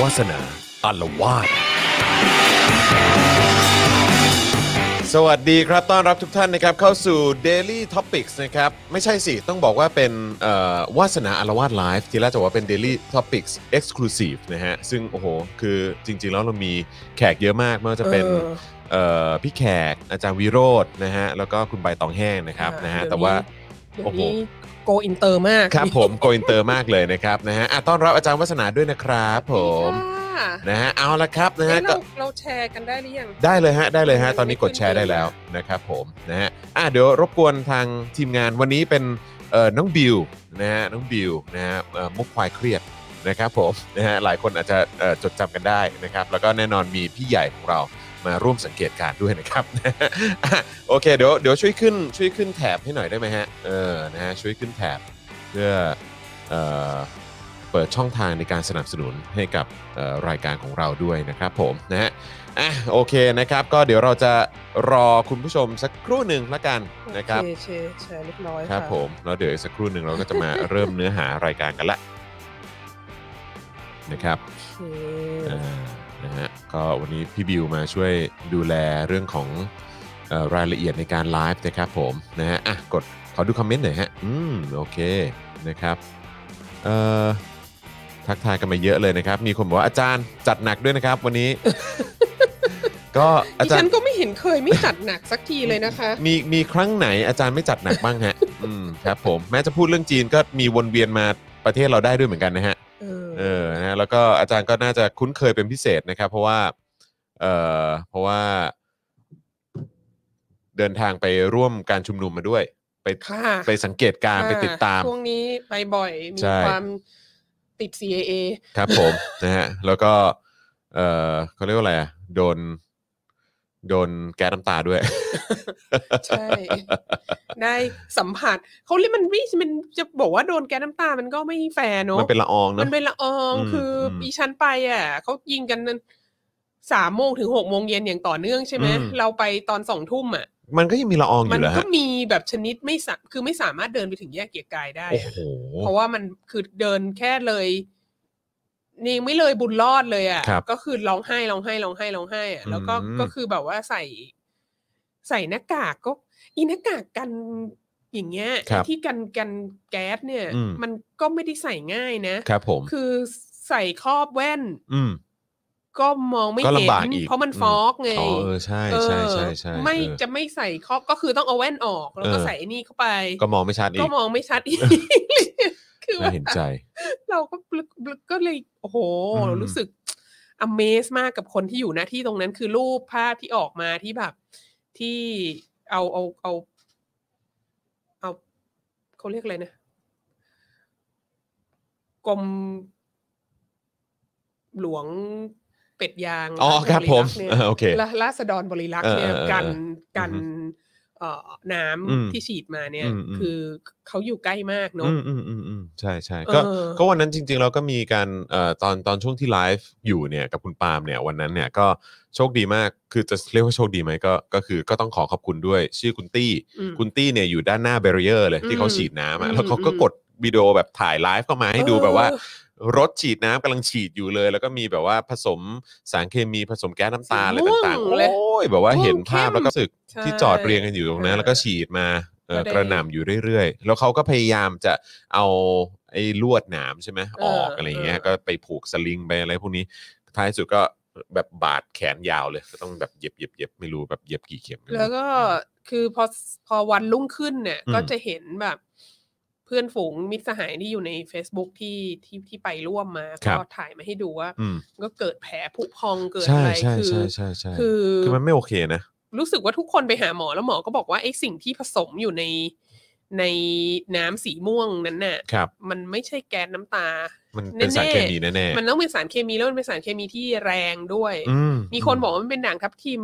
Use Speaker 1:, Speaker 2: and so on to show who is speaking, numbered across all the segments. Speaker 1: วาสนาอารวาส
Speaker 2: สวัสดีครับ ต้อนรับทุกท่านนะครับ เข้าสู่ Daily Topics นะครับ ไม่ใช่สิ ต้องบอกว่าเป็นเอ่อวาสนาอารวาสไลฟ์ทีแรกจะบอกว่าเป็น Daily Topics Exclusive นะฮะ ซึ่ง โอ้โห คือจริง ๆ แล้วเรามีแขกเยอะมาก ไม่ว่าจะเป็น
Speaker 3: ออ
Speaker 2: เอ่อพี่แขกอาจารย์วิโรธนะฮะ แล้วก็คุณใบตองแห้งนะครับ
Speaker 3: อ่าน
Speaker 2: นะฮะ
Speaker 3: เดี๋ย
Speaker 2: แต่
Speaker 3: วนี้
Speaker 2: ว่า
Speaker 3: เดี๋ย
Speaker 2: โอ้
Speaker 3: ว
Speaker 2: โห
Speaker 3: นี้โกอินเตอร์มาก
Speaker 2: ครับผมโกอินเตอร์มากเลยนะครับนะฮะอ่ะต้อนรับอาจารย์วัฒนาด้วยนะครับผม
Speaker 3: ค่ะ
Speaker 2: นะฮะเอาละครับนะ
Speaker 3: เอ๊ะ
Speaker 2: ฮะก็
Speaker 3: เราเราแชร์กันได้หรือยัง
Speaker 2: ได้เลยฮะ ได้เลยฮะ
Speaker 3: ไม่
Speaker 2: ตอนนี้กด
Speaker 3: ไม่ขึ้น
Speaker 2: แชร์ได้
Speaker 3: เลย
Speaker 2: แล้วนะครับผมนะฮะอ่ะเดี๋ยวรบกวนทางทีมงานวันนี้เป็นเอ่อน้องบิวนะฮะน้องบิวนะฮะเอ่อมุกควายเครียดนะครับผมนะฮะหลายคนอาจจะเอ่อจดจำกันได้นะครับ แล้วก็แน่นอนมีพี่ใหญ่ของเรามาร่วมสังเกตการณ์ด้วยนะครับ นะฮะอ่ะโอเคเดี๋ยวเดี๋ยวช่วยขึ้นช่วยขึ้นแถบให้หน่อยได้ไหมฮะเออนะฮะช่วยขึ้นแถบเพื่อเอ่อเปิดช่องทางในการสนับสนุนให้กับเอ่อรายการของเราด้วยนะครับผมนะฮะ อ่ะโอเคนะครับ ก็เดี๋ยวเราจะรอคุณผู้ชมสักครู่หนึ่งละกันนะครับ
Speaker 3: โอเแชร์แชร์เรียบร้อย
Speaker 2: ครับ
Speaker 3: ะ
Speaker 2: ผมแล้วเดี๋ยวอีกสักครู่หนึ่งเราก็จะมา เริ่มเนื้อหารายการกันละนะครับ
Speaker 3: โอเค
Speaker 2: อ่านะฮะก็วันนี้พี่บิวมาช่วยดูแลเรื่องของเอ่อรายละเอียดในการไลฟ์นะครับผมนะฮะอ่ะกดขอดูคอมเมนต์หน่อยฮะอืมโอเคนะครับเอ่อทักทายกันมาเยอะเลยนะครับ มีคนบอกว่าอาจารย์จัดหนักด้วยนะครับ วัน นี้ ก็อา
Speaker 3: ดิ
Speaker 2: จาร
Speaker 3: ฉั
Speaker 2: ย์
Speaker 3: นก็ไม่เห็นเคยไม่จัดหนักสักทีเลยนะคะ
Speaker 2: มีมีครั้งไหนอาจารย์ไม่จัดหนักบ้างฮะ อืมครับผมแม้จะพูดเรื่องจีนก็มีวนเวียนมาประเทศเราได้ด้วยเหมือนกันนะฮะ
Speaker 3: เออ
Speaker 2: เออนะฮะแล้วก็อาจารย์ก็น่าจะคุ้นเคยเป็นพิเศษนะครับ เพราะว่าเออเพราะว่า เดินทางไปร่วมการชุมนุมมาด้วย ไป
Speaker 3: ค่ะ
Speaker 2: ไปสังเกตการณ์
Speaker 3: ค่ะ
Speaker 2: ไปติดตาม
Speaker 3: ช่วงนี้ไปบ่อย มี
Speaker 2: ใช่
Speaker 3: ความติด CAA
Speaker 2: ครับผม นะฮะแล้วก็เออเขาเรียกว่าอะไรอะโดน โดนแก๊สน้ำตาด้วย
Speaker 3: ใช่ ได้สัมผัส เขาเรียกมันไม่มันจะบอกว่าโดนแก๊สน้ำตา มันก็ไม่แฟร์เนอะ
Speaker 2: มันเป็นละอองเน
Speaker 3: มั
Speaker 2: อะ
Speaker 3: นเป็นละออง
Speaker 2: อืม
Speaker 3: คืออ
Speaker 2: ม
Speaker 3: อีชั้นไปอ่ะเขายิงกันสามโมงถึงหกโมงเย็นอย่างต่อเนื่องใช่ไหม
Speaker 2: อืม
Speaker 3: เราไปตอนสองทุ่มอ่ะ
Speaker 2: มันก็ยังมีละอองอ
Speaker 3: มั
Speaker 2: ยู่เหรอ
Speaker 3: ก็
Speaker 2: ฮะ
Speaker 3: มีแบบชนิดไม่สะคือไม่สามารถเดินไปถึงแยกเกียรติกายได้
Speaker 2: โอ้
Speaker 3: อะ
Speaker 2: โห
Speaker 3: เพราะว่ามันคือเดินแค่เลย นี่ไม่เลยบุญรอดเลยอ่ะ
Speaker 2: ครับ
Speaker 3: ก็คือร้องไห้ร้องไห้ร้องไห้ร้องไห้อะแล้วก็
Speaker 2: อืม
Speaker 3: ก็คือแบบว่าใส่ ใส่หน้ากากก็อีหน้ากากกันอย่างเงี้ย
Speaker 2: ครับ
Speaker 3: ที่กันกันแก๊สเนี่ย
Speaker 2: อืม
Speaker 3: มันก็ไม่ได้ใส่ง่ายนะ
Speaker 2: ครับผม
Speaker 3: คือใส่ครอบแว่น
Speaker 2: อืม
Speaker 3: ก็มองไม่
Speaker 2: ก็
Speaker 3: เห็น
Speaker 2: ลำบากอีก
Speaker 3: เพราะมัน
Speaker 2: อืม
Speaker 3: ฟอกไง
Speaker 2: อ๋อเออใช่
Speaker 3: เออ
Speaker 2: ใช่ใช่ใช่
Speaker 3: ไม่
Speaker 2: เออ
Speaker 3: จะไม่ใส่ครอบก็คือต้องเอาแว่นออกแล้วก็
Speaker 2: เออ
Speaker 3: ใส่ไอ้นี่เข้าไป
Speaker 2: ก็มองไม่ชัดอี
Speaker 3: ก็
Speaker 2: ก
Speaker 3: มองไม่ชัดอีกคือ
Speaker 2: น่า
Speaker 3: ว่า
Speaker 2: เห็นใจ
Speaker 3: เราก็ก็เลยโอ้โห
Speaker 2: อืม
Speaker 3: เรารู้สึก Amaze มากกับคนที่อยู่หน้าที่ตรงนั้นคือรูปภาพที่ออกมาที่แบบ ที่เอาเอาเอาเอาเขาเรียกอะไรนะกรมหลวงเป็ดยาง
Speaker 2: อ๋อครับผม
Speaker 3: าษฎ
Speaker 2: เออโอเค
Speaker 3: ฎร์ราษฎรบริรักษ์เนี่ย
Speaker 2: เออเออเออ
Speaker 3: กัน
Speaker 2: อ
Speaker 3: กันเอ่อน้
Speaker 2: อืม
Speaker 3: ำที่ฉีดมาเนี่ย
Speaker 2: อืมอืม
Speaker 3: คือเขาอยู่ใกล้มากเน
Speaker 2: อืม
Speaker 3: อะ
Speaker 2: อืมอืมอืมใช่ใช่
Speaker 3: เออ
Speaker 2: ก็ก็วันนั้นจริง ๆ เราก็มีการเอ่อตอนตอนช่วงที่ไลฟ์อยู่เนี่ยกับคุณปาล์มเนี่ยวันนั้นเนี่ยก็โชคดีมากคือจะเรียกว่าโชคดีไหมก็ก็คือก็ต้องขอขอบคุณด้วย ชื่อคุณตี้
Speaker 3: อืม
Speaker 2: คุณตี้เนี่ยอยู่ด้านหน้าเบรียร์เลยที่เขาฉีดน้ำอะ
Speaker 3: อืม
Speaker 2: แล้วเขาก็
Speaker 3: อืม
Speaker 2: กดวิดีโอแบบถ่ายไลฟ์เข้ามาให้ดูแบบว่า
Speaker 3: เออ
Speaker 2: รถฉีดน้ำกำลังฉีดอยู่เลย แล้วก็มีแบบว่าผสมสารเคมีผสมแก๊สน้ำตาอะไร
Speaker 3: สีม่วง
Speaker 2: ต่างๆ โอ
Speaker 3: เลย้
Speaker 2: ยแบบว่า
Speaker 3: ม่วง
Speaker 2: เห็นภาพ
Speaker 3: เข้ม
Speaker 2: แล้วก็รู้สึก
Speaker 3: ใช่
Speaker 2: ที่จอดเรียงกันอยู่ตรงนั้น
Speaker 3: เออ
Speaker 2: แล้วก็ฉีดมาเอ่อ
Speaker 3: ก็
Speaker 2: ก
Speaker 3: ได้
Speaker 2: ระหน่ำอยู่เรื่อยๆ แล้วเขาก็พยายามจะเอาไอ้ลวดหนามใช่ไหม
Speaker 3: เออ
Speaker 2: ออกอะไรอย่างเงี้ย
Speaker 3: เออ
Speaker 2: ก็ไปผูกสลิงไปอะไรพวกนี้ท้ายสุดก็แบบบาดแขนยาวเลยก็ต้องแบบเย็บเย็บเย็บไม่รู้แบบเย็บกี่เข็ม
Speaker 3: แล้วก็คือพอพอวันรุ่งขึ้นเนี่ย
Speaker 2: อืม
Speaker 3: ก็จะเห็นแบบ เพื่อนฝูงมิตรสหายที่อยู่ใน Facebook ที่ที่ที่ไปร่วมมาก็ถ่ายมาให้ดูว่า
Speaker 2: อืม
Speaker 3: ก็เกิดแผลผุพองเกิด
Speaker 2: ใช่
Speaker 3: อะไร
Speaker 2: ใช่
Speaker 3: คื
Speaker 2: ใช่ใช่ใช่
Speaker 3: คือ
Speaker 2: คือมันไม่โอเคนะ
Speaker 3: รู้สึกว่าทุกคนไปหาหมอแล้วหมอก็บอกว่าไอ้สิ่งที่ผสมอยู่ในในน้ำสีม่วงนั้นน่ะ
Speaker 2: ครับ
Speaker 3: มันไม่ใช่แก๊สน้ำตา
Speaker 2: มันเป็นสารเคมีแน่ๆ
Speaker 3: มันต้องเป็นสารเคมีแล้วมันเป็นสารเคมีที่แรงด้วย
Speaker 2: อื
Speaker 3: มีคนบอกว่ามันเป็นด่างทับทิม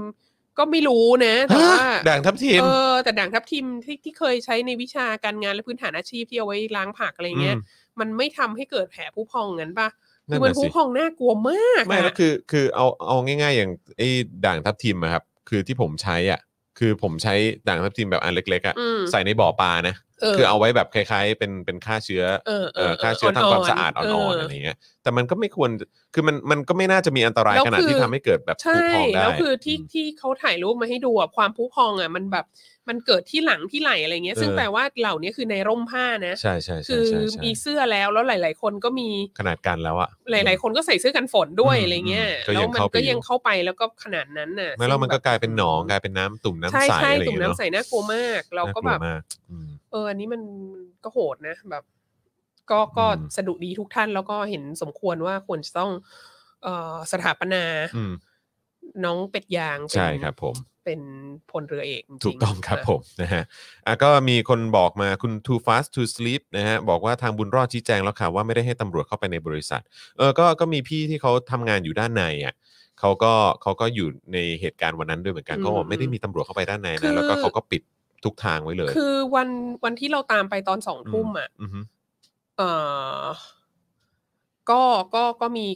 Speaker 3: ก็ไม่รู้นะ แต่ว่า
Speaker 2: ฮะด่างทับทิม
Speaker 3: เออแต่ด่างทับทิมที่ที่เคยใช้ในวิชาการงานและพื้นฐานอาชีพที่เอาไว้ล้างผักอะไรเงี้ย มันไม่ทำให้เกิดแผลผุพองงั้นปะ
Speaker 2: นั่น
Speaker 3: คือมัน
Speaker 2: น่ะ
Speaker 3: ผุ
Speaker 2: สิ
Speaker 3: พองน่ากลัวมาก
Speaker 2: ไม่
Speaker 3: อะ
Speaker 2: แล้วคือคือเอาเอาง่าย ๆ อย่างไอ้ด่างทับทิมอะครับ คือที่ผมใช้อ่ะ คือผมใช้ด่างทับทิมแบบอันเล็กๆอ่ะ
Speaker 3: อืม
Speaker 2: ใส่ในบ่อปลานะ
Speaker 3: เออ
Speaker 2: คือเอาไว้แบบคล้ายๆ เป็นเป็นฆ่าเชื้อ
Speaker 3: เออ
Speaker 2: เอ่อฆ่าเชื้อทำความสะอาดอ่อนๆ
Speaker 3: เ
Speaker 2: อะไรเงี้ยแต่มันก็ไม่ควรคือมันมันก็ไม่น่าจะมีอันตราย
Speaker 3: แล้ว
Speaker 2: ขนาด
Speaker 3: คือ
Speaker 2: ที่ทำให้เกิดแบบผุ
Speaker 3: ใช่
Speaker 2: พองได้
Speaker 3: แล้วคือที่ที่เขาถ่ายรูปมาให้ดูอะความผุพองอ่ะมันแบบมันเกิดที่หลังที่ไหลอะไรเงี้ย ซึ่งแปลว่าเหล่านี้คือในร่มผ้านะ
Speaker 2: ใช่ใช่ใช่
Speaker 3: คือ
Speaker 2: ใช่ใช่
Speaker 3: มีเสื้อแล้วแล้วหลาย ๆ คนก็มี
Speaker 2: ขนาดกันแล้วอะ
Speaker 3: หลาย ๆ คนก็ใส่เสื้อกันฝนด้วย
Speaker 2: อืม
Speaker 3: อะไรเงี้ย
Speaker 2: ก็ยั
Speaker 3: แล้
Speaker 2: ง
Speaker 3: วมั
Speaker 2: เข้าไป
Speaker 3: ก็
Speaker 2: อยู่
Speaker 3: ยังเข้าไปแล้วก็ขนาดนั้นน่ะ
Speaker 2: ไม่แล้วมันก็
Speaker 3: ซึ่งบบ
Speaker 2: กลายเป็นหนองกลายเป็นน้ำตุ่มน้ำ
Speaker 3: ใช่
Speaker 2: ใส
Speaker 3: ใช่
Speaker 2: อะไรอย่า
Speaker 3: ตุ่
Speaker 2: ง
Speaker 3: ม
Speaker 2: เงี้ยเน
Speaker 3: น้ำ
Speaker 2: อะ
Speaker 3: ใสน่ากลัวมาก เราก็
Speaker 2: น่
Speaker 3: แบ
Speaker 2: ลัว
Speaker 3: บ
Speaker 2: มากอืม
Speaker 3: เอออันนี้มันก็โหดนะแบบ ก็ก็
Speaker 2: อืม
Speaker 3: สะดุดีทุกท่านแล้วก็เห็นสมควรว่าควรจะต้อง เอ่อสถาปนา
Speaker 2: อืม
Speaker 3: น้องเป็ดยางเป็น
Speaker 2: ใช่ครับผม
Speaker 3: เป็นพลเรือเอกจริๆ
Speaker 2: ถูกต้องครับ
Speaker 3: นะ
Speaker 2: ผมนะฮะอ่ะก็มีคนบอกมาคุณ too fast to sleep นะฮะบอกว่าทางบุญรอดชี้แจงแล้วค่ะว่าไม่ได้ให้ตำรวจเข้าไปในบริษัทเออก็ก็มีพี่ที่เขาทำงานอยู่ด้านในอ่ะเขาก็เขาก็อยู่ในเหตุการณ์วันนั้นด้วยเหมือนกัน
Speaker 3: อืม
Speaker 2: เขาบอกไม่ได้มีตำรวจเข้าไปด้านใน
Speaker 3: คื
Speaker 2: นะ
Speaker 3: อ
Speaker 2: แล้วก็เขาก็ปิดทุกทางไว้เลย
Speaker 3: คือวันวันที่เราตามไปตอนสองทุ่มอ่ะ
Speaker 2: อือฮึ
Speaker 3: เอ่อ ก็ก็ก็มี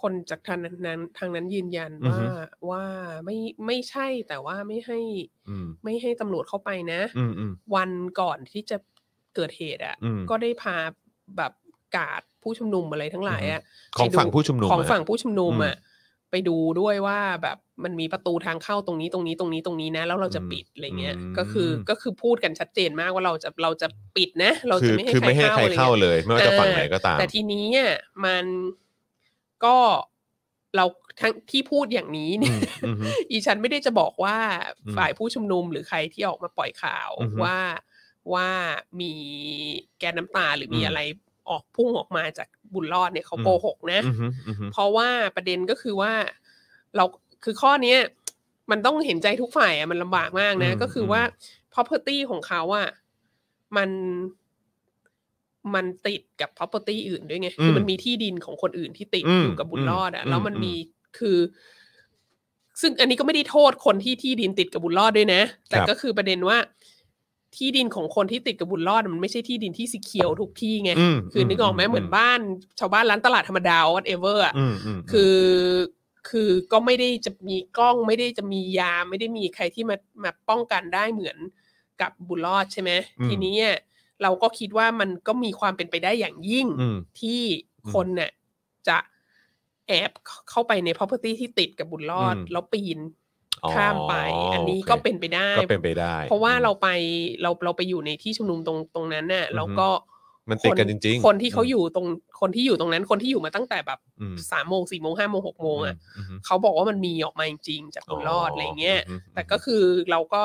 Speaker 3: คนจากทางนั้นทางนั้นยืนยันว่าว่าไม่ไม่ใช่แต่ว่าไม่ให้
Speaker 2: อืม
Speaker 3: ไม่ให้ตำรวจเข้าไปนะ
Speaker 2: อืมอืม
Speaker 3: วันก่อนที่จะเกิดเหตุอ่ะ
Speaker 2: อืม
Speaker 3: ก็ได้พาแบบกาดผู้ชุมนุมอะไรทั้งหลายอ่ะ
Speaker 2: ของ
Speaker 3: ไปดู
Speaker 2: ฝั่งผู้ชุมนุม
Speaker 3: ของ
Speaker 2: อะ
Speaker 3: ฝั่งผู้ชุมนุมอ่ะไปดูด้วยว่าแบบมันมีประตูทางเข้าตรงนี้ตรงนี้ตรงนี้ตรงนี้นะ แล้วเราจะ
Speaker 2: อืม
Speaker 3: ปิดอะไรเงี้ย
Speaker 2: อืม
Speaker 3: ก็คือก็คือพูดกันชัดเจนมากว่าเราจะเราจะปิดนะ เรา
Speaker 2: คื
Speaker 3: จะ
Speaker 2: อ
Speaker 3: ไม่
Speaker 2: คือไม่ให้
Speaker 3: ให้
Speaker 2: ใครเข้า
Speaker 3: อะไรงี้ย
Speaker 2: เลย ไม่ว่าจะ
Speaker 3: เออ
Speaker 2: ฝั่งไหนก็ตาม
Speaker 3: แต่ทีนี้อ่ะมันก็เราทั้งที่พูดอย่างนี้เนี่ย
Speaker 2: อืมอือฮึ
Speaker 3: อีฉันไม่ได้จะบอกว่า
Speaker 2: อืม
Speaker 3: ฝ่ายผู้ชุมนุมหรือใครที่ออกมาปล่อยข่าว
Speaker 2: อือฮึ
Speaker 3: ว่าว่ามีแกนน้ำตาหรือมี
Speaker 2: อืม
Speaker 3: อะไรออกพุ่งออกมาจากบุญรอดเนี่ยเขา
Speaker 2: อืม
Speaker 3: โกหกนะ
Speaker 2: อือฮึอือฮึ
Speaker 3: เพราะว่าประเด็นก็คือว่า เราคือข้อเนี้ยมันต้องเห็นใจทุกฝ่ายอะมันลำบากมากนะ
Speaker 2: อืม
Speaker 3: ก็คือว่า property ของเขาอะมันมันติดกับ property อื่นด้วยไง คือ
Speaker 2: ม
Speaker 3: มันมีที่ดินของคนอื่นที่ติด
Speaker 2: อืม
Speaker 3: อยู่กับบุญรอดอะ
Speaker 2: อืม
Speaker 3: แล้วมัน
Speaker 2: อืม
Speaker 3: มีคือ ซึ่งอันนี้ก็ไม่ได้โทษคนที่ที่ดินติดกับบุญรอดด้วยนะ แต่ก็คือประเด็นว่า ที่ดินของคนที่ติดกับบุญรอดมันไม่ใช่ที่ดินที่สีเขียวทุกที่ไง
Speaker 2: อืม
Speaker 3: คือนึกออกไหมเหมือนบ้าน ชาวบ้านร้านตลาดธรรมดา whatever อะ
Speaker 2: อืมอืมม
Speaker 3: คือคือก็ไม่ได้จะมีกล้องไม่ได้จะมียามไม่ได้มีใครที่มามาป้องกันได้เหมือนกับบุลรอดใช่ไหม
Speaker 2: อืม
Speaker 3: ทีนี้อะเราก็คิดว่ามันก็มีความเป็นไปได้อย่างยิ่ง
Speaker 2: อืม
Speaker 3: ที่คนเนี่ยจะแอบเข้าไปใน property ที่ติดกับบุญรอด
Speaker 2: อืม
Speaker 3: แล้วปีน
Speaker 2: อ๋อ
Speaker 3: ข้ามไป อันนี้
Speaker 2: โเค
Speaker 3: ก็เป็นไปได้
Speaker 2: ก็เป็นไปได้
Speaker 3: เพราะว่าเราไปเราเราไปอยู่ในที่ชุมนุมตรงตรงนั้นน่ะแล้วก็
Speaker 2: มันติดกันจริงๆ
Speaker 3: คนที่เขา
Speaker 2: อืม
Speaker 3: อยู่ตรงคนที่อยู่ตรงนั้น คนที่อยู่มาตั้งแต่แบบ
Speaker 2: อืม
Speaker 3: สามโมงสี่โมงห้าโมงหกโมงอ่ะ
Speaker 2: อืมอืม
Speaker 3: เขาบอกว่ามันมีออกมาจริงๆจากบุญรอดอะไรเงี้ย
Speaker 2: ม
Speaker 3: แต่ก็คือเราก็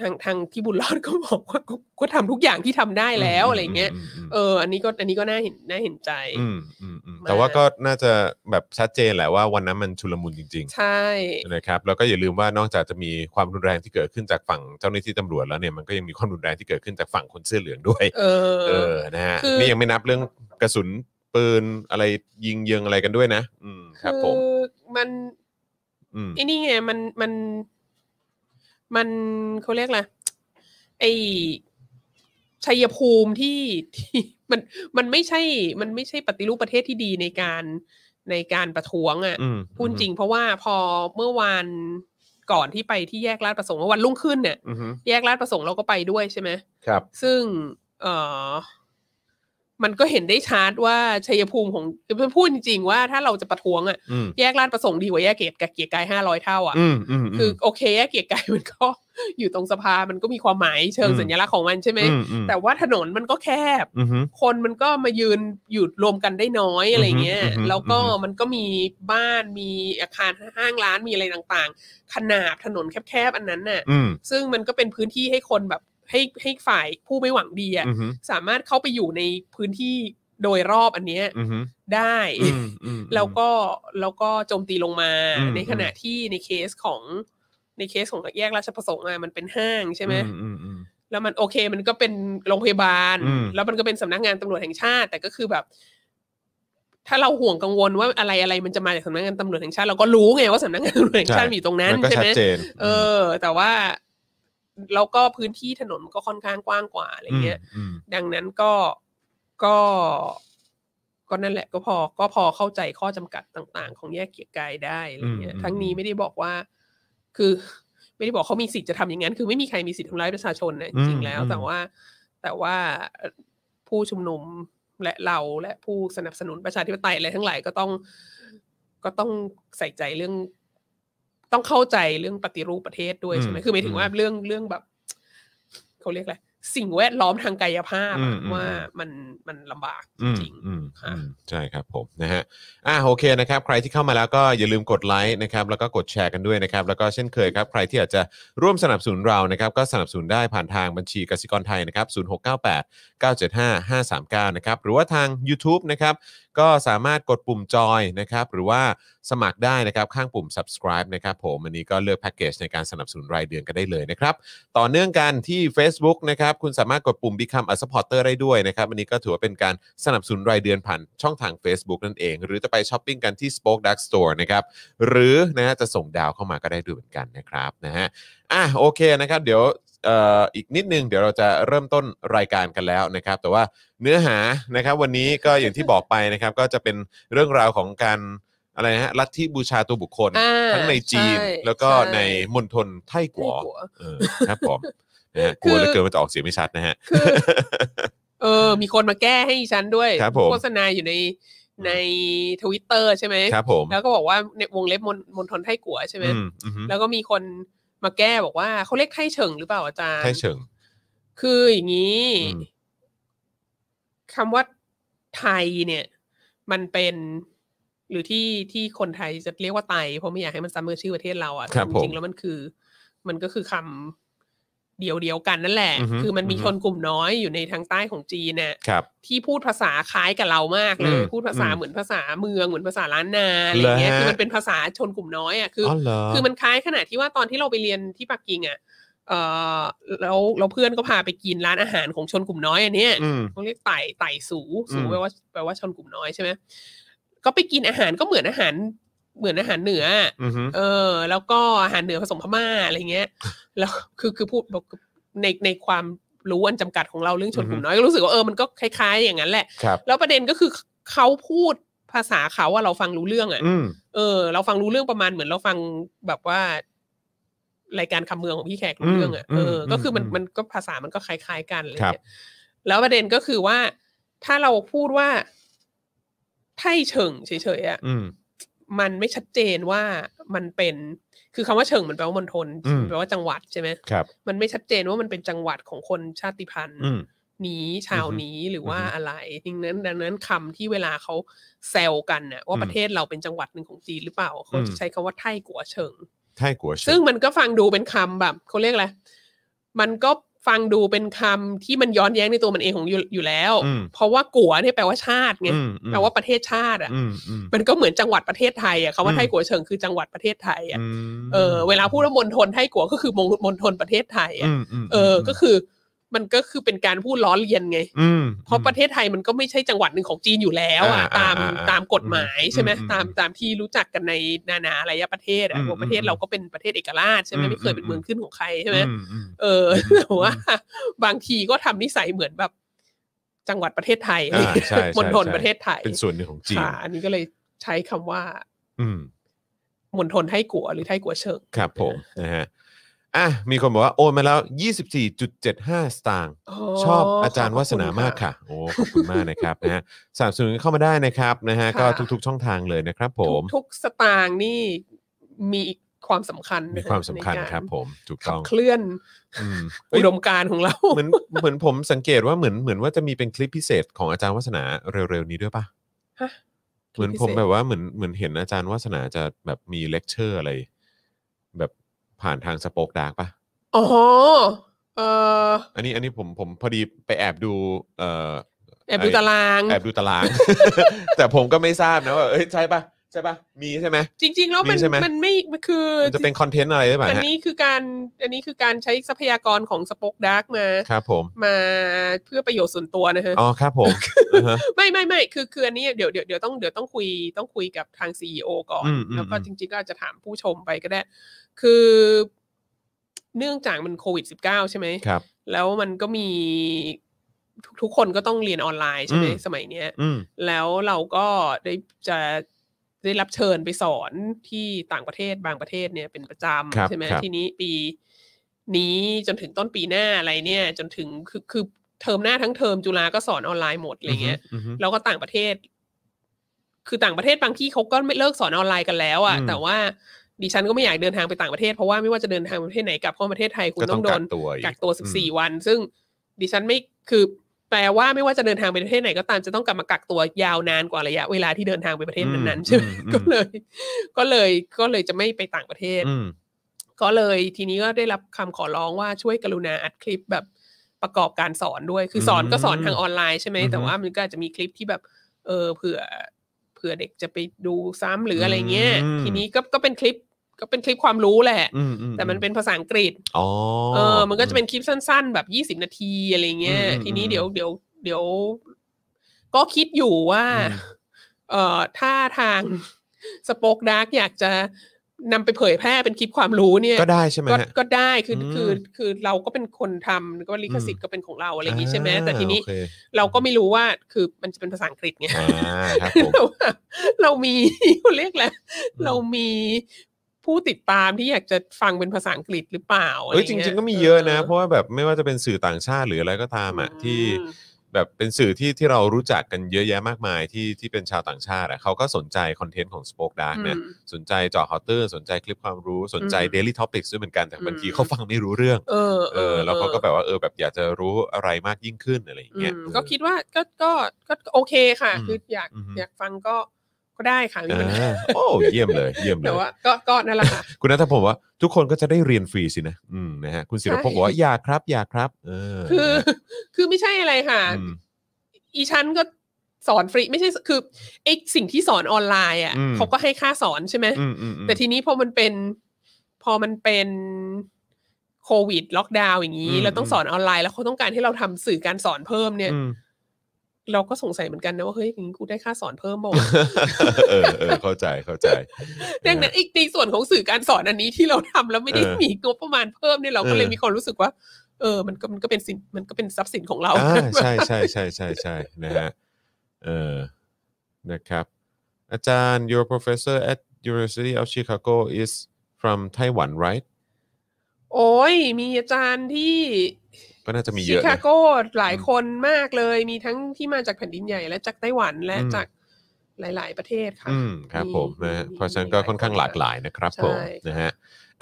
Speaker 3: ทางทางที่บุญรอดก็บอกว่าก็ก็ทำทุกอย่างที่ทำได้แล้วอะไรเงี้ย
Speaker 2: ม
Speaker 3: เออ อันนี้ก็อันนี้ก็น่าเห็นน่าเห็นใจ
Speaker 2: อืมอืมอืม
Speaker 3: มา
Speaker 2: แต่ว่าก็น่าจะแบบชัดเจนแหละว่าวันนั้นมันชุลมุนจริง
Speaker 3: ใช่
Speaker 2: ๆนะครับแล้วก็อย่าลืมว่านอกจากจะมีความรุนแรงที่เกิดขึ้นจากฝั่งเจ้าหน้าที่ตำรวจแล้วเนี่ยมันก็ยังมีความรุนแรงที่เกิดขึ้นจากฝั่งคนเสื้อเหลืองด้วย
Speaker 3: เออ
Speaker 2: เออนะฮะ
Speaker 3: คือ
Speaker 2: นี่ยังไม่นับเรื่องกระสุนปืนอะไรยิงเยิงอะไรกันด้วยนะ อืมครับ ผม
Speaker 3: อมัน
Speaker 2: อืม
Speaker 3: ไอ้นี่ไงมันมัน มันเขาเรียกอะไรไอชัยภูมิที่ที่มันมันไม่ใช่ มันไม่ใช่ปฏิรูปประเทศที่ดีในการในการประท้วงอ่ะ
Speaker 2: อืม
Speaker 3: พูดจริงเพราะว่าพอเมื่อวานก่อนที่ไปที่แยกลาดประสงค์เมื่อวันรุ่งขึ้นเนี่ย
Speaker 2: อือฮึ
Speaker 3: แยกลาดประสงค์เราก็ไปด้วยใช่ไหม
Speaker 2: ครับ
Speaker 3: ซึ่งเออมันก็เห็นได้ชัดว่าชัยภูมิของคือพูดจริงๆว่าถ้าเราจะประท้วงอะ
Speaker 2: อืม
Speaker 3: แยกลาดประสงค์ดีกว่าแยกเกียรติกบเกียรติกายห้าร้อยเท่าอะ
Speaker 2: อืมอืมม
Speaker 3: คือโอเคแยกเกียรติกายมันก็ อยู่ตรงสภามันก็มีความหมายเชิง
Speaker 2: อืม
Speaker 3: สัญลักษณ์ของมันใช่ไหม
Speaker 2: อือืม
Speaker 3: แต่ว่าถนนมันก็แคบ
Speaker 2: อือฮึ
Speaker 3: คนมันก็มายืนอยู่รวมกันได้น้อยอะไรเงี้ย
Speaker 2: อือฮึอือฮึ
Speaker 3: แล้วก็
Speaker 2: อือฮึ
Speaker 3: มันก็มีบ้านมีอาคารห้างร้านมีอะไรต่างๆ ขนาบถนนแคบๆอันนั้นน่ะ
Speaker 2: อืม
Speaker 3: ซึ่งมันก็เป็นพื้นที่ให้คนแบบให้ให้ฝ่ายผู้ไม่หวังดีอะ
Speaker 2: อือฮึ
Speaker 3: สามารถเข้าไปอยู่ในพื้นที่โดยรอบอันเนี้ย
Speaker 2: อือฮึ
Speaker 3: ได้
Speaker 2: อืมอืม
Speaker 3: แล้วก็แล้วก็โจมตีลงมา
Speaker 2: อืม
Speaker 3: ในขณะที่ในเคสของในเคสของแยกราชประสงค์อะมันเป็นห้างใช่ไห
Speaker 2: อือือืม
Speaker 3: แล้วมันโอเคมันก็เป็นโรงพยาบาล
Speaker 2: อืม
Speaker 3: แล้วมันก็เป็นสำนักงานตำรวจแห่งชาติ แต่ก็คือแบบ ถ้าเราห่วงกังวลว่าอะไรอะไรมันจะมาจากสำนักงานตำรวจแห่งชาติ เราก็รู้ไงว่าสำนักงานตำรวจแห่งชาติมีอยู่ตรงนั้น
Speaker 2: มัก็ชั
Speaker 3: ใช่ไห
Speaker 2: ด
Speaker 3: ม
Speaker 2: เจน
Speaker 3: เออ แต่ว่าแล้วก็พื้นที่ถนนมันก็ค่อนข้างกว้างกว่าอะไรเงี้ย
Speaker 2: อืม
Speaker 3: ดังนั้นก็ก็ก็นั่นแหละก็พอก็พอเข้าใจข้อจำกัดต่าง ๆ ของแยกเกียรติกายได้อะไรเงี้ยทั้งนี้ไม่ได้บอกว่า คือ ไม่ ไม่ได้บอกเขามีสิทธิ์จะทำอย่างนั้น คือไม่มีใครมีสิทธิ์ทำร้ายประชาชนนะจ
Speaker 2: อื
Speaker 3: ริ
Speaker 2: ม
Speaker 3: งๆแล้ว
Speaker 2: อืม
Speaker 3: แต่ว่าแต่ว่าเอ่อผู้ชุมนุมและเราและผู้สนับสนุนประชาธิปไตยอะไรทั้งหลายก็ต้อง ก็ต้องใส่ใจเรื่อง ต้องเข้าใจเรื่องปฏิรูปประเทศด้วยใช่ไหม
Speaker 2: อืม
Speaker 3: คือหมายถึงว่าเรื่องเรื่องแบบเขาเรียกอะไรสิ่งแวดล้อมทางกายภาพอะ
Speaker 2: อืมอืม
Speaker 3: ว่ามันมันลำบากจ
Speaker 2: อืม
Speaker 3: ริง
Speaker 2: อืม
Speaker 3: ค่ะ
Speaker 2: อืมใช่ครับผมนะฮะอ่ะโอเคนะครับ ใครที่เข้ามาแล้วก็อย่าลืมกดไลค์นะครับแล้วก็กดแชร์กันด้วยนะครับ แล้วก็เช่นเคยครับ ใครที่อยากจะร่วมสนับสนุนเรานะครับ ก็สนับสนุนได้ผ่านทางบัญชีกสิกรไทยนะครับศูนย์หกเก้าแปดเก้าเจ็ดห้าห้าสามเก้านะครับ หรือว่าทาง u t u b e นะครับ ก็สามารถกดปุ่มจอยนะครับ หรือว่าสมัครได้นะครับ ข้างปุ่ม subscribe นะครับผมอันนี้ก็เลือกแพ็กเกจในการสนับสนุนรายเดือนกันได้เลยนะครับ ต่อเนื่องกันที่ Facebook นะครับ คุณสามารถกดปุ่ม Become a supporter ได้ด้วยนะครับ อันนี้ก็ถือว่าเป็นการสนับสนุนรายเดือนผ่านช่องทาง Facebook นั่นเอง หรือจะไปช้อปปิ้งกันที่ Spoke Dark Store นะครับ หรือนะฮะจะส่งดาวเข้ามาก็ได้ด้วยเหมือนกันนะครับนะฮะอ่ะโอเคนะครับ เดี๋ยวเอ่ออีกนิดนึง เดี๋ยวเราจะเริ่มต้นรายการกันแล้วนะครับ แต่ว่าเนื้อหานะครับวันนี้ก็อย่างที่บอกไปนะครับ ก็จะเป็นเรื่องราวของการอะไรนะฮะลัทธิบูชาตัวบุคคล
Speaker 3: อ่า
Speaker 2: ทั้งในจีน
Speaker 3: ใช่
Speaker 2: แล้วก็
Speaker 3: ใช่
Speaker 2: ในมณฑลไท
Speaker 3: ๆ
Speaker 2: กัว
Speaker 3: ไม่กลัว
Speaker 2: เออครับผมนะฮะก
Speaker 3: คื
Speaker 2: ลั
Speaker 3: อ
Speaker 2: วเหลือเกินมันจะออกเสียงไม่ชัดนะฮะ
Speaker 3: คือ เออ มีคนมาแก้ให้ฉันด้วย
Speaker 2: ครับผม
Speaker 3: โฆษณาอยู่ในในทวิตเตอร์ใช่ไหม
Speaker 2: ครับผม
Speaker 3: แล้วก็บอกว่าในวงเล็บมนมนทนไทกัวใช่ไหม
Speaker 2: อืมอือฮึ
Speaker 3: แล้วก็มีคนมาแก้บอกว่าเขาเรียกไทเฉิงหรือเปล่าอาจารย์
Speaker 2: ใช่เชิง
Speaker 3: คืออย่างนี้
Speaker 2: อืม
Speaker 3: คำว่าไทยเนี่ย มันเป็นหรือที่ที่คนไทยจะเรียกว่าไตเพราะไม่อยากให้มันซ้ำกับชื่อประเทศเราอะ
Speaker 2: ครั
Speaker 3: แต่ะ
Speaker 2: บ
Speaker 3: จ
Speaker 2: ผม
Speaker 3: ริงๆแล้วมันคือ มันก็คือคำเดียวเดียวๆกันนั่นแหละ
Speaker 2: อือฮึ
Speaker 3: คือมันมี
Speaker 2: อือฮึ
Speaker 3: คนกลุ่มน้อยอยู่ในทางใต้ของจีนน่ะ
Speaker 2: ครับ
Speaker 3: ที่พูดภาษาคล้ายกับเรามากเลย
Speaker 2: อืม
Speaker 3: พูดภาษา
Speaker 2: อืม
Speaker 3: เหมือนภาษาเมืองเหมือนภาษาล้านนาอะไรเงี้ย
Speaker 2: เหรอฮะ
Speaker 3: คือมันเป็นภาษาชนกลุ่มน้อยอ่ะคือ
Speaker 2: อ๋อเหรอ
Speaker 3: คือมันคล้ายขนาดที่ว่าตอนที่เราไปเรียนที่ปักกิ่งอ่ะเออแล้วเราเพื่อนก็พาไปกินร้านอาหารของชนกลุ่มน้อยอันเนี้ย
Speaker 2: อืม
Speaker 3: เขาเรียกไต่ไต่สูสู
Speaker 2: อืม
Speaker 3: แปลว่าแปลว่าชนกลุ่มน้อยใช่ไหมก็ไปกินอาหารก็เหมือนอาหารเหมือนอาหารเหนืออะ
Speaker 2: อือฮึ
Speaker 3: เออ แล้วก็อาหารเหนือผสมพม่าอะไรเงี้ย แล้วคือคือพูดบอกในในความรู้อันจำกัดของเราเรื่องชนกลุ่มน้อยก็รู้สึกว่าเออมันก็คล้ายๆ อย่างนั้นแหละ
Speaker 2: ครับ
Speaker 3: แล้วประเด็นก็คือเขาพูดภาษาเขาว่าเราฟังรู้เรื่องอ่ะ
Speaker 2: อืม
Speaker 3: เออเราฟังรู้เรื่องประมาณเหมือนเราฟังแบบว่า รายการคำเมืองของพี่แขกรู้เรื่องอ่ะเออก็คือมันมันก็ภาษามันก็คล้าย ๆ กันอะไรเงี้ยแล้วประเด็นก็คือว่า ถ้าเราพูดว่าไท่เฉิงเฉยๆอ่ะ
Speaker 2: อืม
Speaker 3: มันไม่ชัดเจนว่ามันเป็น คือคำว่าเฉิงมันแปลว่ามณฑล
Speaker 2: อืม
Speaker 3: แปลว่าจังหวัดใช่ไหม
Speaker 2: ครับ
Speaker 3: มันไม่ชัดเจนว่ามันเป็นจังหวัดของคนชาติพันธุ์
Speaker 2: อืม
Speaker 3: นี้ชาวนี้หรือว่า
Speaker 2: อือฮึ
Speaker 3: อะไรดังนั้นดังนั้นคำที่เวลาเขาแซวกันน่ะว่าประเทศเราเป็นจังหวัดหนึ่งของจีนหรือเปล่าเขา
Speaker 2: อื
Speaker 3: จะ
Speaker 2: ม
Speaker 3: ใช้คำว่าไท่กัวเฉิง
Speaker 2: ไทกัวเชิ
Speaker 3: ซึ่งมันก็ฟังดูเป็นคำแบบเขาเรียกอะไรมันก็ฟังดูเป็นคำที่มันย้อนแย้งในตัวมันเองของอยู่อยู่แล้ว
Speaker 2: อืม
Speaker 3: เพราะว่ากัวเนี่ยแปลว่าชาติไง
Speaker 2: อืมอืม
Speaker 3: แปลว่าประเทศชาติอ่ะ
Speaker 2: อืมอืม
Speaker 3: มันก็เหมือนจังหวัดประเทศไทยอ่ะคำว่า
Speaker 2: อืม
Speaker 3: ไท่กัวเฉิงคือจังหวัดประเทศไทยอ่ะ
Speaker 2: ม
Speaker 3: เออเวลาพูดว่ามณฑลไท่กัวก็คือมงมณฑลประเทศไทยอ่ะ
Speaker 2: อืมม
Speaker 3: เอออก็คือมันก็คือเป็นการพูดล้อเลียนไง
Speaker 2: ม
Speaker 3: เพราะประเทศไทยมันก็ไม่ใช่จังหวัดหนึ่งของจีนอยู่แล้วอ่ะ
Speaker 2: อ่า
Speaker 3: ตาม
Speaker 2: อ่าอ่า
Speaker 3: ตามกฎหมายใช่ไหม
Speaker 2: อืม
Speaker 3: ตามตามที่รู้จักกันในนานาอารยประเทศ
Speaker 2: อื
Speaker 3: อ่ะ
Speaker 2: ม
Speaker 3: ว่าประเทศเราก็เป็นประเทศเอกราชใช่ไหม
Speaker 2: อืม
Speaker 3: ไม่เคยเป็น
Speaker 2: อืม
Speaker 3: เมืองขึ้นของใครใช่ไหม
Speaker 2: อือื
Speaker 3: เออ
Speaker 2: อืม
Speaker 3: แต่ว่าบางทีก็ทำนิสัยเหมือนแบบ จังหวัดประเทศไทย
Speaker 2: อ่าใช่ใช่
Speaker 3: มณฑล
Speaker 2: ใช่
Speaker 3: ประเทศไทย
Speaker 2: เป็นส่วนหนึ่งของจีน
Speaker 3: ค่ะอันนี้ก็เลยใช้คำว่า
Speaker 2: อืม
Speaker 3: มณฑลไทกัวหรือไทกัวเฉิง
Speaker 2: ครับผมนะฮะอ่ะมีคนบอกว่าโอนมาแล้ว 24.75 สตางค์ ชอบอาจารย์วัสนามากค่ะ โอ้ขอบคุณมากนะครับนะฮะสามสนุนเข้ามาได้นะครับนะฮะ
Speaker 3: ค่ะ
Speaker 2: ก็ทุกๆช่องทางเลยนะครับผ
Speaker 3: ทุก
Speaker 2: ม
Speaker 3: ทุกสตางค์นี่มีความสำคัญนะ
Speaker 2: มีความสำคัญ
Speaker 3: ในกา
Speaker 2: ครับผมถูก
Speaker 3: ขั
Speaker 2: ต้
Speaker 3: บ
Speaker 2: อง
Speaker 3: เคลื่อน
Speaker 2: อืมเอ้
Speaker 3: อุ
Speaker 2: ย
Speaker 3: ดมการณ์ของเรา
Speaker 2: เหมือนเหมือนผมสังเกตว่าเหมือนเหมือนว่าจะมีเป็นคลิปพิเศษของอาจารย์วัฒนาเร็วๆนี้ด้วยปะ
Speaker 3: ฮะ
Speaker 2: เหมือน
Speaker 3: คลิปพิเศษ
Speaker 2: ผมแบบว่าเหมือนเหมือนเห็นอาจารย์วัฒนาจะแบบมีเลคเชอร์อะไร แบบผ่านทางสปอคดาร์กปะ
Speaker 3: อ๋อเออ
Speaker 2: อันนี้อันนี้ผมผมพอดีไปแอบดูเอ่อ
Speaker 3: แอบดูตาราง
Speaker 2: แอบดูตาราง แต่ผมก็ไม่ทราบนะว่า เอ้ยใช่ปะใช่ปะมีใช่ไหม
Speaker 3: จริง ๆ แล้วมัน
Speaker 2: มีใช่ไหม
Speaker 3: มันไม่มันคือ
Speaker 2: มันจะเป็นคอนเทนต์อะไรหรือเปล่า
Speaker 3: อัน
Speaker 2: ฮะ
Speaker 3: นี้คือการอันนี้คือการใช้ทรัพยากรของสป็อกดาร์กมา
Speaker 2: ครับผม
Speaker 3: มาเพื่อประโยชน์ส่วนตัวนะฮะ
Speaker 2: อ๋อครับ ผมอือฮะ
Speaker 3: ไม่ไม่ไม่คือคืออันนี้เดี๋ยวเดี๋ยวเดี๋ยวต้องเดี๋ยวต้องคุยต้องคุยกับทางซีอก่อน
Speaker 2: อืมอืม
Speaker 3: แล้วก็
Speaker 2: อืม
Speaker 3: จริง ๆ ก็อาจจะถามผู้ชมไปก็ได้ คือเนื่องจากมันโควิด -19 ใช่ไหม
Speaker 2: ครับ
Speaker 3: แล้วมันก็มีทุกทุกคนก็ต้องเรียนออนไลน์ใช่ไหม
Speaker 2: อืม
Speaker 3: สมัยเนี้ย
Speaker 2: อืม
Speaker 3: แล้วเราก็ได้จะ ได้รับเชิญไปสอนที่ต่างประเทศบางประเทศเนี่ยเป็นประจ
Speaker 2: ครับ
Speaker 3: ำใช่ไหม
Speaker 2: ครับ
Speaker 3: ทีนี้ปีนี้จนถึงต้นปีหน้าอะไรเนี่ย จนถึงคือคือเทอมหน้าทั้งเทอมจุฬาก็สอนออนไลน์หมดอะไรเงี้ย
Speaker 2: อือฮึ
Speaker 3: แล้วก็ต่างประเทศ คือต่างประเทศบางที่เขาก็ไม่เลิกสอนออนไลน์กันแล้วอะ
Speaker 2: อืม
Speaker 3: แต่ว่าดิฉันก็ไม่อยากเดินทางไปต่างประเทศเพราะว่าไม่ว่าจะเดินทางไปประเทศไหนกลับเข้าประเทศไทยคุณ
Speaker 2: ก็
Speaker 3: ต้
Speaker 2: ต้
Speaker 3: อ
Speaker 2: อง งกัก
Speaker 3: โดน
Speaker 2: ตัวอีก
Speaker 3: กักตัวสิบสี่
Speaker 2: อืม
Speaker 3: วัน ซึ่งดิฉันไม่คือแปลว่าไม่ว่าจะเดินทางไปประเทศไหนก็ตามจะต้องกลับมากักตัวยาวนานกว่าระยะเวลาที่เดินทางไปประเทศนั้นๆใช่ไหม
Speaker 2: อื
Speaker 3: ก็เลย ก็เลยก็เลยจะไม่ไปต่างประเทศ
Speaker 2: อืม
Speaker 3: ก็เลยทีนี้ก็ได้รับคำขอร้องว่าช่วยกรุณาอัดคลิปแบบประกอบการสอนด้วย คือสอน
Speaker 2: อืม
Speaker 3: ก็สอนทางออนไลน์ใช่ไหม
Speaker 2: อือฮึ
Speaker 3: แต่ว่ามันก็อาจจะมีคลิปที่แบบ เออเผื่อเผื่อเด็กจะไปดูซ้ำหรืออะไรเงี้ย
Speaker 2: อืม
Speaker 3: ทีนี้ก็ก็เป็นคลิปก็เป็นคลิปความรู้แหละ
Speaker 2: อืมอื
Speaker 3: แต่มันเป็นภาษาอังกฤษ
Speaker 2: อ๋อ
Speaker 3: เออ มันก็จะเป็นคลิปสั้น ๆ แบบยี่สิบ20 นาทีอะไรเงี้ย
Speaker 2: อืมอืม
Speaker 3: ทีนี้
Speaker 2: อืม
Speaker 3: เดี๋ยวเดี๋ยวเดี๋ยว ก็คิดอยู่ว่า
Speaker 2: อืม
Speaker 3: เอ่อ ถ้าทางสป o อกดาร์กอยากจะนำไปเผยแพร่เป็นคลิปความรู้เนี่ย
Speaker 2: ก็ได้ใช่ไหม
Speaker 3: ก็
Speaker 2: ฮะ
Speaker 3: ก็ได้คือ
Speaker 2: อืม
Speaker 3: คือคือเราก็เป็นคนทำก็ลิขสิทธิ์ก็เป็นของเราอะไรอย่างนี้ใช่ไหมแต่ทีนี้
Speaker 2: าโอเค
Speaker 3: เราก็ไม่รู้ว่าคือมันจะเป็นภาษาอังกฤษไง
Speaker 2: อ่าครับผม
Speaker 3: แต่ว่าเรามี เขาเรียกแหละ
Speaker 2: อืม
Speaker 3: เรามีผู้ติดตามที่อยากจะฟังเป็นภาษาอังกฤษหรือเปล่าอะ
Speaker 2: เอ้ย
Speaker 3: ไอ
Speaker 2: จ
Speaker 3: ย่าเย
Speaker 2: ริง ๆ ก็มีเยอะนะ เพราะว่าแบบไม่ว่าจะเป็นสื่อต่างชาติหรืออะไรก็ตามอ่ะที่แบบเป็นสื่อที่ที่เรารู้จักกันเยอะแยะมากมายที่ที่เป็นชาวต่างชาติอ่ะเขาก็สนใจคอนเทนต์ของ Spoke Dark นะ
Speaker 3: อืม
Speaker 2: สนใจเจอฮอเตอร์สนใจคลิปความรู้สนใจ
Speaker 3: อืม
Speaker 2: Daily Topics ด้วยเหมือนกันแต่บางที
Speaker 3: อืม
Speaker 2: เขาฟังไม่รู้เรื่อง
Speaker 3: เออ
Speaker 2: เออแล้วเขาก็แบบว่าเออแบบอยากจะรู้อะไรมากยิ่งขึ้นอะไรอย่าง
Speaker 3: อื
Speaker 2: เงี้ย
Speaker 3: มก็คิดว่าก็ก็ก็ก็โอเคค่ะ
Speaker 2: อืม
Speaker 3: คืออยาก
Speaker 2: อืม
Speaker 3: อยากฟังก็ก็ได้ค่ะไม่มีปัญหา
Speaker 2: อ่าโอ้เยี่ยมเลยเยี่ยมเล
Speaker 3: แต่
Speaker 2: ย
Speaker 3: ว่าก็ก็นั่นแหละค่ะ
Speaker 2: คุณนัทพงศ์บอกว่าทุกคนก็จะได้เรียนฟรีสินะอืมนะฮะคุณศิรพงศ์บอกว่าอยากครับอยากครับ เออ
Speaker 3: คือคือไม่ใช่อะไรค่ะ
Speaker 2: อืม
Speaker 3: อีชั้นก็สอนฟรีไม่ใช่คือไอสิ่งที่สอนออนไลน์อ่ะ
Speaker 2: อืม
Speaker 3: เขาก็ให้ค่าสอนใช่ไหม
Speaker 2: อืมอืมอืม
Speaker 3: แต่ทีนี้พอมันเป็น พอมันเป็นโควิด ล็อกดาวน์อย่างนี้
Speaker 2: อืม
Speaker 3: เราต้องสอนออนไลน์แล้วเขาต้องการให้เราทำสื่อการสอนเพิ่มเนี่ย
Speaker 2: อืม
Speaker 3: เราก็สงสัยเหมือนกันนะว่าเฮ้ยอย่างนี้กูได้ค่าสอนเพิ่มบ่า
Speaker 2: เออเออเข้าใจเข้าใจ
Speaker 3: ดังนั้นอีกในส่วนของสื่อการสอนอันนี้ที่เราทำแล้วไม่ได้
Speaker 2: เออ
Speaker 3: มีงบประมาณเพิ่มเนี่ยเราก็เลย
Speaker 2: เออ
Speaker 3: มีความรู้สึกว่า เออ มันก็มันก็เป็นสินมันก็เป็นทรัพย์สินของเรา
Speaker 2: อ่าใช่ใช่ใช่ใช่ใช่นะฮะเออนะครับ อาจารย์ your professor at University of Chicago is from Taiwan right
Speaker 3: โอ้ยมีอาจารย์ที่
Speaker 2: ก็น่าจะมีเย
Speaker 3: ชิ
Speaker 2: อะ
Speaker 3: คา
Speaker 2: นะ
Speaker 3: โกหลายคนมากเลย มีทั้งที่มาจากแผ่นดินใหญ่และจากไต้หวันและ
Speaker 2: อืม
Speaker 3: จากหลาย ๆ ประเททศค่ะ
Speaker 2: อืมครับผมนะฮะ
Speaker 3: มี
Speaker 2: เพราะฉะนั้นก็ค่อนข้างหลากหลายนะครับ
Speaker 3: ใช่
Speaker 2: ผมนะฮะ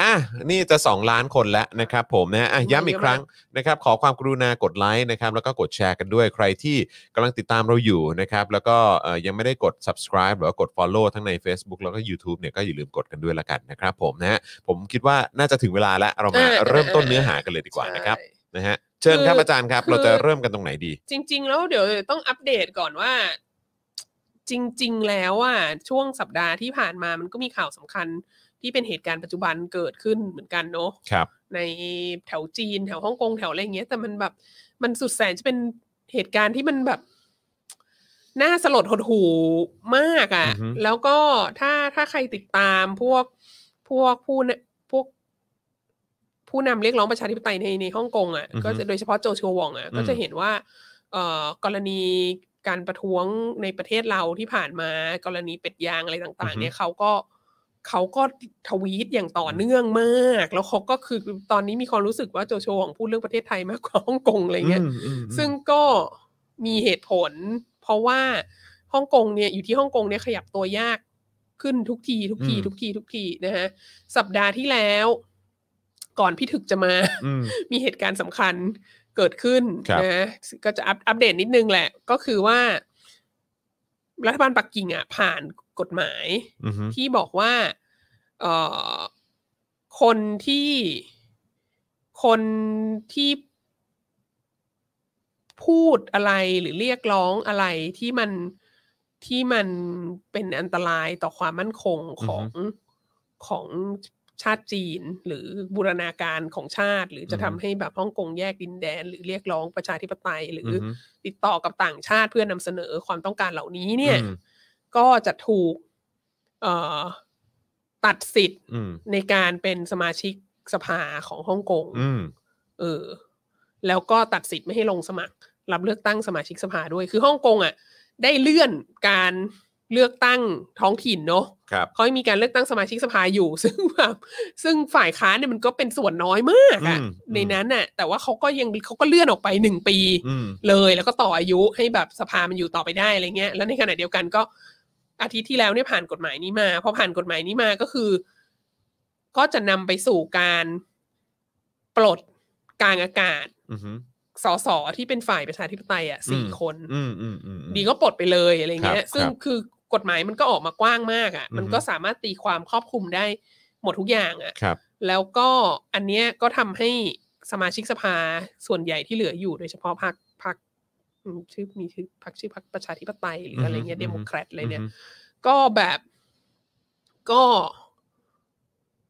Speaker 2: อ่ะนี่จะ 2 ล้านคนแล้วนะครับผมนะอ่ะย้ำอีกครั้งนะครับ ขอความกรุณากดไลค์นะครับ แล้วก็กดแชร์กันด้วยใครที่กำลังติดตามเราอยู่นะครับ แล้วก็เอ่อยังไม่ได้กด subscribe หรือว่ากด follow ทั้งใน Facebook แล้วก็ YouTube เนี่ยก็อย่าลืมกดกันด้วยละกันนะครับผมนะฮะผมคิดว่าน่าจะถึงเวลาแล้วเรามา
Speaker 3: เออ
Speaker 2: เริ่มต้นเนื้อหากันเลยดีกว่านะครับ
Speaker 3: ใช่
Speaker 2: นะฮะเชิญครับ
Speaker 3: คือ
Speaker 2: อาจารย์ครับ
Speaker 3: คือ
Speaker 2: เราจะเริ่มกันตรงไหนดี
Speaker 3: จริง ๆ แล้วเดี๋ยวต้องอัปเดตก่อนว่า จริง ๆ แล้วอ่ะช่วงสัปดาห์ที่ผ่านมามันก็มีข่าวสำคัญที่เป็นเหตุการณ์ปัจจุบันเกิดขึ้นเหมือนกันเนาะ
Speaker 2: ครับ
Speaker 3: ในแถวจีนแถวฮ่องกงแถวอะไรอย่างเงี้ย แต่มันแบบมันสุดแสนจะเป็นเหตุการณ์ที่มันแบบ น่าสลดหดหูมากอะ่ะ
Speaker 2: อือฮึ
Speaker 3: แล้วก็ถ้าถ้าใครติดตามพวกพวกผู้นพวก ผู้นำเรียกร้องประชาธิปไตยในในฮ่องกงอ่ะ
Speaker 2: อือฮึ
Speaker 3: ก็จะโดยเฉพาะโจชัววองอ่ะ
Speaker 2: อืม
Speaker 3: ก็จะเห็นว่า เอ่อกรณีการประท้วงในประเทศเราที่ผ่านมา กรณีเป็ดยางอะไรต่าง ๆ เนี่ยเขาก็เขาก็ทวีตอย่างต่อเนื่องมาก แล้วเขาก็คือตอนนี้มีความรู้สึกว่าโจโฉหวงพูดเรื่องประเทศไทยมากกว่าฮ่องกงอะไรเงี้ย
Speaker 2: อืมอืมอืม
Speaker 3: ซึ่งก็มีเหตุผล เพราะว่าฮ่องกงเนี่ยอยู่ที่ฮ่องกงเนี่ยขยับตัวยากขึ้นทุกที ทุกที
Speaker 2: อืม
Speaker 3: ทุกที ทุกทีนะฮะสัปดาห์ที่แล้ว ก่อนพี่ถึกจะมา
Speaker 2: อืม
Speaker 3: มีเหตุการณ์สำคัญเกิดขึ้น
Speaker 2: ครับ
Speaker 3: นะก็จะอัปอัปเดตนิดนึงแหละ ก็คือว่า รัฐบาลปักกิ่งอ่ะ ผ่านกฎหมาย
Speaker 2: อืม
Speaker 3: ที่บอกว่าเอ่อคนที่คนที่พูดอะไรหรือเรียกร้องอะไรที่มันที่มันเป็นอันตรายต่อความมั่นคงของของชาติจีน หรือบูรณาการของชาติ หรือจะ
Speaker 2: อือฮึ
Speaker 3: ทำให้แบบฮ่องกงแยกดินแดน หรือเรียกร้องประชาธิปไตยหรือ
Speaker 2: อื
Speaker 3: อ
Speaker 2: ม
Speaker 3: ติดต่อกับต่างชาติเพื่อนำเสนอความต้องการเหล่านี้เนี่ย
Speaker 2: อืม
Speaker 3: ก็จะถูกเอ่อตัดสิทธิ์
Speaker 2: อืม
Speaker 3: ในการเป็นสมาชิกสภาของฮ่องกง
Speaker 2: อืม
Speaker 3: เออ แล้วก็ตัดสิทธิ์ไม่ให้ลงสมัคร รับเลือกตั้งสมาชิกสภาด้วย คือฮ่องกงอ่ะ ได้เลื่อนการ เลือกตั้งท้องถิ่นเนาะ
Speaker 2: ครับ
Speaker 3: เขายังมีการเลือกตั้งสมาชิกสภาอยู่ ซึ่งแบบซึ่งฝ่ายค้านเนี่ยมันก็เป็นส่วนน้อยมากอะ
Speaker 2: อืม
Speaker 3: ในนั้นน่ะ แต่ว่าเขาก็ยังเขาก็เลื่อนออกไปหนึ่งปี
Speaker 2: อืม
Speaker 3: เลยแล้วก็ต่ออายุให้แบบสภามันอยู่ต่อไปได้อะไรเงี้ย แล้วในขณะเดียวกันก็อาทิตย์ที่แล้วเนี่ยผ่านกฎหมายนี้มาพอผ่านกฎหมายนี้มาก็คือ ก็จะนำไปสู่การปลดกลางอากาศ
Speaker 2: อืมอืม
Speaker 3: สสที่เป็นฝ่ายประชาธิปไตยอ่ะสี่
Speaker 2: อืม
Speaker 3: คน
Speaker 2: อืมอืมอืม
Speaker 3: ดีก็ปลดไปเลยอะไร
Speaker 2: ค
Speaker 3: เงี้ย
Speaker 2: รับ
Speaker 3: ซึ่ง
Speaker 2: ครับ
Speaker 3: คือกฎหมายมันก็ออกมากว้างมากอ่ะ มัน
Speaker 2: อือฮึ
Speaker 3: ก็สามารถตีความครอบคลุมได้หมดทุกอย่างอ่ะ
Speaker 2: ครับ
Speaker 3: แล้วก็อันเนี้ยก็ทำให้สมาชิกสภาส่วนใหญ่ที่เหลืออยู่โดยเฉพาะพรรคพรรคอืมชื่อมีชื่อพรรคชื่อพรรคประชาธิปไตยหรืออะไรเงี้ย
Speaker 2: อื
Speaker 3: เด
Speaker 2: อฮึ
Speaker 3: โมแครตอะไรเนี่ย ก็แบบก็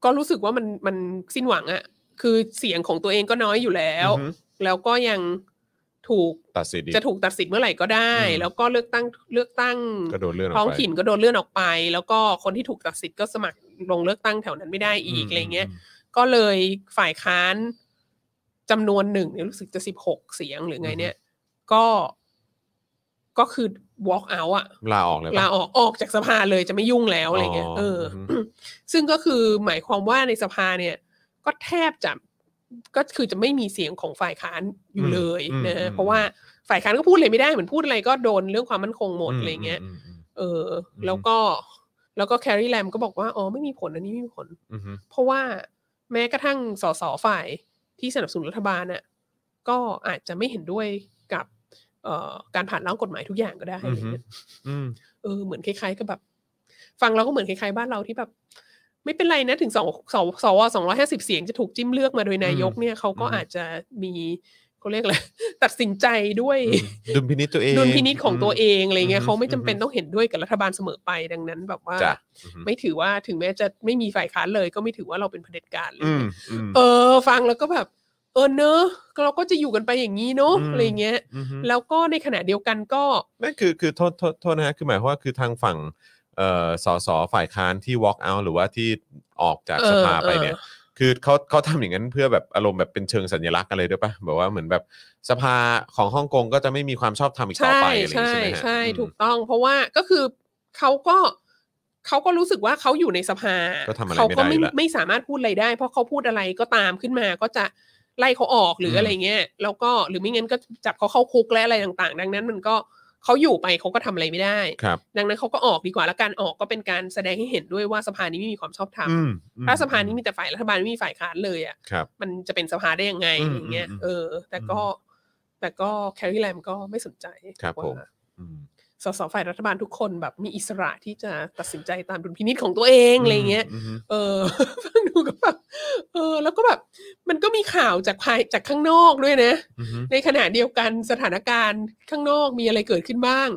Speaker 3: ก็รู้สึกว่ามันมันสิ้นหวังอะคือเสียงของตัวเองก็น้อยอยู่แล้ว
Speaker 2: อืม
Speaker 3: แล้วก็ยังถูก
Speaker 2: ตัดสินอีก
Speaker 3: จะถูกตัดสินเมื่อไหร่ก็ได้
Speaker 2: อืม
Speaker 3: แล้วก็เลือกตั้งเลือกตั้ง
Speaker 2: ก็โดนเลื่อนออกไป
Speaker 3: ท้องถิ่นก็โดนเลื่อนออกไป แล้วก็คนที่ถูกตัดสิทธิ์ก็สมัครลงเลือกตั้งแถวนั้นไม่ได้อีกอะไรเงี้ย ก็เลยฝ่ายค้านจำนวนหนึ่งเนี่ยรู้สึกจะสิบหกเสียงหรือไงเนี่ย ก็ก็คือ walk out อะ
Speaker 2: ลาออกเลยปะ
Speaker 3: ลาออกออกจากสภาเลยจะไม่ยุ่งแล้วอะไรเงี้ย
Speaker 2: อ๋อ
Speaker 3: เอออ
Speaker 2: อฮึ
Speaker 3: ซึ่งก็คือหมายความว่าในสภาเนี่ย ก็แทบจะก็คือจะไม่มีเสียงของฝ่ายค้านอยู่เลย
Speaker 2: อืม
Speaker 3: นะ
Speaker 2: อืม
Speaker 3: เพราะว่าฝ่ายค้านก็พูดอะไรไม่ได้เหมือนพูดอะไรก็โดนเรื่องความมั่นคงหมดอะไรเงี้ย
Speaker 2: มอืม
Speaker 3: เอออ
Speaker 2: ม
Speaker 3: แล้วก็แล้วก็แครีแลมก็บอกว่า อ๋อ ไม่มีผลอันนี้ไม่มีผล
Speaker 2: อืมอืม
Speaker 3: เพราะว่าแม้กระทั่งสสฝ่ายที่สนับสนุนรัฐบาลน่ะก็อาจจะไม่เห็นด้วยกับเอ่อการผ่านร่างกฎหมายทุกอย่างก็ได้อะไรเงี้ย
Speaker 2: อืม
Speaker 3: เออเหมือนคล้ายๆกับแบบ ฟังเราก็เหมือนคล้ายๆบ้านเราที่แบบ ไม่เป็นไรนะถึงสองสองสวสองร้อยห้าสิบเสียงจะถูกจิ้มเลือกมาโดยนายกเนี่ยเขาก็
Speaker 2: อืม
Speaker 3: อาจจะมีเขาเรียก อะไร ตัดสินใจด้วย
Speaker 2: อืมดุลพินิจตัวเอง
Speaker 3: ดุลพินิษของตัวเองอะไรเงี้
Speaker 2: อืม
Speaker 3: ยเขาไม่จำเป็น
Speaker 2: อืม
Speaker 3: ต้องเห็นด้วยกับรัฐบาลเสมอไปดังนั้น แบบว่า
Speaker 2: จ้ะอืม
Speaker 3: ไม่ถือว่าถึงแม้จะไม่มีฝ่ายค้านเลยก็ไม่ถือว่าเราเป็นเผด็จการเลย
Speaker 2: อืมอืม
Speaker 3: เออ ฟังแล้วก็แบบ เออเนอะเราก็จะอยู่กันไปอย่างนี้เนอะ
Speaker 2: อืม
Speaker 3: อะไรเงี้ย
Speaker 2: มฮึ
Speaker 3: แล้วก็ในขณะเดียวกันก็
Speaker 2: นั่นคือคือโทษโทษโทษนะฮะคือหมายความว่าคือทางฝั่งเอ่อสสฝ่ายค้านที่ walk out หรือว่าที่ออกจาก
Speaker 3: เออ
Speaker 2: สภาไปเนี่ย คือเขาเขาทำอย่างนั้นเพื่อแบบอารมณ์แบบเป็นเชิงสัญลักษณ์อะไรด้วยปะแบบว่าเหมือนแบบสภาของฮ่องกงก็จะไม่มีความชอบธรรมอีกต่อ
Speaker 3: ใช่
Speaker 2: ไปอะไรอย่างงี้ใช่
Speaker 3: ใช่
Speaker 2: ไหมฮะ
Speaker 3: ใช่
Speaker 2: อืม
Speaker 3: ถูกต้อง เพราะว่าก็คือเขาก็เขาก็รู้สึกว่าเขาอยู่ในสภา
Speaker 2: ก็ทำอะไร
Speaker 3: เขา
Speaker 2: ไม่
Speaker 3: ก็
Speaker 2: ได้อ
Speaker 3: ไม่
Speaker 2: ยู่แล้ว
Speaker 3: ไม่สามารถพูดอะไรได้ เพราะเขาพูดอะไรก็ตามขึ้นมาก็จะไล่เขาออกหรือ
Speaker 2: ม
Speaker 3: อะไรเงี้ยแล้วก็หรือไม่งั้นก็จับเขาเข้าคุกและอะไรต่างๆ ดังนั้นมันก็เขาอยู่ไปเขาก็ทำอะไรไม่ได้
Speaker 2: ครับ
Speaker 3: ดังนั้นเขาก็ออกดีกว่าแล้วการออกก็เป็นการแสดงให้เห็นด้วยว่าสภานี้ไม่มีความชอบธรรม
Speaker 2: อืมอืม
Speaker 3: ถ้าสภานี้มีแต่ฝ่ายรัฐบาลไม่มีฝ่ายค้านเลยอ่ะ
Speaker 2: ครับ
Speaker 3: มันจะเป็นสภาได้ยังไง
Speaker 2: อืม
Speaker 3: อย่างเงี้ย
Speaker 2: อืม
Speaker 3: เออ แต่ก็ แต่ก็แคร์รีแลมก็ไม่สนใจ
Speaker 2: ครับผม
Speaker 3: ว่า
Speaker 2: อืม
Speaker 3: สสฝ่ายรัฐบาลทุกคนแบบมีอิสระที่จะตัดสินใจตามดุลพินิจของตัวเองอะไรเงี้ย
Speaker 2: มม
Speaker 3: เออ ฟังดูก็แบบเออ แล้วก็แบบ มันก็มีข่าวจากภายจากข้างนอกด้วยนะ
Speaker 2: อือฮึ
Speaker 3: ในขณะเดียวกันสถานการณ์ข้างนอกมีอะไรเกิดขึ้นบ้าง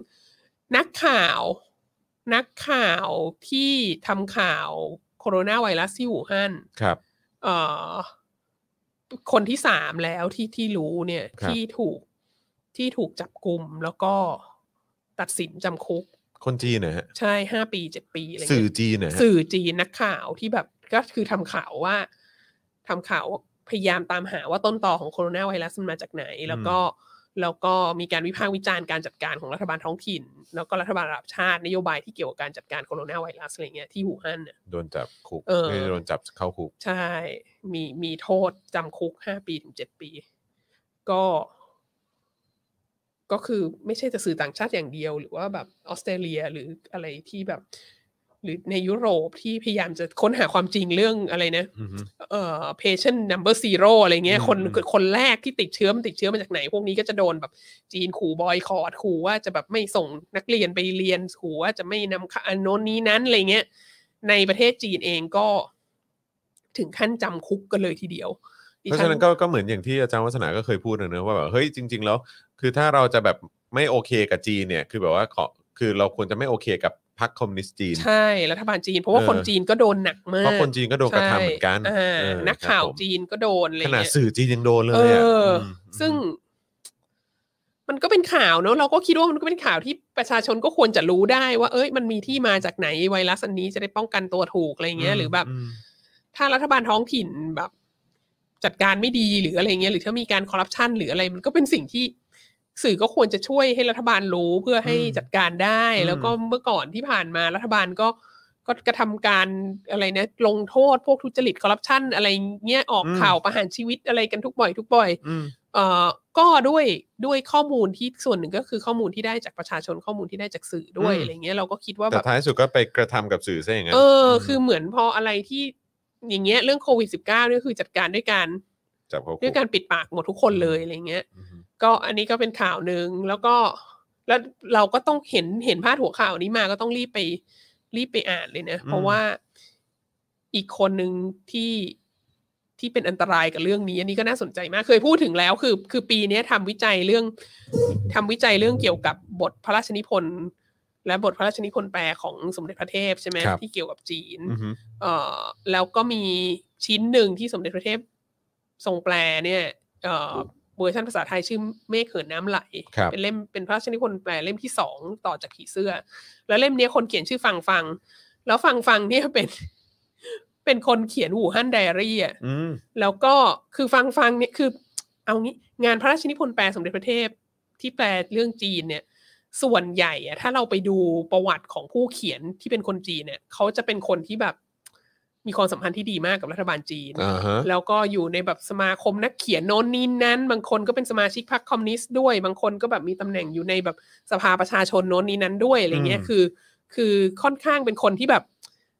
Speaker 3: นักข่าว นักข่าวที่ทำข่าวโคโรนาไวรัสที่หูฮั่น
Speaker 2: ครับ
Speaker 3: เอ่อคนที่สามแล้วที่ที่รู้เนี่ย
Speaker 2: ครับ
Speaker 3: ที่ถูกที่ถูกจับกลุ่มแล้วก็ตัดสินจำคุก
Speaker 2: คนจีนนะฮะ
Speaker 3: ใช่ห้าปีเจ็ดปีอะไร
Speaker 2: สื่อ
Speaker 3: เงี้ย
Speaker 2: จีนนะฮะ
Speaker 3: สื่อจีนนักข่าวที่แบบก็คือทำข่าวว่าทำข่าวพยายามตามหาว่าต้นตอของโคโรนาไวรัสมันมาจากไหน แล้วก็แล้วก็มีการวิพากษ์วิจารณ์การจัดการของรัฐบาลท้องถิ่น แล้วก็รัฐบาลระดับชาตินโยบายที่เกี่ยวกับการจัดการโคโรนาไวรัสอะไรเงี้ยที่หูฮั่นน่ะ
Speaker 2: โดนจับคุก
Speaker 3: เออ
Speaker 2: ไม่ได้โดนจับเข้าคุก
Speaker 3: ใช่ มีมีโทษจำคุกห้าปีถึงเจ็ดปี ก็ ก็คือไม่ใช่จะสื่อต่างชาติอย่างเดียว หรือว่าแบบออสเตรเลียหรืออะไรที่แบบ หรือในยุโรปที่พยายามจะค้นหาความจริงเรื่องอะไรนะ
Speaker 2: อือฮึ
Speaker 3: เอ่อ patient number zero อะไรเงี้ย คน
Speaker 2: อืมอืม
Speaker 3: คนแรกที่ติดเชื้อมันติดเชื้อมาจากไหน พวกนี้ก็จะโดนแบบจีนขู่บอยคอรดขู่ว่าจะแบบไม่ส่งนักเรียนไปเรียนขู่ว่าจะไม่นำเข้าอันโน้นนี้นั้นอะไรเงี้ย ในประเทศจีนเองก็ถึงขั้นจำคุกกันเลยทีเดียวดิ
Speaker 2: เพราะ
Speaker 3: ฉั
Speaker 2: ฉะนั้นก็ก็เหมือนอย่างที่อาจารย์วัฒนาก็เคยพูดนะเนอะว่าแบบเฮ้ยจริง ๆ แล้ว คือถ้าเราจะแบบไม่โอเคกับจีนเนี่ย คือแบบว่าขอคือเราควรจะไม่โอเคกับพรรคคอมมิวนิสต์จีน
Speaker 3: ใช่รัฐบาลจีน เพราะว่า
Speaker 2: เออ
Speaker 3: คนจีนก็โดนหนักมาก
Speaker 2: เพราะคนจีนก็โดนกระทำ
Speaker 3: ใช่
Speaker 2: เหมือนกัน
Speaker 3: อ่า
Speaker 2: เออ
Speaker 3: นักข่า
Speaker 2: ค
Speaker 3: ว
Speaker 2: รับผม
Speaker 3: จีนก็โดนอะไร
Speaker 2: ขนาด
Speaker 3: เงี้ย
Speaker 2: สื่อจีนยังโดนเลย
Speaker 3: เอ
Speaker 2: อะ
Speaker 3: ออ
Speaker 2: ม
Speaker 3: ซึ่ง มันก็เป็นข่าวเนอะเราก็คิดว่ามันก็เป็นข่าวที่ประชาชนก็ควรจะรู้ได้ว่า เอ้ย มันมีที่มาจากไหนไวรัสอันนี้จะได้ป้องกันตัวถูกอะไรเงี้ย หรือแบบ
Speaker 2: ม
Speaker 3: ถ้ารัฐบาลท้องถิ่นแบบ จัดการไม่ดีหรืออะไรเงี้ยหรือถ้ามีการคอร์รัปชันหรืออะไร มันก็เป็นสิ่งที่ สื่อก็ควรจะช่วยให้รัฐบาลรู้เพื่อให้
Speaker 2: อืม
Speaker 3: จัดการได้
Speaker 2: อืม
Speaker 3: แล้วก็เมื่อก่อนที่ผ่านมารัฐบาลก็ก็กระทำการอะไรนะลงโทษพวกทุจริตคอร์รัปชันอะไรเงี้ยออก
Speaker 2: อืม
Speaker 3: ข่าวประหารชีวิตอะไรกันทุกบ่อย ทุกบ่อย
Speaker 2: อืม
Speaker 3: เอ่อก็ด้วยด้วยข้อมูลที่ส่วนหนึ่งก็คือข้อมูลที่ได้จากประชาชนข้อมูลที่ได้จากสื่อด้วย
Speaker 2: อืม
Speaker 3: อะไรเงี้ยเราก็คิดว่า
Speaker 2: แต่
Speaker 3: แบบ
Speaker 2: ท้ายสุดก็ไปกระทำกับสื่อซะอย่างนั้น
Speaker 3: เออ คือเหมือนพออะไรที่อย่างเงี้ยเรื่องโควิดสิบเก้านี่ยคือจัดการด้วยการ
Speaker 2: จับเขาคุก
Speaker 3: ด้วยการปิดปากหมดทุกคนเลยอะไรเงี้ย
Speaker 2: อืม
Speaker 3: ก็อันนี้ก็เป็นข่าวหนึ่งแล้วก็แล้วเราก็ต้องเห็นเห็นพาดหัวข่าวนี้มาก็ต้องรีบไปรีบไปอ่านเลยนะ
Speaker 2: อืม
Speaker 3: เพราะว่าอีกคนหนึ่งที่ที่เป็นอันตรายกับเรื่องนี้ อันนี้ก็น่าสนใจมากเคยพูดถึงแล้วคือ คือปีเนี้ยทำวิจัยเรื่องทำวิจัยเรื่องเกี่ยวกับบทพระราชนิพนธ์และบทพระราชนิพนธ์แปลของสมเด็จพระเทพใช่ไหม
Speaker 2: ครับ
Speaker 3: ที่เกี่ยวกับจีน
Speaker 2: อืม
Speaker 3: เอ่อแล้วก็มีชิ้นหนึ่งที่สมเด็จพระเทพทรงแปลเนี่ยเอ่อเวอร์ชันภาษาไทยชื่อเมฆเขินน้ำไหล
Speaker 2: ครับ
Speaker 3: เป็นเล่มเป็นพระราชนิพนธ์แปลเล่มที่สองต่อจากผีเสื้อ แล้วเล่มเนี้ยคนเขียนชื่อฟังฟัง แล้วฟังฟังเนี่ยเป็น เป็นคนเขียนหูฮั่นไดอารี่อ่ะ
Speaker 2: อืม
Speaker 3: แล้วก็คือฟังฟังเนี่ยคือ เอางี้งานพระราชนิพนธ์แปลสมเด็จพระเทพที่แปลเรื่องจีนเนี่ย ส่วนใหญ่อะถ้าเราไปดูประวัติของผู้เขียนที่เป็นคนจีนเนี่ยเขาจะเป็นคนที่แบบมีความสัมพันธ์ที่ดีมากกับรัฐบาลจีน
Speaker 2: อ่าฮะ
Speaker 3: แล้วก็อยู่ในแบบสมาคมนักเขียนโน้นนี้นั้น บางคนก็เป็นสมาชิกพรรคคอมมิวนิสต์ด้วย บางคนก็แบบมีตำแหน่งอยู่ในแบบสภาประชาชนโน้นนี้นั้นด้วยอะไรเงี้ย
Speaker 2: อืม
Speaker 3: คือ คือค่อนข้างเป็นคนที่แบบ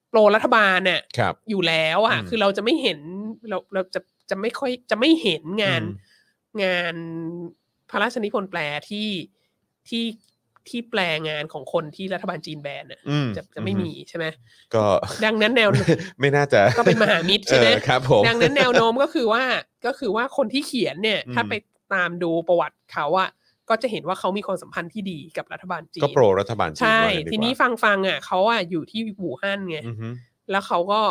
Speaker 3: โปรรัฐบาลเนี่ย
Speaker 2: ครับ
Speaker 3: อยู่แล้วอ่ะ
Speaker 2: อืม
Speaker 3: คือเราจะไม่เห็นเราเราจะจะไม่ค่อยจะไม่เห็นงาน
Speaker 2: อืม
Speaker 3: งานพระราชนิพนธ์แปลที่ที่ที่แปลงานของคนที่รัฐบาลจีนแบนอ่ะ
Speaker 2: อืม
Speaker 3: จะจะไม่มีใช่ไหม
Speaker 2: ก็
Speaker 3: ดังนั้นแนว
Speaker 2: ไม่น่าจะ
Speaker 3: ก็เป็นมหามิตรใช่ไหม
Speaker 2: เออครับผม
Speaker 3: ดังนั้นแนวโน้มก็คือว่าก็คือว่าคนที่เขียนเนี่ย
Speaker 2: อืม
Speaker 3: ถ้าไปตามดูประวัติเขาอ่ะก็จะเห็นว่าเขามีความสัมพันธ์ที่ดีกับรัฐบาลจีน
Speaker 2: ก็โปรรัฐบาลจีน
Speaker 3: ใช่
Speaker 2: ว่าอย่างดีกว่า
Speaker 3: ทีนี้ฟังฟังๆอ่ะเขาอ่ะอยู่ที่หูฮั่นไง
Speaker 2: อือฮึ
Speaker 3: แล้วเขาก็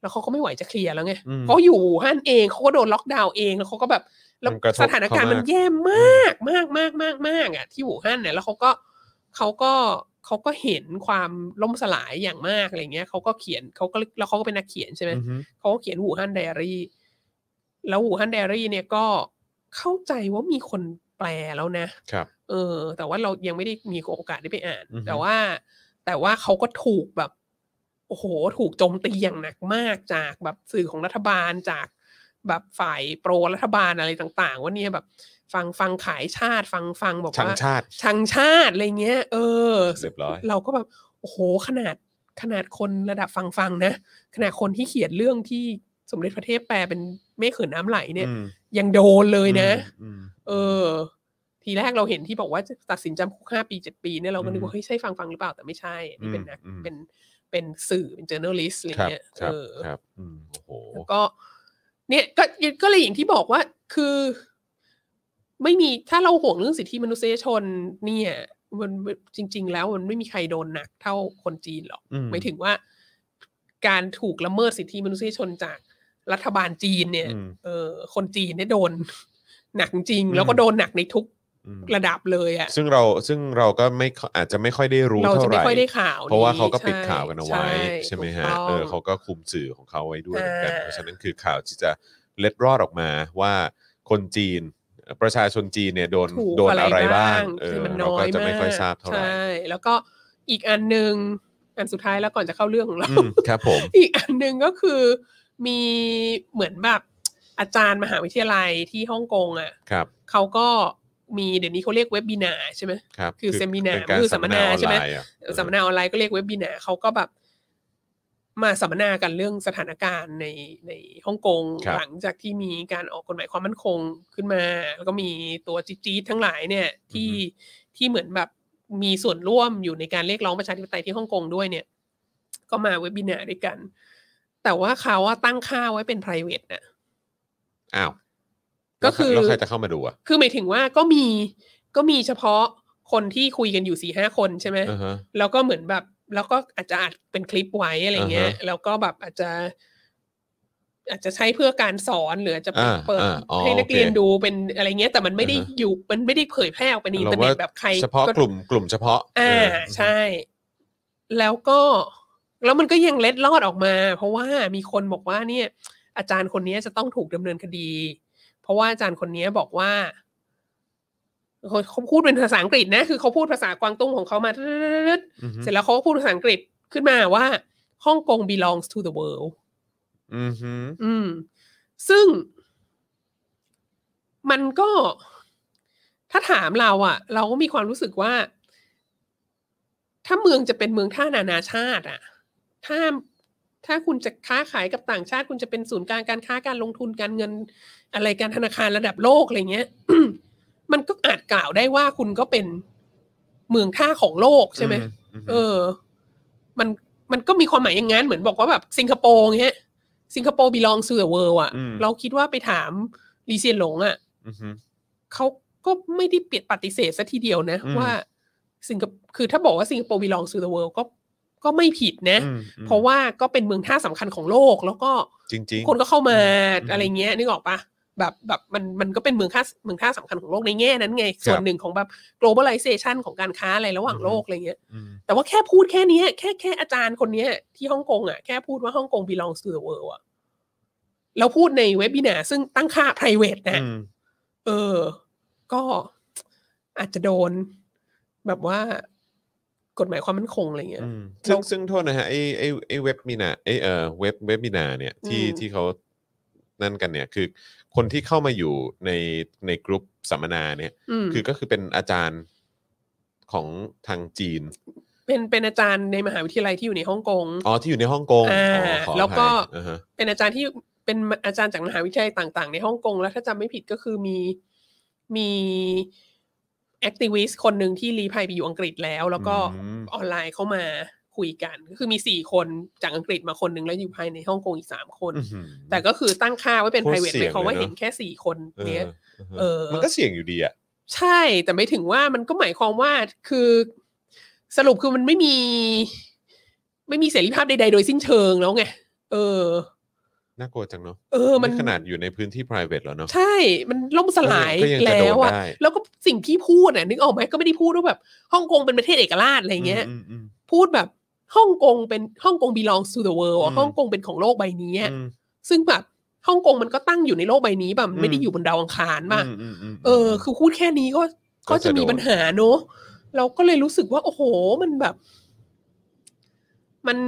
Speaker 3: แล้วเขาก็ไม่ไหวจะเคลียร์แล้วไง
Speaker 2: อืม
Speaker 3: เขาอยู่วู่ฮั่นเองเขาก็โดนล็อกดาวน์เองแล้วเขาก็แบบแล้ว
Speaker 2: มันกระทบ
Speaker 3: สถานการณ์
Speaker 2: เขามาก
Speaker 3: มันแย่มากมากมากมากมากอ่ะที่วู่ฮั่นเนี่ยแล้วเขาก็เขาก็เขาก็เห็นความล่มสลายอย่างมากอะไรเงี้ยเขาก็เขียนเขาก็แล้วเขาก็เป็นนักเขียนใช่ไหม
Speaker 2: อือฮึ
Speaker 3: เขาก็เขียนวู่ฮั่นไดอารี่ แล้ววู่ฮั่นไดอารี่เนี่ยก็เข้าใจว่ามีคนแปลแล้วนะ
Speaker 2: ครับ
Speaker 3: เออ แต่ว่าเรายังไม่ได้มีโอกาสได้ไปอ่าน
Speaker 2: อือฮึ
Speaker 3: แต่ว่า แต่ว่าเขาก็ถูกแบบ โอ้โห ถูกโจมตีอย่างหนักมากจากแบบสื่อของรัฐบาลจากแบบฝ่ายโปรรัฐบาลอะไรต่างๆ ว่าเนี่ยแบบ ฟังฟังขายชาติฟังฟังบอก
Speaker 2: ชัง
Speaker 3: ว่า
Speaker 2: ชาติ
Speaker 3: ชังชาติอะไรเงี้ย เออ
Speaker 2: เรียบร้อย
Speaker 3: เราก็แบบโอ้โหขนาดขนาดคนระดับฟังฟังนะขนาดคนที่เขียนเรื่องที่สมเด็จพระเทพแปลเป็นเมฆเขินน้ำไหลเนี่ย
Speaker 2: อืม
Speaker 3: ยังโดนเลยนะ
Speaker 2: อืม
Speaker 3: เออ ทีแรกเราเห็นที่บอกว่าจะตัดสินจำคุกห้าปีเจ็ดปีเนี่ยเราก็นึก
Speaker 2: อืม
Speaker 3: ว่าเฮ้ยใช่ฟังฟังหรือเปล่าแต่ไม่ใช่อันนี่เป็นนัก
Speaker 2: อืมอืม
Speaker 3: เป็นเป็นสื่อเป็น journalist อะไร
Speaker 2: ครับ
Speaker 3: เงี้ย
Speaker 2: ครับ
Speaker 3: เออ
Speaker 2: ครับอืมโอ้โห
Speaker 3: แล้วก็ เนี่ยก็ก็เลยอย่างที่บอกว่าคือ ไม่มีถ้าเราห่วงเรื่องสิทธิมนุษยชน เนี่ย มันจริง ๆ แล้วมันไม่มีใครโดนหนักเท่าคนจีนหรอก
Speaker 2: อืม
Speaker 3: หมายถึงว่า การถูกละเมิดสิทธิมนุษยชนจากรัฐบาลจีนเนี่ย
Speaker 2: อืม
Speaker 3: เออคนจีนเนี่ย โดน หนักจริง
Speaker 2: อืม
Speaker 3: แล้วก็โดนหนักในทุก
Speaker 2: อืม
Speaker 3: ระดับเลยอะ
Speaker 2: ซึ่งเราซึ่งเราก็ไม่ค่อยอาจจะไม่ค่อยได้รู้
Speaker 3: เรา
Speaker 2: เท่า
Speaker 3: จะ
Speaker 2: ไห
Speaker 3: ไม่
Speaker 2: ร่
Speaker 3: ค่อยได้ข่าว
Speaker 2: เพราะว่าเขาก็
Speaker 3: ใช่
Speaker 2: ปิดข่าวกันเอาไว้ ใช่ไหมฮะ
Speaker 3: ถูกต้อง
Speaker 2: เออเขาก็คุมสื่อของเขาไว้ด้วยเหมือนกัน
Speaker 3: อ่า
Speaker 2: เพราะฉะนั้นคือข่าวที่จะเล็ดรอดออกมาว่าคนจีนประชาชนจีนเนี่ยโดน
Speaker 3: ถูก
Speaker 2: โดนอะไรบ้างเออ
Speaker 3: คือมัน
Speaker 2: เรา
Speaker 3: น้อ
Speaker 2: ก็
Speaker 3: ย
Speaker 2: จะ
Speaker 3: มาก
Speaker 2: ไม่ค่อยทราบเท่าไหร่
Speaker 3: ใช่แล้วก็อีกอันหนึ่งอันสุดท้ายแล้วก่อนจะเข้าเรื่องของเรา
Speaker 2: อืมครับผม
Speaker 3: อีกอันหนึ่งก็คือมีเหมือนแบบอาจารย์มหาวิทยาลัยที่ฮ่องกงอะ
Speaker 2: ครับ
Speaker 3: เขาก็มีเดี๋ยวนี้เขาเรียกเว็บบินาใช่ไหม
Speaker 2: ครับ
Speaker 3: คือเซมินาร์
Speaker 2: ป็กร
Speaker 3: คือสัมมนา
Speaker 2: ออน
Speaker 3: ใช่ไหม
Speaker 2: ลน์อะเออ
Speaker 3: สัมมนาออนไลน์ก็เรียกเว็บบินาร์เขาก็แบบมาสัมมนากันเรื่องสถานการณ์ในในฮ่องกง
Speaker 2: ครับ
Speaker 3: หลังจากที่มีการออกกฎหมายความมั่นคงขึ้นมา แล้วก็มีตัวจี๊ดๆทั้งหลายเนี่ยที่ที่เหมือนแบบมีส่วนร่วมอยู่ในการเรียกร้องประชาธิปไตยที่ฮ่องกงด้วยเนี่ย ก็มาเว็บบินาร์ด้วยกัน แต่ว่าเขาว่าตั้งค่าไว้เป็น p r i v a t นะ
Speaker 2: อ้าว
Speaker 3: ก็คือ
Speaker 2: แล้วใครจะเข้ามาดูอ่ะ
Speaker 3: คือหมายถึงว่าก็มีก็มีเฉพาะคนที่คุยกันอยู่สี่ห้าคนใช่ไหม
Speaker 2: อ่าฮะ
Speaker 3: แล้วก็เหมือนแบบ แล้วก็อาจจะอัดเป็นคลิปไว้อะไรเงี้ย
Speaker 2: อ่าฮะ
Speaker 3: แล้วก็แบบอาจจะ อาจจะใช้เพื่อการสอนหรืออาจจะ
Speaker 2: อ่า
Speaker 3: เปิด
Speaker 2: อ่าอ๋อ
Speaker 3: ให้นักเรียน
Speaker 2: โอเค
Speaker 3: ดูเป็นอะไรเงี้ย แต่มันไม่ได้
Speaker 2: อ่าฮะ
Speaker 3: อยู่มันไม่ได้เผยแพร่ออกไปในอินเทอร์เน็ตแบบใคร
Speaker 2: เฉพาะ
Speaker 3: ก็
Speaker 2: กลุ่มกลุ่มเฉพาะ
Speaker 3: อ่า
Speaker 2: เ
Speaker 3: ใช่ แล้วก็แล้วมันก็ยังเล็ดลอดออกมา เพราะว่ามีคนบอกว่าเนี่ย อาจารย์คนนี้จะต้องถูกดำเนินคดี เพราะว่าอาจารย์คนนี้บอกว่า เขาเขาพูดเป็นภาษาอังกฤษนะ คือเขาพูดภาษากวางตุ้งของเขามา ตึ๊ดๆ
Speaker 2: อือฮึ
Speaker 3: ๆเสร็จแล้วเขาก็พูดภาษาอังกฤษขึ้นมาว่าฮ่องกง belongs to the world
Speaker 2: อือฮึ
Speaker 3: อืม ซึ่ง มันก็ถ้าถามเราอะเราก็มีความรู้สึกว่า ถ้าเมืองจะเป็นเมืองท่านานาชาติอะถ้าถ้าคุณจะค้าขายกับต่างชาติ คุณจะเป็นศูนย์กลางการค้าการลงทุนการเงิน อะไรการธนาคารระดับโลกอะไรเงี้ย มันก็อาจกล่าวได้ว่าคุณก็เป็นเมืองท่าของโลกใช่ไหม
Speaker 2: อือฮึ
Speaker 3: เออ มัน มันก็มีความหมายอย่างงั้น เหมือนบอกว่าแบบสิงคโปร์เงี้ย สิงคโปร์ belongs to the world อ่ะ เราคิดว่าไปถามลีเซียนหลงอ่ะ
Speaker 2: อือฮึ
Speaker 3: เขาก็ไม่ได้เปลี่ยนปฏิเสธซะทีเดียวนะ
Speaker 2: อืม
Speaker 3: ว่า สิงคโปร์คือถ้าบอกว่าสิงคโปร์ belongs to the world ก็ ก็ไม่ผิดนะ
Speaker 2: อืมอืม
Speaker 3: เพราะว่าก็เป็นเมืองท่าสำคัญของโลก แล้วก็
Speaker 2: จริง
Speaker 3: คนก็เข้ามา
Speaker 2: อืม
Speaker 3: อะไรเงี้ยนึกออกปะแบบแบบมันมันก็เป็นเมืองค่าเมืองค่าสำคัญของโลกในแง่นั้นไง ส่วนหนึ่งของแบบ globalization ของการค้าอะไรระหว่าง
Speaker 2: อืม
Speaker 3: โลกอะไรเงี้ย
Speaker 2: ๆอืม
Speaker 3: แต่ว่าแค่พูดแค่เนี้ยแค่แค่อาจารย์คนเนี้ยที่ฮ่องกงอ่ะแค่พูดว่าฮ่องกง belongs to the world อ่ะแล้วพูดในเว็บบินาซึ่งตั้งค่า private นะ
Speaker 2: อืม
Speaker 3: เออ ก็อาจจะโดน แบบว่ากฎหมายความมั่นคงอะไรเงี้ย
Speaker 2: อืมซึ่งซึ่งโทษนะฮะไอไอไอเว็บมีนาไอเออเว็บเว็บมีนาเนี่ยที่
Speaker 3: อืม
Speaker 2: ที่เขานั่นกันเนี่ยคือ คนที่เข้ามาอยู่ในในกลุ่มสัมมนาเนี่ย
Speaker 3: อืม
Speaker 2: คือก็คือเป็นอาจารย์ของทางจีน
Speaker 3: เป็นเป็นอาจารย์ในมหาวิทยาลัยที่อยู่ในฮ่องกง
Speaker 2: อ๋อที่อยู่ในฮ่องกง
Speaker 3: อ่า
Speaker 2: อขออภัย
Speaker 3: แล้วก็
Speaker 2: อ่าฮะ
Speaker 3: เป็นอาจารย์ที่เป็นอาจารย์จากมหาวิทยาลัยต่าง ๆ ในฮ่องกงแล้วถ้าจำไม่ผิดก็คือมีมีแอคทิวิสต์คนหนึ่งที่รีภัยไปอยู่อังกฤษแล้ว แล้วก็
Speaker 2: อืม
Speaker 3: ออนไลน์เข้ามาคุยกัน ก็คือมีสี่คนจากอังกฤษมาคนหนึ่งแล้วอยู่ภายในฮ่องกงอีกสามคน
Speaker 2: อื้อหือ
Speaker 3: แต่ก็คือตั้งค่าไว้เป็น
Speaker 2: โคตร
Speaker 3: private
Speaker 2: เสี่ย
Speaker 3: หมาง ยความว่า
Speaker 2: เลยเนอะ
Speaker 3: เห็นแค่สี่คนเนี้ย
Speaker 2: เออ
Speaker 3: เออ
Speaker 2: มันก็เสี่ยงอยู่ดีอ่ะ
Speaker 3: ใช่แต่ไม่ถึงว่ามันก็หมายความว่าคือสรุปคือมันไม่มี ไม่มีเสรีภาพใดๆ โดยสิ้นเชิงแล้วไงเออ
Speaker 2: น่ากลัวจังเนาะ
Speaker 3: เออมัน
Speaker 2: ขนาดอยู่ในพื้นที่ private แล้วเนาะ
Speaker 3: ใช่ มันล่มสลาย
Speaker 2: ก็งจะ
Speaker 3: แล้
Speaker 2: โดน
Speaker 3: วอะ
Speaker 2: ได้
Speaker 3: แล้วก็สิ่งที่พูดน่ะนึกออกไหมก็ไม่ได้พูดว่าแบบฮ่องกงเป็นประเทศเอกราชอะไรเงี้ย
Speaker 2: อืมอืม
Speaker 3: พูดแบบฮ่องกงเป็นฮ่องกง belongs to the world
Speaker 2: อื
Speaker 3: อะ
Speaker 2: ม
Speaker 3: ฮ่องกงเป็นของโลกใบนี้อะ
Speaker 2: อืม
Speaker 3: ซึ่งแบบฮ่องกงมันก็ตั้งอยู่ในโลกใบนี้แบบมันไม่ได้
Speaker 2: อืม
Speaker 3: อยู่บนดาวอังคารป่ะ
Speaker 2: มมมม
Speaker 3: เออ คือพูดแค่นี้ก็
Speaker 2: ก็
Speaker 3: ก็
Speaker 2: จะ
Speaker 3: จะ
Speaker 2: โดน
Speaker 3: มีปัญหาเนอะเราก็เลยรู้สึกว่า โอ้โห มันแบบ มัน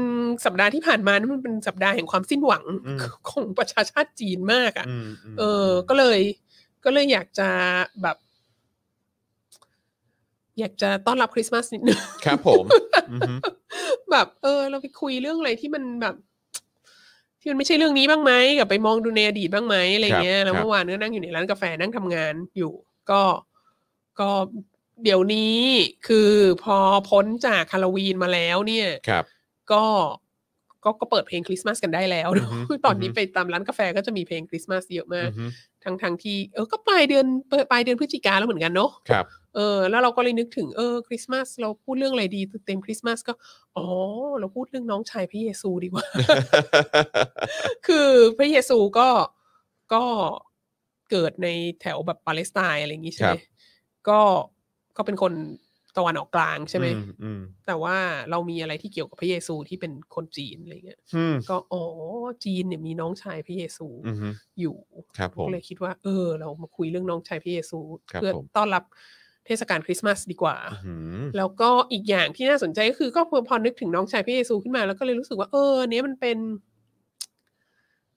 Speaker 3: สัปดาห์ที่ผ่านมานี่มันเป็นสัปดาห์แห่งความสิ้นหวัง
Speaker 2: ม
Speaker 3: ของประชาชาติจีนมากอะ
Speaker 2: มม
Speaker 3: เออ ก็เลย ก็เลยอยากจะแบบ อยากจะต้อนรับคริสต์มาสนิดนึง
Speaker 2: ครับผมอือหือ
Speaker 3: แบบ เออ เราไปคุยเรื่องอะไรที่มันแบบ ที่มันไม่ใช่เรื่องนี้บ้างไหมกลับไปมองดูในอดีตบ้างไหมอะไรเงี้ย แล้วเมื่อวานก็นั่งอยู่ในร้านกาแฟนั่งทำงานอยู่ ก็ ก็เดี๋ยวนี้คือพอพ้นจากฮาโลวีนมาแล้วเนี่ย
Speaker 2: ครับ
Speaker 3: ก็ ก็ก็เปิดเพลงคริสต์มาสกันได้แล้วเนอะ
Speaker 2: อือฮึ
Speaker 3: ตอนนี้ไปตามร้านกาแฟก็จะมีเพลงคริสต์มาสเยอะมาก
Speaker 2: อือหือ
Speaker 3: ทั้งทงๆที่เออก็ปลายเดือนปลายเดือนพฤศจิกาแล้วเหมือนกันเนาะ
Speaker 2: ครับ
Speaker 3: เออแล้วเราก็เลยนึกถึงเออคริสต์มาสเราพูดเรื่องอะไรดีเต็มคริสต์มาสก็อ๋อเราพูดเรื่องน้องชายพระเยซูดีกว่า คือพระเยซูก็ก็เกิดในแถวแบบปาเลสไตน์อะไรอย่างงี้ใช่ไหม
Speaker 2: ครับ
Speaker 3: ก็ก็เป็นคนตะวันออกกลางใช่ไหม
Speaker 2: อือืม
Speaker 3: แต่ว่าเรามีอะไรที่เกี่ยวกับพระเยซูที่เป็นคนจีนอะไรเงี้ย
Speaker 2: อืม
Speaker 3: ก็อ๋อจีนเนี่ยมีน้องชายพระเยซู
Speaker 2: อือหือ
Speaker 3: อยู่
Speaker 2: ครับผม
Speaker 3: ก็เลยคิดว่า เออ เรามาคุยเรื่องน้องชายพระเยซู
Speaker 2: ครับ
Speaker 3: เพื่อ
Speaker 2: ผม
Speaker 3: ต้อนรับเทศกาลคริสต์มาสดีกว่า
Speaker 2: อื้อหือ
Speaker 3: แล้วก็อีกอย่างที่น่าสนใจก็คือก็พอพอนึกถึงน้องชายพระเยซูขึ้นมาแล้วก็เลยรู้สึกว่าเออเนี้ยมันเป็น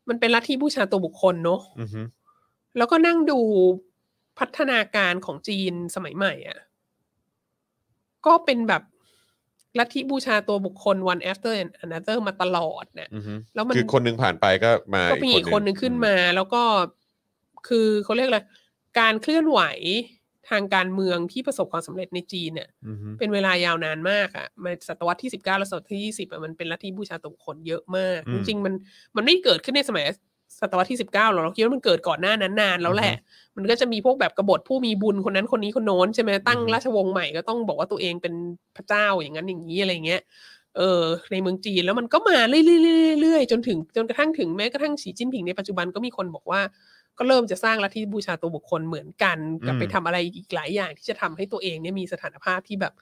Speaker 3: มันเป็นลัทธิบูชาตัวบุคคลเนอะ
Speaker 2: อือหือ
Speaker 3: แล้วก็นั่งดูพัฒนาการของจีนสมัยใหม่อะ่ะก็เป็นแบบลัทธิบูชาตัวบุคคล one after another มาตลอดเนี่ย
Speaker 2: อือหือ
Speaker 3: แล้วมัน
Speaker 2: คือคนหนึ่งผ่านไปก็มา
Speaker 3: ก็มีอีกคนหนึ่งขึ้นมา แล้วก็คือเขาเรียกอะไรการเคลื่อนไหวทางการเมืองที่ประสบความสำเร็จในจีนเนี่ย
Speaker 2: อือหือ
Speaker 3: เป็นเวลายาวนานมากอะ่ะมันศตวรรษที่สิบเก้าและศตวรรษที่ยี่สิบมันเป็นลัทธิบูชาตัวบุคคลเยอะมาก จริงๆมันมันไม่ได้เกิดขึ้นในสมัยศตวรรษที่สิบเก้าหรอกเราคิดว่ามันเกิดก่อนหน้านั้นนานแล้วแหละ มันก็จะมีพวกแบบกบฏผู้มีบุญคนนั้นคนนี้คนโน้นใช่ไหมตั้งราชวงศ์ใหม่ก็ต้องบอกว่าตัวเองเป็นพระเจ้าอย่างนั้นอย่างนี้อะไรเงี้ย เออในเมืองจีนแล้วมันก็มาเรื่อยๆเรื่อยๆจนถึงจนกระทั่งถึงแม้กระทั่งสีจิ้นผิงในปัจจุบันก็มีคนบอกว่า ก็เริ่มจะสร้างลัทธิบูชาตัวบุคคลเหมือนกันกลับไปทำอะไรอีกหลายอย่างที่จะทำให้ตัวเองเนี่ยมีสถานภาพที่แบบ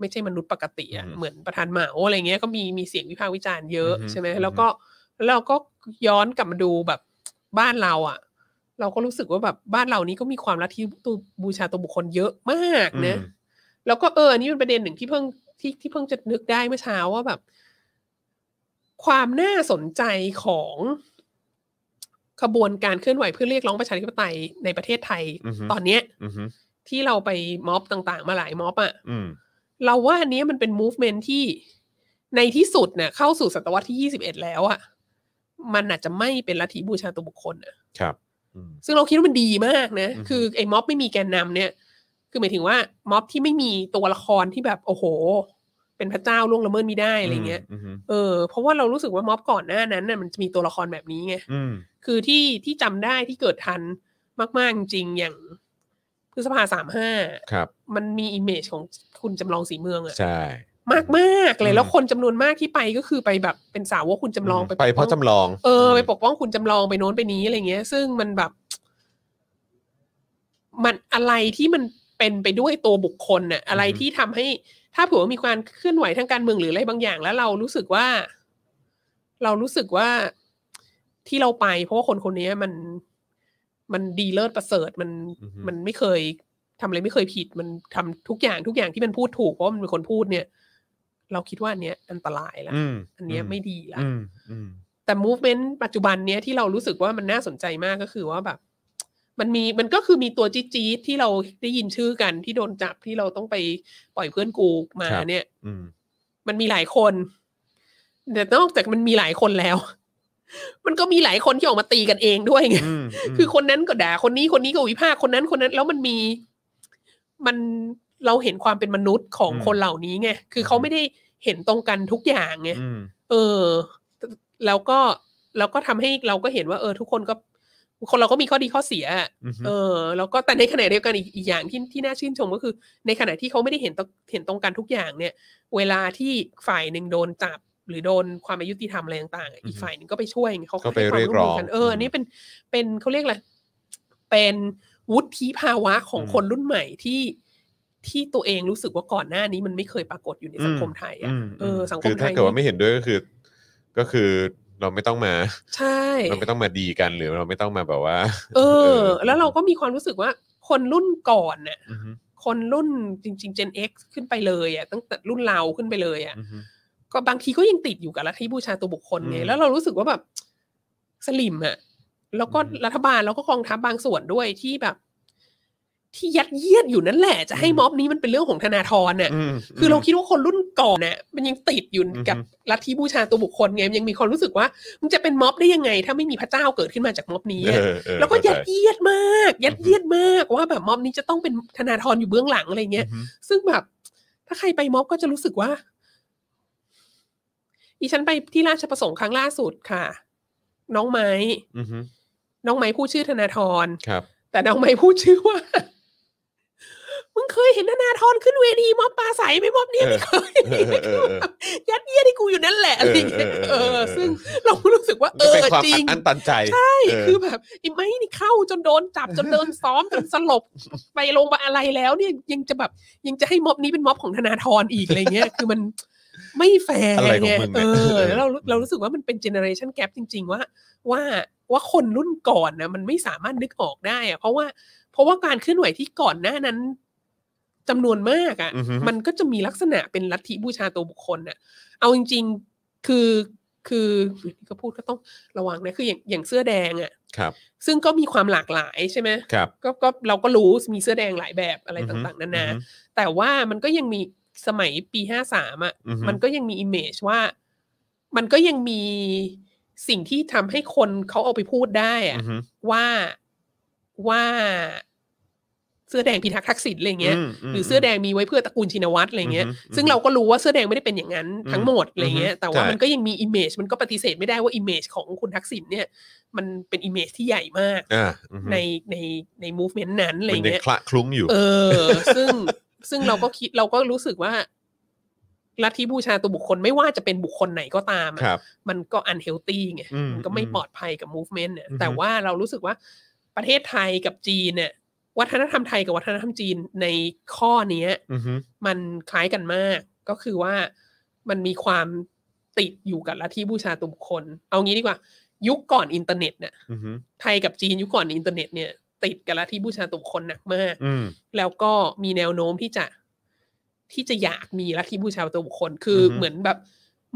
Speaker 3: ไม่ใช่มนุษย์ปกติอ่ะเหมือนประธานเหมาอะไรเงี้ยก็มีมีเสียงวิพากษ์วิจารณ์เยอะใช่ไหมแล้วก็แล้วเราก็ย้อนกลับมาดูแบบบ้านเราอ่ะ เราก็รู้สึกว่าแบบบ้านเรานี้ก็มีความลัทธิตัวบูชาตัวบุคคลเยอะมากนะ
Speaker 2: อืม
Speaker 3: แล้วก็เอออันนี้เป็นประเด็นหนึ่งที่เพิ่งที่ที่เพิ่งจะนึกได้เมื่อเช้าว่าแบบ ความน่าสนใจของขบวนการเคลื่อนไหวเพื่อเรียกร้องประชาธิปไตยในประเทศไทย
Speaker 2: อือฮึ
Speaker 3: ตอนเนี้ย
Speaker 2: อืม
Speaker 3: ที่เราไปม็อบต่างๆ มาหลายม็อบอะ
Speaker 2: อืม
Speaker 3: เราว่าอันเนี้ยมันเป็น movement ที่ในที่สุดเนี่ยเข้าสู่ศตวรรษที่ 21 แล้วอะมันอาจจะไม่เป็นลัทธิบูชาตัวบุคคลอะ
Speaker 2: ครับอืม
Speaker 3: ซึ่งเราคิดว่ามันดีมากนะ
Speaker 2: อือฮึ
Speaker 3: คือไอ้ม็อบไม่มีแกนนำเนี่ย คือหมายถึงว่าม็อบที่ไม่มีตัวละครที่แบบโอ้โห เป็นพระเจ้าล่วงละเมิดไม่ได้อะไรเงี้ย
Speaker 2: อืม
Speaker 3: เออ เพราะว่าเรารู้สึกว่าม็อบก่อนหน้านั้นน่ะมันจะมีตัวละครแบบนี้ไง
Speaker 2: อืม
Speaker 3: คือที่ที่จำได้ที่เกิดทันมากๆจริงๆอย่างพฤษภาสามห้า
Speaker 2: ครับ
Speaker 3: มันมีอิมเมจของคุณจำลองสีเมืองอะ
Speaker 2: ใช่
Speaker 3: มากมากๆเล
Speaker 2: อืม
Speaker 3: ยแล้วคนจำนวนมากที่ไปก็คือไปแบบเป็นสาวกคุณจำลอง
Speaker 2: ไปเพราะจำลอง
Speaker 3: เออไปปกป้องคุณจำลองไปโน้นไปนี้อะไรเงี้ย ซึ่งมันแบบ มันอะไรที่มันเป็นไปด้วยตัวบุคคลน่ะ อะไรที่ทำให้ ถ้าเผื่อว่ามีการเคลื่อนไหวทางการเมืองหรืออะไรบางอย่าง แล้วเรารู้สึกว่า เรารู้สึกว่าที่เราไป เพราะว่าคนคนนี้มันมันดีเลิศประเสริฐมัน
Speaker 2: อือฮึ
Speaker 3: มันไม่เคยทำอะไรไม่เคยผิด มันทำทุกอย่างทุกอย่างที่มันพูดถูกเพราะว่ามันเป็นคนพูดเนี่ย เราคิดว่าอันเนี้ยอันตรายแล้ว
Speaker 2: อืม
Speaker 3: อันเนี้ยไม่ดีละ
Speaker 2: อืมอืม
Speaker 3: แต่ movement ปัจจุบันเนี้ยที่เรารู้สึกว่ามันน่าสนใจมากก็คือว่าแบบ มันมีมันก็คือมีตัวจี๊ดจี๊ดที่เราได้ยินชื่อกันที่โดนจับที่เราต้องไปปล่อยเพื่อนกูมาเนี่ย
Speaker 2: อืม
Speaker 3: มันมีหลายคน แต่นอกจากมันมีหลายคนแล้ว มันก็มีหลายคนที่ออกมาตีกันเองด้วยไง
Speaker 2: อืมม
Speaker 3: คือคนนั้นก็ด่าคนนี้คนนี้ก็วิพากษ์คนนั้นคนนั้นแล้วมันมี มันเราเห็นความเป็นมนุษย์ของคนเหล่านี้ไงคือเขาไม่ได้เห็นตรงกันทุกอย่างไง
Speaker 2: อืม
Speaker 3: เออ แล้วก็แล้วก็ทำให้เราก็เห็นว่า เออ ทุกคนก็ คนเราก็มีข้อดีข้อเสียอะ
Speaker 2: อืม
Speaker 3: เออ แล้วก็แต่ในขณะเดียวกันอีกอีกอย่างที่ที่น่าชื่นชมก็คือ ในขณะที่เขาไม่ได้เห็นตรงเห็นตรงกันทุกอย่างเนี่ย เวลาที่ฝ่ายหนึ่งโดนจับ หรือโดนความอายุติธรรมอะไรต่างๆอะอีกฝ่ายหนึ่งก็ไปช่วยไงเขา
Speaker 2: ก็ไปเรียกร้อง
Speaker 3: เอออันนี้เป็น เป็นเขาเรียกอะไร เป็นวุฒิภาวะของ
Speaker 2: อืม
Speaker 3: คนรุ่นใหม่ที่ที่ตัวเองรู้สึกว่าก่อนหน้านี้มันไม่เคยปรากฏอยู่ในสังคม
Speaker 2: ม
Speaker 3: ไทยอ่ะ
Speaker 2: ม
Speaker 3: เออสังคม
Speaker 2: คือถ้า
Speaker 3: ไทย
Speaker 2: เกิดว่าไม่เห็นด้วยก็คือ ก็คือเราไม่ต้องมา
Speaker 3: ใช่
Speaker 2: เราไม่ต้องมาดีกันหรือเราไม่ต้องมาแบบว่า
Speaker 3: เอ อ แล้วเราก็มีความรู้สึกว่าคนรุ่นก่อนน่ะ
Speaker 2: อือฮึ
Speaker 3: คนรุ่นจริงๆ Gen X ขึ้นไปเลยอ่ะ ตั้งแต่รุ่นเราขึ้นไปเลยอ่ะ
Speaker 2: อือฮึ
Speaker 3: ก็บางทีก็ยังติดอยู่กับลัทธิบูชาตัวบุคคลไง
Speaker 2: อืม
Speaker 3: แล้วเรารู้สึกว่าแบบสลิมอะแล้วก็
Speaker 2: อืม
Speaker 3: รัฐบาลแล้วก็กองทัพบางส่วนด้วยที่แบบ ที่ยัดเยียดอยู่นั่นแหละ จะให้
Speaker 2: อืม
Speaker 3: ม็อบนี้มันเป็นเรื่องของธนาธรเนี่ย
Speaker 2: อืม
Speaker 3: คือเราคิดว่าคนรุ่นก่อนเนี่ยมันยังติดอยู่กับ
Speaker 2: อือฮึ
Speaker 3: ลัทธิบูชาตัวบุคคลไงมันยังมีความรู้สึกว่ามันจะเป็นม็อบได้ยังไง ถ้าไม่มีพระเจ้าเกิดขึ้นมาจากม็อบนี้
Speaker 2: เอ
Speaker 3: อะ
Speaker 2: อเออ
Speaker 3: แล้วก็ยัด
Speaker 2: เข้าใจ
Speaker 3: เยียดมาก ยัด
Speaker 2: อือฮึ
Speaker 3: เยียดมากว่าแบบม็อบนี้จะต้องเป็นธนาธรอยู่เบื้องหลังอะไรเงี้ย
Speaker 2: อือฮึ
Speaker 3: ซึ่งแบบถ้าใครไปม็อบก็จะรู้สึกว่า อีฉันไปที่ราชประสงค์ครั้งล่าสุดค่ะ น้องไม้
Speaker 2: อือฮึ
Speaker 3: น้องไม้พูดชื่อธนาธร
Speaker 2: ครับ
Speaker 3: แต่น้องไม้พูดชื่อว่า มึงเคยเห็นธนาธรขึ้นเวทีม็อบปลาใสไหมม็ อบนี้
Speaker 2: เออ
Speaker 3: ไม่เคย
Speaker 2: เออเออเออ
Speaker 3: ยัดเยียดให้กู อยู่นั่นแหละอะไรอย่างเงี้ย
Speaker 2: เออ
Speaker 3: เอ
Speaker 2: เออเออ
Speaker 3: อ ซึ่งเราก็รู้สึกว่า เอ
Speaker 2: ก็
Speaker 3: อ
Speaker 2: เป็นความ
Speaker 3: จริ
Speaker 2: อั
Speaker 3: ง
Speaker 2: ดอั้นตันใจ
Speaker 3: ใช่
Speaker 2: เออ
Speaker 3: คือแบบไอ้ไม้นี่เข้าจนโดนจับจนโดนซ้อมจนสล บ ไปโรงพยาบาลอะไรแล้วเนี่ยยังจะแบบยังจะให้ม็อบนี้เป็นม็อบของธนาธรอีกอะไรเงี้ย คือมันไม่แฟร์
Speaker 2: อะไรของ
Speaker 3: ไง
Speaker 2: มึงเนี่
Speaker 3: เอย อแล้วเรา
Speaker 2: เออ
Speaker 3: เรารู้สึกว่ามันเป็นเจเนอเรชันแกรจริง ๆ ว่า ว่าว่าคนรุ่นก่อนนะมันไม่สามารถนึกออกได้อะเพราะว่าเพราะว่าการเคลื่อนไหวที่ก่อนหน้านั้นจำนวนมากอ่ะ
Speaker 2: อือฮึ
Speaker 3: มันก็จะมีลักษณะเป็นลัทธิบูชาตัวบุคคลน่ะ เอาจริง ๆ คือ คือก็พูดก็ต้องระวังนะ คืออย่างอย่างเสื้อแดงอะ่ะ
Speaker 2: ครับ
Speaker 3: ซึ่งก็มีความหลากหลายใช่ไหม
Speaker 2: ครับ
Speaker 3: ก็ก็เราก็รู้มีเสื้อแดงหลายแบบอะไร
Speaker 2: อือฮึ
Speaker 3: ต่างๆ นานา
Speaker 2: อือฮึ
Speaker 3: แต่ว่ามันก็ยังมีสมัยปีห้าสามอ่ะ
Speaker 2: อือฮึ
Speaker 3: มันก็ยังมีอิมเมจว่า มันก็ยังมีสิ่งที่ทำให้คนเขาเอาไปพูดได้อ่ะ
Speaker 2: อือฮึ
Speaker 3: ว่าว่าเสื้อแดงพิทักษ์ทักษิณอะไรเงี้ย หรือเสื้อแดงมีไว้เพื่อตระกูลชินวัตรอะไรเงี้ย
Speaker 2: อือฮึ
Speaker 3: ซึ่งเราก็รู้ว่าเสื้อแดงไม่ได้เป็นอย่างนั้นทั้งหมดอะไรเงี้ย
Speaker 2: อือฮึ
Speaker 3: แต่ว่า
Speaker 2: ใช่
Speaker 3: มันก็ยังมีอิมเมจมันก็ปฏิเสธไม่ได้ว่าอิมเมจของคุณทักษิณเนี่ย มันเป็นอิมเมจที่ใหญ่มาก
Speaker 2: อ่าอือฮึ
Speaker 3: ในในในมูฟเมนต์นั้นอะไร
Speaker 2: มันยัง
Speaker 3: เงี้ย
Speaker 2: คละคลุ้งอยู่
Speaker 3: เออ ซึ่งซึ่งเราก็คิดเราก็รู้สึกว่าลัทธิบูชาตัวบุคคลไม่ว่าจะเป็นบุคคลไหนก็ตามอะ
Speaker 2: ครับ
Speaker 3: มันก็ unhealthy ไง
Speaker 2: อืม
Speaker 3: มันก็ไม่
Speaker 2: อืม
Speaker 3: ปลอดภัยกับ movement เนี่ย
Speaker 2: อือฮึ
Speaker 3: แต่ว่าเรารู้สึกว่าประเทศไทยกับจีนเนี่ย วัฒนธรรมไทยกับวัฒนธรรมจีนในข้อเนี้ย
Speaker 2: อือฮึ
Speaker 3: มันคล้ายกันมาก ก็คือว่ามันมีความติดอยู่กับลัทธิบูชาตัวบุคคล เอางี้ดีกว่า ยุคก่อนอินเทอร์เน็ตเนี่ย
Speaker 2: อือฮึ
Speaker 3: ไทยกับจีนยุคก่อนอินเทอร์เน็ตเนี่ยติดกันละที่บูชาตัวบุคคนหนักมาก
Speaker 2: อืม
Speaker 3: แล้วก็มีแนวโน้มที่จะที่จะอยากมีลัทธิบูชาตัวบุคคล คือ
Speaker 2: อฮึ
Speaker 3: เหมือนแบบ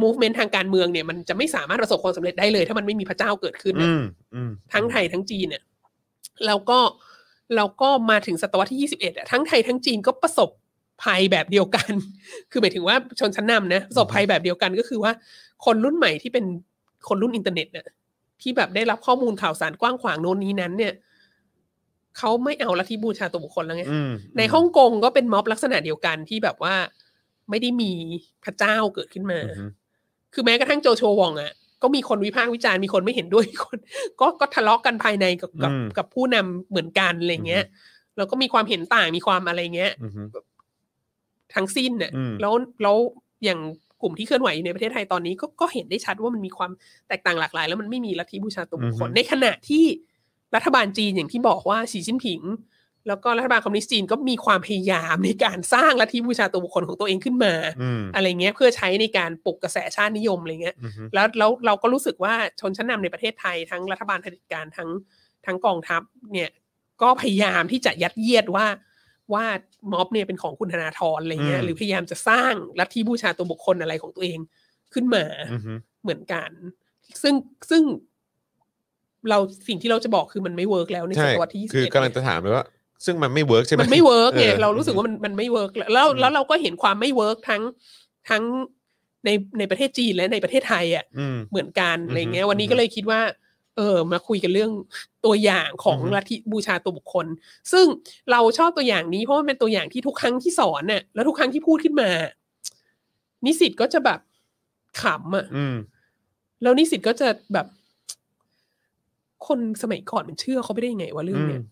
Speaker 3: movement ทางการเมืองเนี่ย มันจะไม่สามารถประสบความสำเร็จได้เลย ถ้ามันไม่มีพระเจ้าเกิดขึ้น
Speaker 2: อื
Speaker 3: นะ
Speaker 2: มอืม
Speaker 3: ทั้งไทยทั้งจีนเนี่ยแล้วก็แล้วก็มาถึงศตวรรษที่ 21อะทั้งไทยทั้งจีนก็ประสบภัยแบบเดียวกัน คือหมายถึงว่าชนชั้นนำนะประสบภัยแบบเดียวกันก็คือว่า คนรุ่นใหม่ที่เป็นคนรุ่นอินเทอร์เน็ตเนี่ยที่แบบได้รับข้อมูลข่าวสารกว้างขวางโน้นนี้นั้น เนี่ยเขาไม่เอาลัทธิบูชาตัวบุคคลแล้วไง
Speaker 2: อืม
Speaker 3: ในฮ่องกงก็เป็นม็อบลักษณะเดียวกันที่แบบว่าไม่ได้มีพระเจ้าเกิดขึ้นมา
Speaker 2: อือฮึ
Speaker 3: คือแม้กระทั่งโจโชวองอ่ะ ก็มีคนวิพากษ์วิจารณ์มีคนไม่เห็นด้วย มีคน ก็ก็ทะเลาะกันภายในกับกับกับผู้นำเหมือนกันอะไรเงี้ยแล้วก็มีความเห็นต่างมีความอะไรเงี้ย
Speaker 2: อือฮึ
Speaker 3: ทั้งสิ้นเนี่ย
Speaker 2: อืม
Speaker 3: แล้วแล้วอย่างกลุ่มที่เคลื่อนไหวอยู่ในประเทศไทยตอนนี้ก็ก็เห็นได้ชัดว่ามันมีความแตกต่างหลากหลาย แล้วมันไม่มีลัทธิบูชาตัวบุคค
Speaker 2: อื
Speaker 3: ล
Speaker 2: อฮึ
Speaker 3: ในขณะที่รัฐบาลจีนอย่างที่บอกว่าสีจิ้นผิง แล้วก็รัฐบาลคอมมิวนิสต์จีนก็มีความพยายามในการสร้างลัทธิบูชาตัวบุคคลของตัวเองขึ้นมา
Speaker 2: อืม
Speaker 3: อะไรเงี้ยเพื่อใช้ในการปลุกกระแสชาตินิยมอะไรเงี้ย
Speaker 2: อือฮึ
Speaker 3: แล้วแล้วเราก็รู้สึกว่าชนชั้นนำในประเทศไทยทั้งรัฐบาลเผด็จการทั้งทั้งกองทัพเนี่ยก็พยายามที่จะยัดเยียดว่าว่าม็อบเนี่ยเป็นของคุณธนาธรอะไรเงี้ยหรือพยายามจะสร้างลัทธิบูชาตัวบุคคลอะไรของตัวเองขึ้นมา
Speaker 2: อือฮึ
Speaker 3: เหมือนกัน ซึ่งซึ่ง เราสิ่งที่เราจะบอกคือมันไม่เวิร์กแล้วในศ
Speaker 2: ใช่
Speaker 3: ตวรรษที่ยี่สิบ
Speaker 2: คื
Speaker 3: เอ็
Speaker 2: อ
Speaker 3: ด
Speaker 2: กำลังจะถามเลยว่า ซึ่งมันไม่เวิร์กใช่ไหม
Speaker 3: มันไม่เวิร์กไง
Speaker 2: ออ
Speaker 3: เรารู้สึกว่ามันมันไม่เวิร์กแล้วแล้ว
Speaker 2: อืม
Speaker 3: แล้วเราก็เห็นความไม่เวิร์กทั้งทั้งในในประเทศจีนและในประเทศไทยอ่ะ
Speaker 2: อืม
Speaker 3: เหมือนกัน
Speaker 2: อือฮึ
Speaker 3: อะไรเงี้ยวันนี้
Speaker 2: อือฮึ
Speaker 3: ก็เลยคิดว่า เออมาคุยกันเรื่องตัวอย่างของ
Speaker 2: อือฮึ
Speaker 3: ลัทธิบูชาตัวบุคคล ซึ่งเราชอบตัวอย่างนี้เพราะมันเป็นตัวอย่างที่ทุกครั้งที่สอนน่ะแล้วทุกครั้งที่พูดขึ้นมา นิสิตก็จะแบบขำอ่ะ
Speaker 2: อืม
Speaker 3: แล้วนิสิตก็จะแบบ คนสมัยก่อนมันเชื่อเขาไม่ได้ยังไงวะเรื่องเนี้ย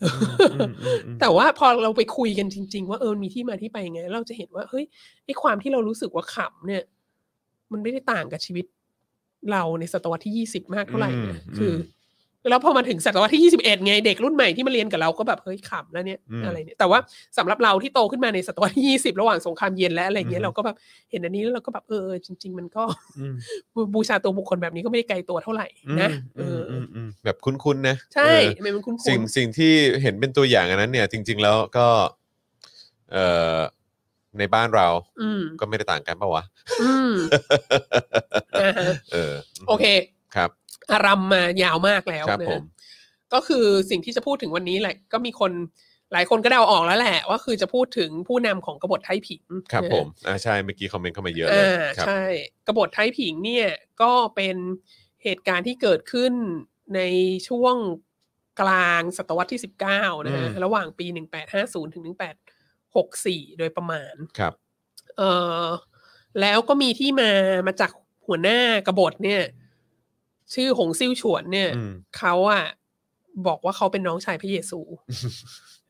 Speaker 2: อืมอืมอืม
Speaker 3: แต่ว่าพอเราไปคุยกันจริง ๆ ว่าเออมีที่มาที่ไปยังไง เราจะเห็นว่าเฮ้ยไอความที่เรารู้สึกว่าขำเนี่ย มันไม่ได้ต่างกับชีวิต เราในศตวรรษที่ยี่สิบมากเท่าไหร่นะคือ แล้วพอมาถึงศตวรรษที่ยี่สิบเอ็ดไงเด็กรุ่นใหม่ที่มาเรียนกับเราก็แบบเฮ้ยขำแล้วเนี่ยอะไรเนี่ยแต่ว่าสำหรับเราที่โตขึ้นมาในศตวรรษที่ยี่สิบระหว่างสงครามเย็นและอะไรเงี้ยเราก็แบบเห็นอันนี้แล้วเราก็แบบเออเออจริง ๆ มันก็
Speaker 2: อืม
Speaker 3: บูชาตัวบุคคลแบบนี้ก็ไม่ได้ไกลตัวเท่าไหร่นะเอ
Speaker 2: ม
Speaker 3: ออ
Speaker 2: มมอืมแบบคุ้นๆนะ
Speaker 3: ใช่
Speaker 2: เออ
Speaker 3: มันคุ้นๆ
Speaker 2: สิ่งสิ่งที่เห็นเป็นตัวอย่างอันนั้นเนี่ย จริง ๆ แล้วก็ เอ่อในบ้านเรา
Speaker 3: อืม
Speaker 2: ก็ไม่ได้ต่างกันปะวะ
Speaker 3: อืมอ่าฮะ
Speaker 2: เออ
Speaker 3: โอเค
Speaker 2: ครับ
Speaker 3: อารัมมายาวมากแล้ว
Speaker 2: ครับ
Speaker 3: นะ
Speaker 2: ผม
Speaker 3: ก็คือสิ่งที่จะพูดถึงวันนี้แหละ ก็มีคนหลายคนก็เดาออกแล้วแหละ ว่าคือจะพูดถึงผู้นำของกบฏไทยผิง
Speaker 2: ครับ
Speaker 3: นะ
Speaker 2: ผมอ่าใช่เมื่อกี้คอมเมนต์เข้ามาเยอะเลย
Speaker 3: อ่า
Speaker 2: ครับ
Speaker 3: ใช่กบฏไทยผิงเนี่ยก็เป็นเหตุการณ์ที่เกิดขึ้นในช่วงกลางศตวรรษที่ 19 นะฮะ
Speaker 2: อืม
Speaker 3: ระหว่างปี 1850 ถึง 1864 โดยประมาณ
Speaker 2: ครับ
Speaker 3: เออแล้วก็มีที่มามาจากหัวหน้ากบฏเนี่ย ชื่อหงซิ่วฉวนเนี่ย
Speaker 2: อืม
Speaker 3: เขาอะบอกว่าเขาเป็นน้องชายพระเย ซู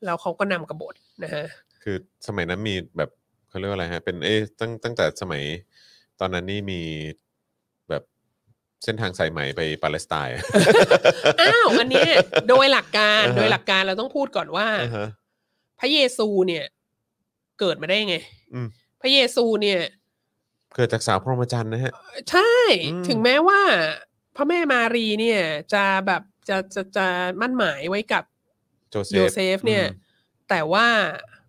Speaker 3: แล้วเขาก็นำกบฏนะฮะ
Speaker 2: คือสมัยนั้นมีแบบเขาเรียกว่าอะไรฮะ เป็นเอ๊ะตั้งตั้งแต่สมัย ตอนนั้นนี่มีแบบเส้นทางสายใหม่ไปปาเลสไตน์
Speaker 3: อ้าว อันเนี้ยโดยหลักการ
Speaker 2: อ่าฮะ
Speaker 3: โดยหลักการเราต้องพูดก่อนว่า
Speaker 2: อ่าฮะ
Speaker 3: พระเยซูเนี่ย เกิดมาได้ไง
Speaker 2: อืม
Speaker 3: พระเยซูเนี่ย
Speaker 2: เกิดจากสาวพรหมจรรย์นะฮะ
Speaker 3: ใช่
Speaker 2: อืม
Speaker 3: ถึงแม้ว่า พระแม่มารีเนี่ย จะแบบจะจะจะมั่นหมายไว้กับ
Speaker 2: โจเซฟ
Speaker 3: โยเซฟเนี่ย แต่ว่า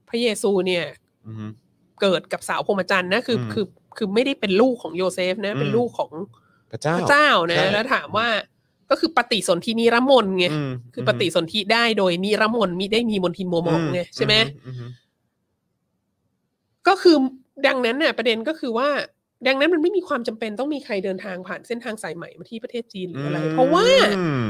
Speaker 3: พระเยซูเนี่ย
Speaker 2: อืม
Speaker 3: เกิดกับสาวพรหมจันทร์นะคือ
Speaker 2: อืม
Speaker 3: คือคือไม่ได้เป็นลูกของโยเซฟนะ
Speaker 2: อืม
Speaker 3: เป็นลูกของ
Speaker 2: พระเจ้า
Speaker 3: พระเจ้า
Speaker 2: ใช่
Speaker 3: นะ แล้วถามว่าก็คือปฏิสนธินิรมนต์ไง
Speaker 2: ม
Speaker 3: คือปฏิสนธิได้โดยนิรมนต์มิได้มีมนทินมัวหมองไงใช่ไหม
Speaker 2: อือืม
Speaker 3: ก็คือดังนั้นน่ะประเด็นก็คือว่า ดังนั้นมันไม่มีความจำเป็นต้องมีใครเดินทางผ่านเส้นทางสายใหม่มาที่ประเทศจีนหรืออะไร เพราะว่า
Speaker 2: อืม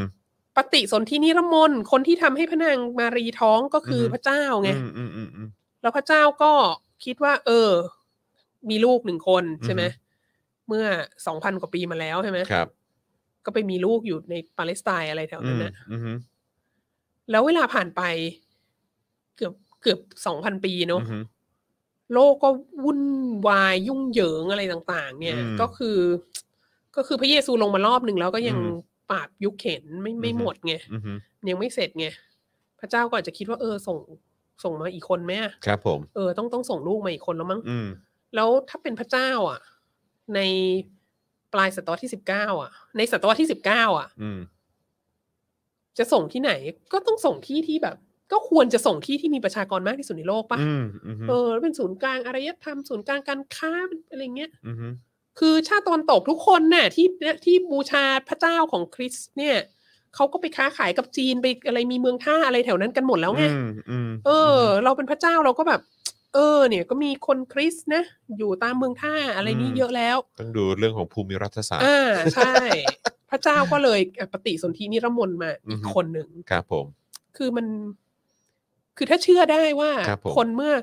Speaker 3: ปฏิสนธินิรมนต์คนที่ทำให้พระนางมารีท้องก็คืออ
Speaker 2: ม
Speaker 3: พระเจ้าไง
Speaker 2: อืมอืมอืมอืม
Speaker 3: แล้วพระเจ้าก็คิดว่า เออ มีลูกหนึ่งคนใช่ไหม
Speaker 2: อือฮึ
Speaker 3: เมื่อสองพันกว่าปีมาแล้วใช่ไหม
Speaker 2: ครับ
Speaker 3: ก็ไปมีลูกอยู่ในปาเลสไตน์อะไรแถว
Speaker 2: อื
Speaker 3: นั้น
Speaker 2: ม
Speaker 3: นะ
Speaker 2: อืม
Speaker 3: แล้วเวลาผ่านไป เกือบเกือบสองพันปีเนาะ
Speaker 2: อืม
Speaker 3: โลกก็วุ่นวายยุ่งเหยิงอะไรต่าง ๆ เนี่ย
Speaker 2: อืม
Speaker 3: ก็คือ ก็คือพระเยซูลงมารอบหนึ่งแล้วก็ยัง
Speaker 2: อืม
Speaker 3: ปราบยุคเข็นไม่ไม่
Speaker 2: อือฮึ
Speaker 3: หมดไง
Speaker 2: อืม
Speaker 3: ยังไม่เสร็จไงพระเจ้าก็อาจจะคิดว่าเออส่งส่งมาอีกคนไหมอะ
Speaker 2: ครับผม
Speaker 3: เออต้องต้องส่งลูกมาอีกคนแล้วมั้ง
Speaker 2: อืม
Speaker 3: แล้วถ้าเป็นพระเจ้าอ่ะ ในปลายศตวรรษที่สิบเก้าอ่ะ ในศตวรรษที่สิบเก้าอ่ะ
Speaker 2: อืม
Speaker 3: จะส่งที่ไหน ก็ต้องส่งที่ที่แบบ ก็ควรจะส่งที่ที่มีประชากรมากที่สุดในโลกปะ
Speaker 2: อืมอืม
Speaker 3: เออแล้วเป็นศูนย์กลางอารยธรรมศูนย์กลางการค้าเป็นอะไรเงี้ย
Speaker 2: อืม
Speaker 3: คือชาติตะวันตกทุกคนน่ะที่ที่บูชาพระเจ้าของคริสต์เนี่ยเขาก็ไปค้าขายกับจีนไปอะไรมีเมืองท่าอะไรแถวนั้นกันหมดแล้วไง
Speaker 2: อืมอืม
Speaker 3: เออ เราเป็นพระเจ้าเราก็แบบ เออ เนี่ยก็มีคนคริสต์นะ อยู่ตามเมืองท่าอะไรนี้เยอะแล้ว
Speaker 2: ต้องดูเรื่องของภูมิรัฐศาสตร์
Speaker 3: อ่าใช่ พระเจ้าก็เลยปฏิสนธินิรมนต์มาอีก
Speaker 2: อือฮึ
Speaker 3: คนหนึ่ง
Speaker 2: ครับผม
Speaker 3: คือมัน คือถ้าเชื่อได้ว่า
Speaker 2: ครับผม
Speaker 3: นเมื่อ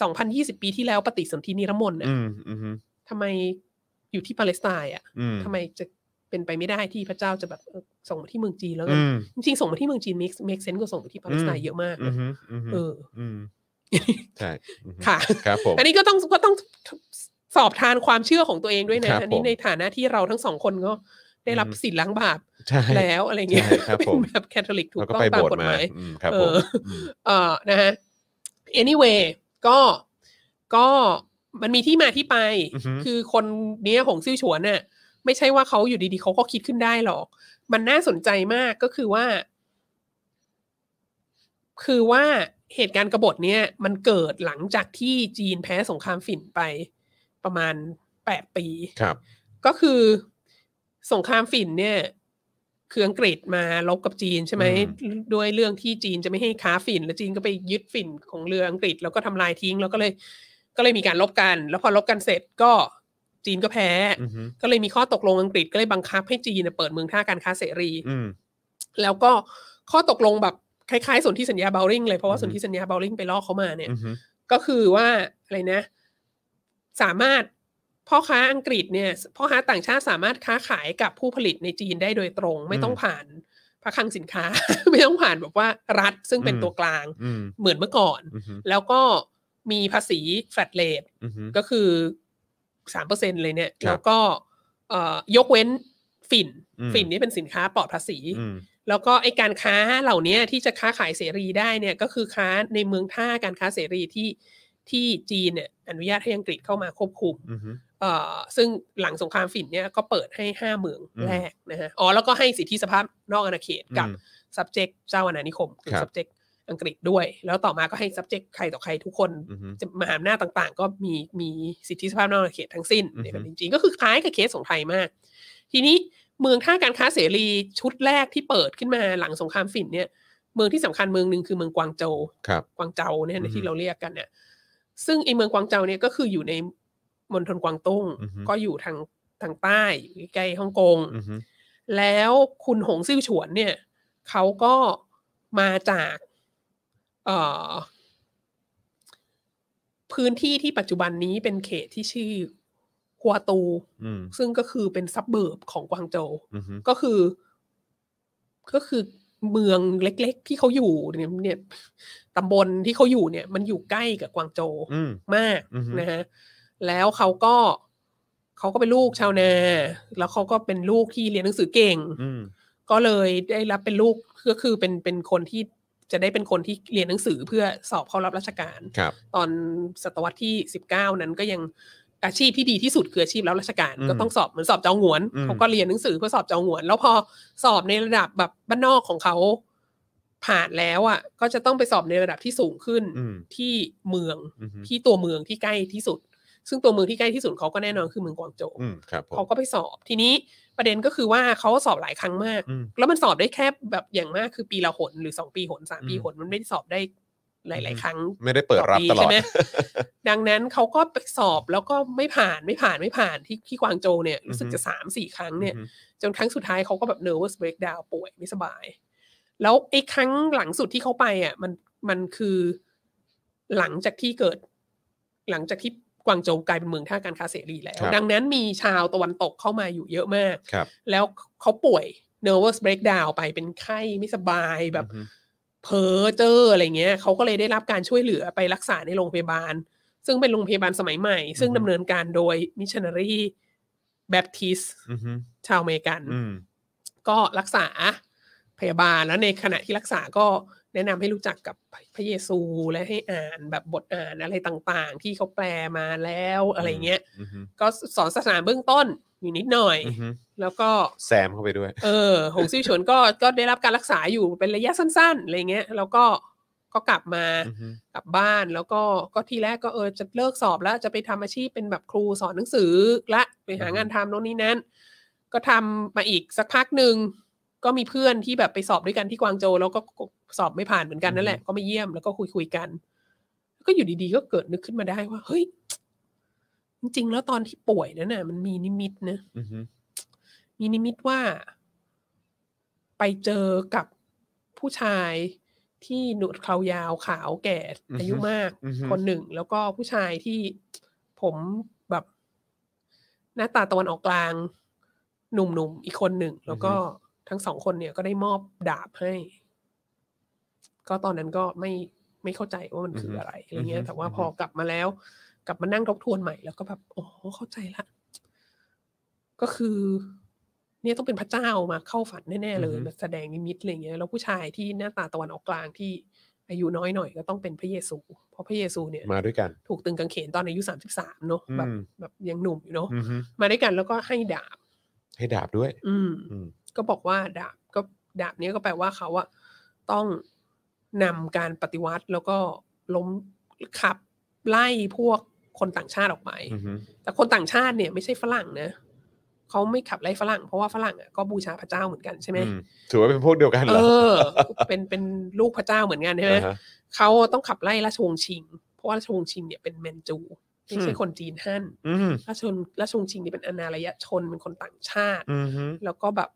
Speaker 3: 2020 ปีที่แล้วปฏิสนธินิรมนต์น่ะ
Speaker 2: อืมอืม
Speaker 3: ทำไมอยู่ที่ปาเลสไตน์อ่ะ
Speaker 2: อืม
Speaker 3: ทำไมจะเป็นไปไม่ได้ที่พระเจ้าจะแบบเออส่งมาที่เมืองจีนแล้วกั
Speaker 2: อื
Speaker 3: น
Speaker 2: ม
Speaker 3: จริงๆส่งมาที่เมืองจีน make make sense กว่าส่งมาที่ปาเลสไตน์เยอะมาก
Speaker 2: อื
Speaker 3: นะ
Speaker 2: มอืม
Speaker 3: เออ
Speaker 2: อื มใช่อืม
Speaker 3: ค่ะ
Speaker 2: ครับผม
Speaker 3: อันนี้ก็ต้องก็ต้องสอบทานความเชื่อของตัวเองด้วยนะครับ อันนี้
Speaker 2: ผม
Speaker 3: ในฐานะที่เราทั้งสองคนก็ได้รับ
Speaker 2: อืม
Speaker 3: สิทธิ์ล้างบาป
Speaker 2: ใช่
Speaker 3: แล้วอะไรเงี้ย
Speaker 2: ใช่ครับ
Speaker 3: เป็
Speaker 2: ผ
Speaker 3: น
Speaker 2: ม
Speaker 3: แบบแคทอลิกถูก
Speaker 2: แล้วก็
Speaker 3: ต้อง
Speaker 2: ไป
Speaker 3: ตา
Speaker 2: โบ
Speaker 3: ม
Speaker 2: ส
Speaker 3: ก
Speaker 2: ถ์
Speaker 3: ฎ
Speaker 2: มาม
Speaker 3: หาย
Speaker 2: อืมครับ
Speaker 3: เอ
Speaker 2: ผม
Speaker 3: อ เออนะฮะ anyway ก็ก็มันมีที่มาที่ไป
Speaker 2: ม
Speaker 3: คือคนเนี้ยของซิ่วฉวนน่ะไม่ใช่ว่าเขาอยู่ดีๆเขาก็คิดขึ้นได้หรอก มันน่าสนใจมากก็คือว่า คือว่าเหตุการณ์กบฏเนี่ย มันเกิดหลังจากที่จีนแพ้สงครามฝิ่นไปประมาณแปดปี
Speaker 2: ครับ
Speaker 3: ก็คือสงครามฝิ่นเนี่ย คืออังกฤษมาลบกับจีนใช่ไหม
Speaker 2: อื
Speaker 3: ด้วยเรื่องที่จีนจะไม่ให้ค้าฝิ่น แล้วจีนก็ไปยึดฝิ่นของเรืออังกฤษแล้วก็ทำลายทิ้ง แล้วก็เลย ก็เลยมีการลบกัน แล้วพอลบกันเสร็จก็จีนก็แพ้
Speaker 2: อืม
Speaker 3: ก็เลยมีข้อตกลงอังกฤษก็เลยบังคับให้จีนน่ะเปิดเมืองท่าการค้าเสรี
Speaker 2: อืม
Speaker 3: แล้วก็ข้อตกลงแบบคล้ายๆสนธิสัญญาเบลลิงเลยเพราะว่า
Speaker 2: อือ
Speaker 3: ส
Speaker 2: ฮึ
Speaker 3: นธิสัญญาเบลลิงไปล่อเขามาเนี่ย
Speaker 2: อืม
Speaker 3: ก็คือว่าอะไรนะ สามารถพ่อค้าอังกฤษเนี่ยพ่อค้าต่างชาติสามารถค้าขายกับผู้ผลิตในจีนได้โดยตรง ไม่ต้องผ่านพระคลังสินค้า ไม่ต้องผ่านแบบว่ารัฐซึ่งเป็นตัวกลาง
Speaker 2: อืม
Speaker 3: เหมือนเมื่อก่อน
Speaker 2: อืม
Speaker 3: แล้วก็มีภาษีแฟลตเลท
Speaker 2: อืม
Speaker 3: ก็คือสามเปอร์เซ็นเลยเนี่ย
Speaker 2: ครับ
Speaker 3: แล้วก็เอ่อยกเว้นฝิ่น
Speaker 2: อืม
Speaker 3: ฝิ่นนี่เป็นสินค้าปลอดภาษี
Speaker 2: อืม
Speaker 3: แล้วก็ไอการค้าเหล่าเนี้ยที่จะค้าขายเสรีได้เนี่ยก็คือค้าในเมืองท่าการค้าเสรีที่ที่จีนเนี่ยอนุญาตให้อังกฤษเข้ามาควบคุม
Speaker 2: อืม
Speaker 3: เอ่อซึ่งหลังสงครามฝิ่นเนี่ยก็เปิดให้ห้าเมือง
Speaker 2: อืม
Speaker 3: แรกนะฮะอ๋อแล้วก็ให้สิทธิสภาพนอกอาณาเขตกับ subject เจ้าอาณานิคมคื
Speaker 2: ค
Speaker 3: อ
Speaker 2: รับ
Speaker 3: subject อังกฤษด้วย แล้วต่อมาก็ให้ subject ใครต่อใครทุกคน
Speaker 2: อืม
Speaker 3: จะมหาอำนาจต่างๆ ก็มีมีสิทธิสภาพนอกอาณาเขตทั้งสิ้น
Speaker 2: อือฮึ
Speaker 3: ในแบบจริงๆก็คือคล้ายกับเคสของไทยมาก ทีนี้เมืองท่าการค้าเสรีชุดแรกที่เปิดขึ้นมาหลังสงครามฝิ่นเนี่ย เมืองที่สำคัญเมืองหนึ่งคือเมืองกวางโจว
Speaker 2: ครับ
Speaker 3: กวางเจาเนี่ย
Speaker 2: อือฮึ
Speaker 3: ที่เราเรียกกันเนี่ยซึ่งไอเมืองกวางเจาเนี่ยก็คืออยู่ในมณฑลกวางตุ้ง
Speaker 2: อือฮึ
Speaker 3: ก็อยู่ทางทางใต้อยู่ใกล้ๆฮ่องกง
Speaker 2: อืม
Speaker 3: แล้วคุณหงซิ่วฉวนเนี่ยเขาก็มาจากเอ่อพื้นที่ที่ปัจจุบันนี้เป็นเขตที่ชื่อกัวตู
Speaker 2: อืม
Speaker 3: ซึ่งก็คือเป็นซับเบิร์บของกวางโจว
Speaker 2: อืม
Speaker 3: ก็คือ ก็คือเมืองเล็กๆ ที่เขาอยู่เนี่ยเนี่ยตำบลที่เขาอยู่เนี่ย มันอยู่ใกล้กับกวางโจว
Speaker 2: อืม
Speaker 3: มาก
Speaker 2: อือฮึ
Speaker 3: นะฮะ แล้วเขาก็เขาก็เป็นลูกชาวนา แล้วเขาก็เป็นลูกที่เรียนหนังสือเก่ง
Speaker 2: อืม
Speaker 3: ก็เลยได้รับเป็นลูกก็คือเป็นเป็นคนที่จะได้เป็นคนที่เรียนหนังสือเพื่อสอบเข้ารับราชการ
Speaker 2: ครับ
Speaker 3: ตอนศตวรรษที่ 19 นั้นก็ยังอาชีพที่ดีที่สุดคืออาชีพรับราชการ
Speaker 2: อืม
Speaker 3: ก็ต้องสอบเหมือนสอบเจ้าหงวน
Speaker 2: อืม
Speaker 3: เขาก็เรียนหนังสือเพื่อสอบเจ้าหงวน แล้วพอสอบในระดับแบบบ้านนอกของเขาผ่านแล้วอ่ะ ก็จะต้องไปสอบในระดับที่สูงขึ้น
Speaker 2: อืม
Speaker 3: ที่เมือง
Speaker 2: อืม
Speaker 3: ที่ตัวเมืองที่ใกล้ที่สุด ซึ่งตัวเมืองที่ใกล้ที่สุดเขาก็แน่นอนคือเมืองกวางโจว
Speaker 2: อืมครับผม
Speaker 3: เขาก็ไปสอบ ทีนี้ประเด็นก็คือว่าเขาสอบหลายครั้งมาก
Speaker 2: อืม
Speaker 3: แล้วมันสอบได้แค่แบบอย่างมากคือปีละหนหรือสองปีหนสามปีหนมันไม่ได้สอบได้หลาย ๆ ครั้ง
Speaker 2: ไม่ได้เปิดรับตลอด
Speaker 3: ใช่ไหม ดังนั้นเขาก็ไปสอบแล้วก็ไม่ผ่านไม่ผ่านไม่ผ่านที่ที่กวางโจวเนี่ยรู้สึก
Speaker 2: อือฮึ
Speaker 3: จะสามสี่ครั้งเนี่ย
Speaker 2: อืม
Speaker 3: จนครั้งสุดท้ายเขาก็แบบ nervous breakdown ป่วยไม่สบาย แล้วไอ้ครั้งหลังสุดที่เขาไปอ่ะมันมันคือหลังจากที่เกิด หลังจากที่กวางโจวกลายเป็นเมืองท่าการค้าเสรีแล้ว
Speaker 2: ครับ
Speaker 3: ดังนั้นมีชาวตะวันตกเข้ามาอยู่เยอะมาก
Speaker 2: ครับ
Speaker 3: แล้วเขาป่วย nervous breakdown ไปเป็นไข้ไม่สบายแบบ
Speaker 2: อืม
Speaker 3: เพ้อเจออะไรเงี้ยเขาก็เลยได้รับการช่วยเหลือไปรักษาในโรงพยาบาล ซึ่งเป็นโรงพยาบาลสมัยใหม่ ซึ่ง
Speaker 2: อือฮึ
Speaker 3: ดำเนินการโดยมิชชันนารีแบปทิส
Speaker 2: อืม
Speaker 3: ชาวอเมริกัน
Speaker 2: อืม
Speaker 3: ก็รักษาพยาบาลแล้วในขณะที่รักษาก็แนะนำให้รู้จักกับพระเยซูและให้อ่านแบบบทอ่านอะไรต่างๆ ที่เขาแปลมาแล้วอะไรเงี้ย
Speaker 2: อืม
Speaker 3: ก็สอนศาสนาเบื้องต้นอยู่นิดหน่อย
Speaker 2: อืม
Speaker 3: แล้วก็
Speaker 2: แซมเข้าไปด้วย
Speaker 3: เออ หงซิ่วเฉินก็ก็ได้รับการรักษาอยู่เป็นระยะสั้นๆอะไรเงี้ย แล้วก็ก็กลับมา กลับบ้านแล้วก็ก็ทีแรกก็เออจะเลิกสอบแล้วจะไปทำอาชีพเป็นแบบครูสอนหนังสือละไปหา
Speaker 2: อือฮึ
Speaker 3: งานทำโน่นนี่นั่นก็ทำมาอีกสักพักหนึ่งก็มีเพื่อนที่แบบไปสอบด้วยกันที่กวางโจวแล้วก็สอบไม่ผ่านเหมือนกันนั่นแหละก็มาเยี่ยมแล้วก็คุยคุยๆกันแล้วก็อยู่ดีๆก็เกิดนึกขึ้นมาได้ว่า เฮ้ย จริงๆ แล้วตอนที่ป่วยนั้นน่ะ มันมีนิมิตนะ
Speaker 2: อือฮึ
Speaker 3: มีนิมิตว่า ไปเจอกับผู้ชายที่หนวดเคราวยาวขาวแก่อายุมาก
Speaker 2: อือฮึ
Speaker 3: คนหนึ่งแล้วก็ผู้ชายที่ผมแบบ หน้าตาตะวันออกกลาง หนุ่มๆอีกคนหนึ่ง แล้วก็ทั้งสองคนเนี่ยก็ได้มอบดาบให้ ก็ตอนนั้นก็ไม่ไม่เข้าใจว่ามันคืออะไรอะไรเงี้ย แต่ว่าพอกลับมาแล้ว กลับมานั่งทบทวนใหม่แล้วก็แบบอ๋อเข้าใจละ ก็คือ เนี่ยต้องเป็นพระเจ้ามาเข้าฝันแน่ๆเลยมาแสดงนิมิตอะไรเงี้ยแล้วผู้ชายที่หน้าตาตะวันออกกลางที่อายุน้อยหน่อยก็ต้องเป็นพระเยซู เพราะพระเยซูเนี่ย
Speaker 2: มาด้วยกัน
Speaker 3: ถูกตึงกางเขนตอนอายุสามสิบสามเนาะแบบ
Speaker 2: อืม
Speaker 3: แบบยังหนุ่มอยู่เนาะ
Speaker 2: อือฮึ
Speaker 3: มาด้วยกันแล้วก็ให้ดาบ
Speaker 2: ให้ดาบด้วย
Speaker 3: อืม
Speaker 2: อืม
Speaker 3: ก็บอกว่าดาบก็ดาบเนี้ยก็แปลว่าเขาอะต้องนำการปฏิวัติแล้วก็ล้มขับไล่พวกคนต่างชาติออกไป
Speaker 2: อือฮึ
Speaker 3: แต่คนต่างชาติเนี่ยไม่ใช่ฝรั่งนะเขาไม่ขับไล่ฝรั่ง เพราะว่าฝรั่งอะก็บูชาพระเจ้าเหมือนกันใช่ไหม
Speaker 2: อืมถือว่าเป็นพวกเดียวกันเห
Speaker 3: เอ
Speaker 2: รอ
Speaker 3: อ เป็นเป็นลูกพระเจ้าเหมือนกันใช่ไหม
Speaker 2: อ่าฮะ
Speaker 3: เขาต้องขับไล่ราชวงศ์ชิง เพราะว่าราชวงศ์ชิงเนี่ยเป็นแมนจู ไม่ใช่
Speaker 2: อืม
Speaker 3: คนจีนฮั่น
Speaker 2: อืม
Speaker 3: ราชวงศ์ราชวงศ์ชิงเนี่ยเป็นอนารยชนเป็นคนต่างชาติ
Speaker 2: อืม
Speaker 3: แล้วก็แบบ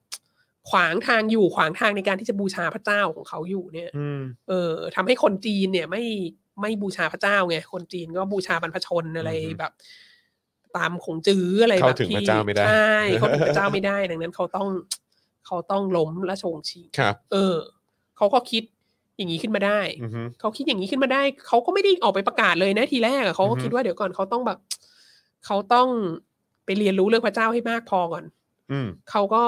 Speaker 3: ขวางทางอยู่ขวางทางในการที่จะบูชาพระเจ้าของเขาอยู่เนี่ย
Speaker 2: อืม
Speaker 3: เออทำให้คนจีนเนี่ยไม่ไม่บูชาพระเจ้าไงคนจีนก็บูชาบรรพชนอะไร
Speaker 2: อือฮึ
Speaker 3: แบบ ตามของจื้ออะไรแบบ
Speaker 2: เข้าถึงพระเจ้าไม่ได้
Speaker 3: ใช่เขาถึงพระเจ้าไม่ได้ดังนั้นเขาต้องเขาต้องล้มราชวงศ์ชิง
Speaker 2: ครับ
Speaker 3: เออเขาก็คิดอย่างนี้ขึ้นมาได้
Speaker 2: อือฮึ
Speaker 3: เขาคิดอย่างนี้ขึ้นมาได้ เขาก็ไม่ได้ออกไปประกาศเลยนะทีแรกอะเขาก็
Speaker 2: อือฮึ
Speaker 3: คิดว่าเดี๋ยวก่อนเขาต้องแบบ เขาต้องไปเรียนรู้เรื่องพระเจ้าให้มากพอก่อน
Speaker 2: อืม
Speaker 3: เขาก็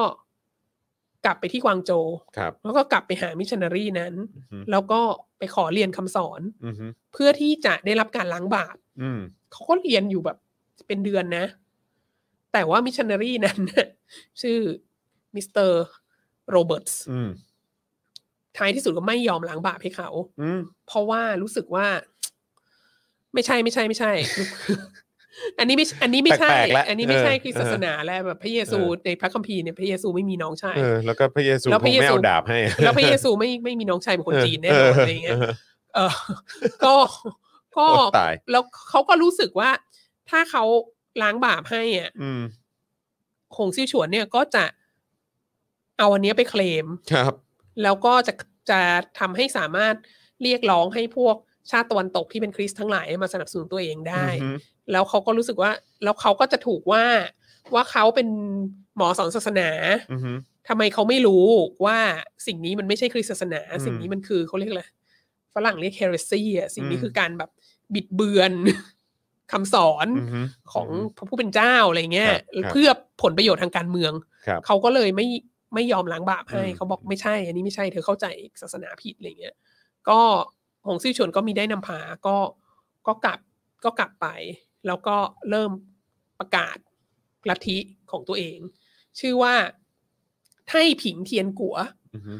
Speaker 3: กลับไปที่กวางโจว
Speaker 2: ครับ
Speaker 3: แล้วก็กลับไปหามิชชันนารีนั้น
Speaker 2: อือฮึ
Speaker 3: แล้วก็ไปขอเรียนคำสอน
Speaker 2: อือฮึ
Speaker 3: เพื่อที่จะได้รับการล้างบาป
Speaker 2: อืม
Speaker 3: เขาก็เรียนอยู่แบบเป็นเดือนนะ แต่ว่ามิชชันนารีนั้นน่ะชื่อมิสเตอร์โรเบิร์ตส์
Speaker 2: อืม
Speaker 3: ท้ายที่สุดก็ไม่ยอมล้างบาปให้เขา
Speaker 2: อืม
Speaker 3: เพราะว่ารู้สึกว่า ไม่ใช่ไม่ใช่ไม่ใช่ อันนี้ไม่อันนี้ไม่ใช่
Speaker 2: แปลกๆแล้ว
Speaker 3: อันนี้ไม่ใช่
Speaker 2: เออ
Speaker 3: คริสตศาสนาแล้วแบบพระเยซู
Speaker 2: เออ
Speaker 3: ในพระคัมภีร์เนี่ยพระเยซูไม่มีน้องชาย
Speaker 2: เออแล้วก็พระเยซู
Speaker 3: แล้ว
Speaker 2: คง
Speaker 3: พระเยซู
Speaker 2: ไม่เอาดาบให้
Speaker 3: แล้วพระเยซูไม่ไม่มีน้องชายเป็นคนจีนแน่นอนอะไรเงี้ยเออ ก็ก็
Speaker 2: โอ้ตาย
Speaker 3: แล้วเขาก็รู้สึกว่า ถ้าเขาล้างบาปให้อ่ะ
Speaker 2: อืม
Speaker 3: คงซิ่วฉวนเนี่ยก็จะเอาอันเนี้ยไปเคลม
Speaker 2: ครับ
Speaker 3: แล้วก็จะจะทำให้สามารถเรียกร้องให้พวกชาติตะวันตกที่เป็นคริสต์ทั้งหลายมาสนับสนุนตัวเองได้
Speaker 2: อือฮึ
Speaker 3: แล้วเขาก็รู้สึกว่า แล้วเขาก็จะถูกว่าว่าเขาเป็นหมอสอนศาสนา
Speaker 2: อือฮึ
Speaker 3: ทำไมเขาไม่รู้ว่าสิ่งนี้มันไม่ใช่คริสต์ศาสนา
Speaker 2: อืม
Speaker 3: สิ่งนี้มันคือเขาเรียกอะไรฝรั่งเรียกเฮเรซีอ่ะสิ่งนี้
Speaker 2: อืม
Speaker 3: คือการแบบบิดเบือน คำสอน
Speaker 2: อือฮึ
Speaker 3: ของพระผู้เป็นเจ้าอะไรเงี้ย
Speaker 2: ครับครับ
Speaker 3: เพื่อผลประโยชน์ทางการเมือง
Speaker 2: ครับ
Speaker 3: เขาก็เลยไม่ไม่ยอมล้างบาปให้
Speaker 2: อืม
Speaker 3: เขาบอกไม่ใช่ อันนี้ไม่ใช่เธอเข้าใจศาสนาผิดอะไรเงี้ย ก็หงซิ่วชวนก็มีได้นำพาก็ก็กลับก็กลับไป แล้วก็เริ่มประกาศลัทธิของตัวเอง ชื่อว่าไท่ผิงเทียนกัว
Speaker 2: อือฮึ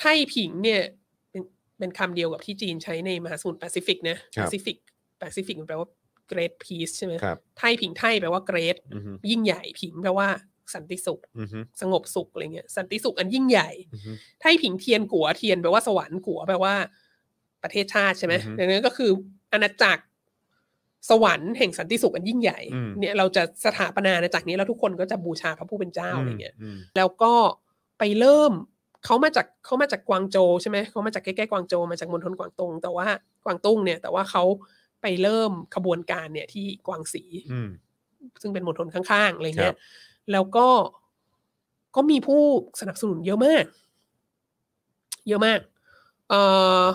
Speaker 3: ไท่ผิงเนี่ยเป็นเป็นคำเดียวกับที่จีนใช้ในมหาสมุทรแปซิฟิกนะแปซิฟิกแปซิฟิกมันแปลว่าเกรดพีซใช่ไหม
Speaker 2: ครับ
Speaker 3: ไท่ผิงไท่แปลว่าเกรด
Speaker 2: อือฮึ
Speaker 3: ยิ่งใหญ่ผิงแปลว่าสันติสุข
Speaker 2: อือฮึ
Speaker 3: สงบสุขอะไรเงี้ยสันติสุขอันยิ่งใหญ่
Speaker 2: อือฮึ
Speaker 3: ไทยผิงเทียนกัวเทียนแปลว่าสวรรค์กัวแปลว่าประเทศชาติใช่ไหม
Speaker 2: อือฮึ
Speaker 3: ดังนั้นก็คืออาณาจักรสวรรค์แห่งสันติสุขอันยิ่งใหญ่
Speaker 2: อืม
Speaker 3: เนี่ยเราจะสถาปนาอาณาจักรนี้แล้วทุกคนก็จะบูชาพระผู้เป็นเจ้าอะไรเงี้ย
Speaker 2: ม
Speaker 3: แล้วก็ไปเริ่มเขามาจากเขามาจากกวางโจวใช่ไหมเขามาจากใกล้ๆกวางโจวมาจากมณฑลกวางตงแต่ว่ากวางตุ้งเนี่ย แต่ว่าเขาไปเริ่มขบวนการเนี่ยที่กวางสี
Speaker 2: อืม
Speaker 3: ซึ่งเป็นมณฑลข้างๆอะไรเงี้
Speaker 2: ครั
Speaker 3: ย
Speaker 2: บ
Speaker 3: แล้วก็ก็มีผู้สนับสนุนเยอะมาก เยอะมาก เอ่อ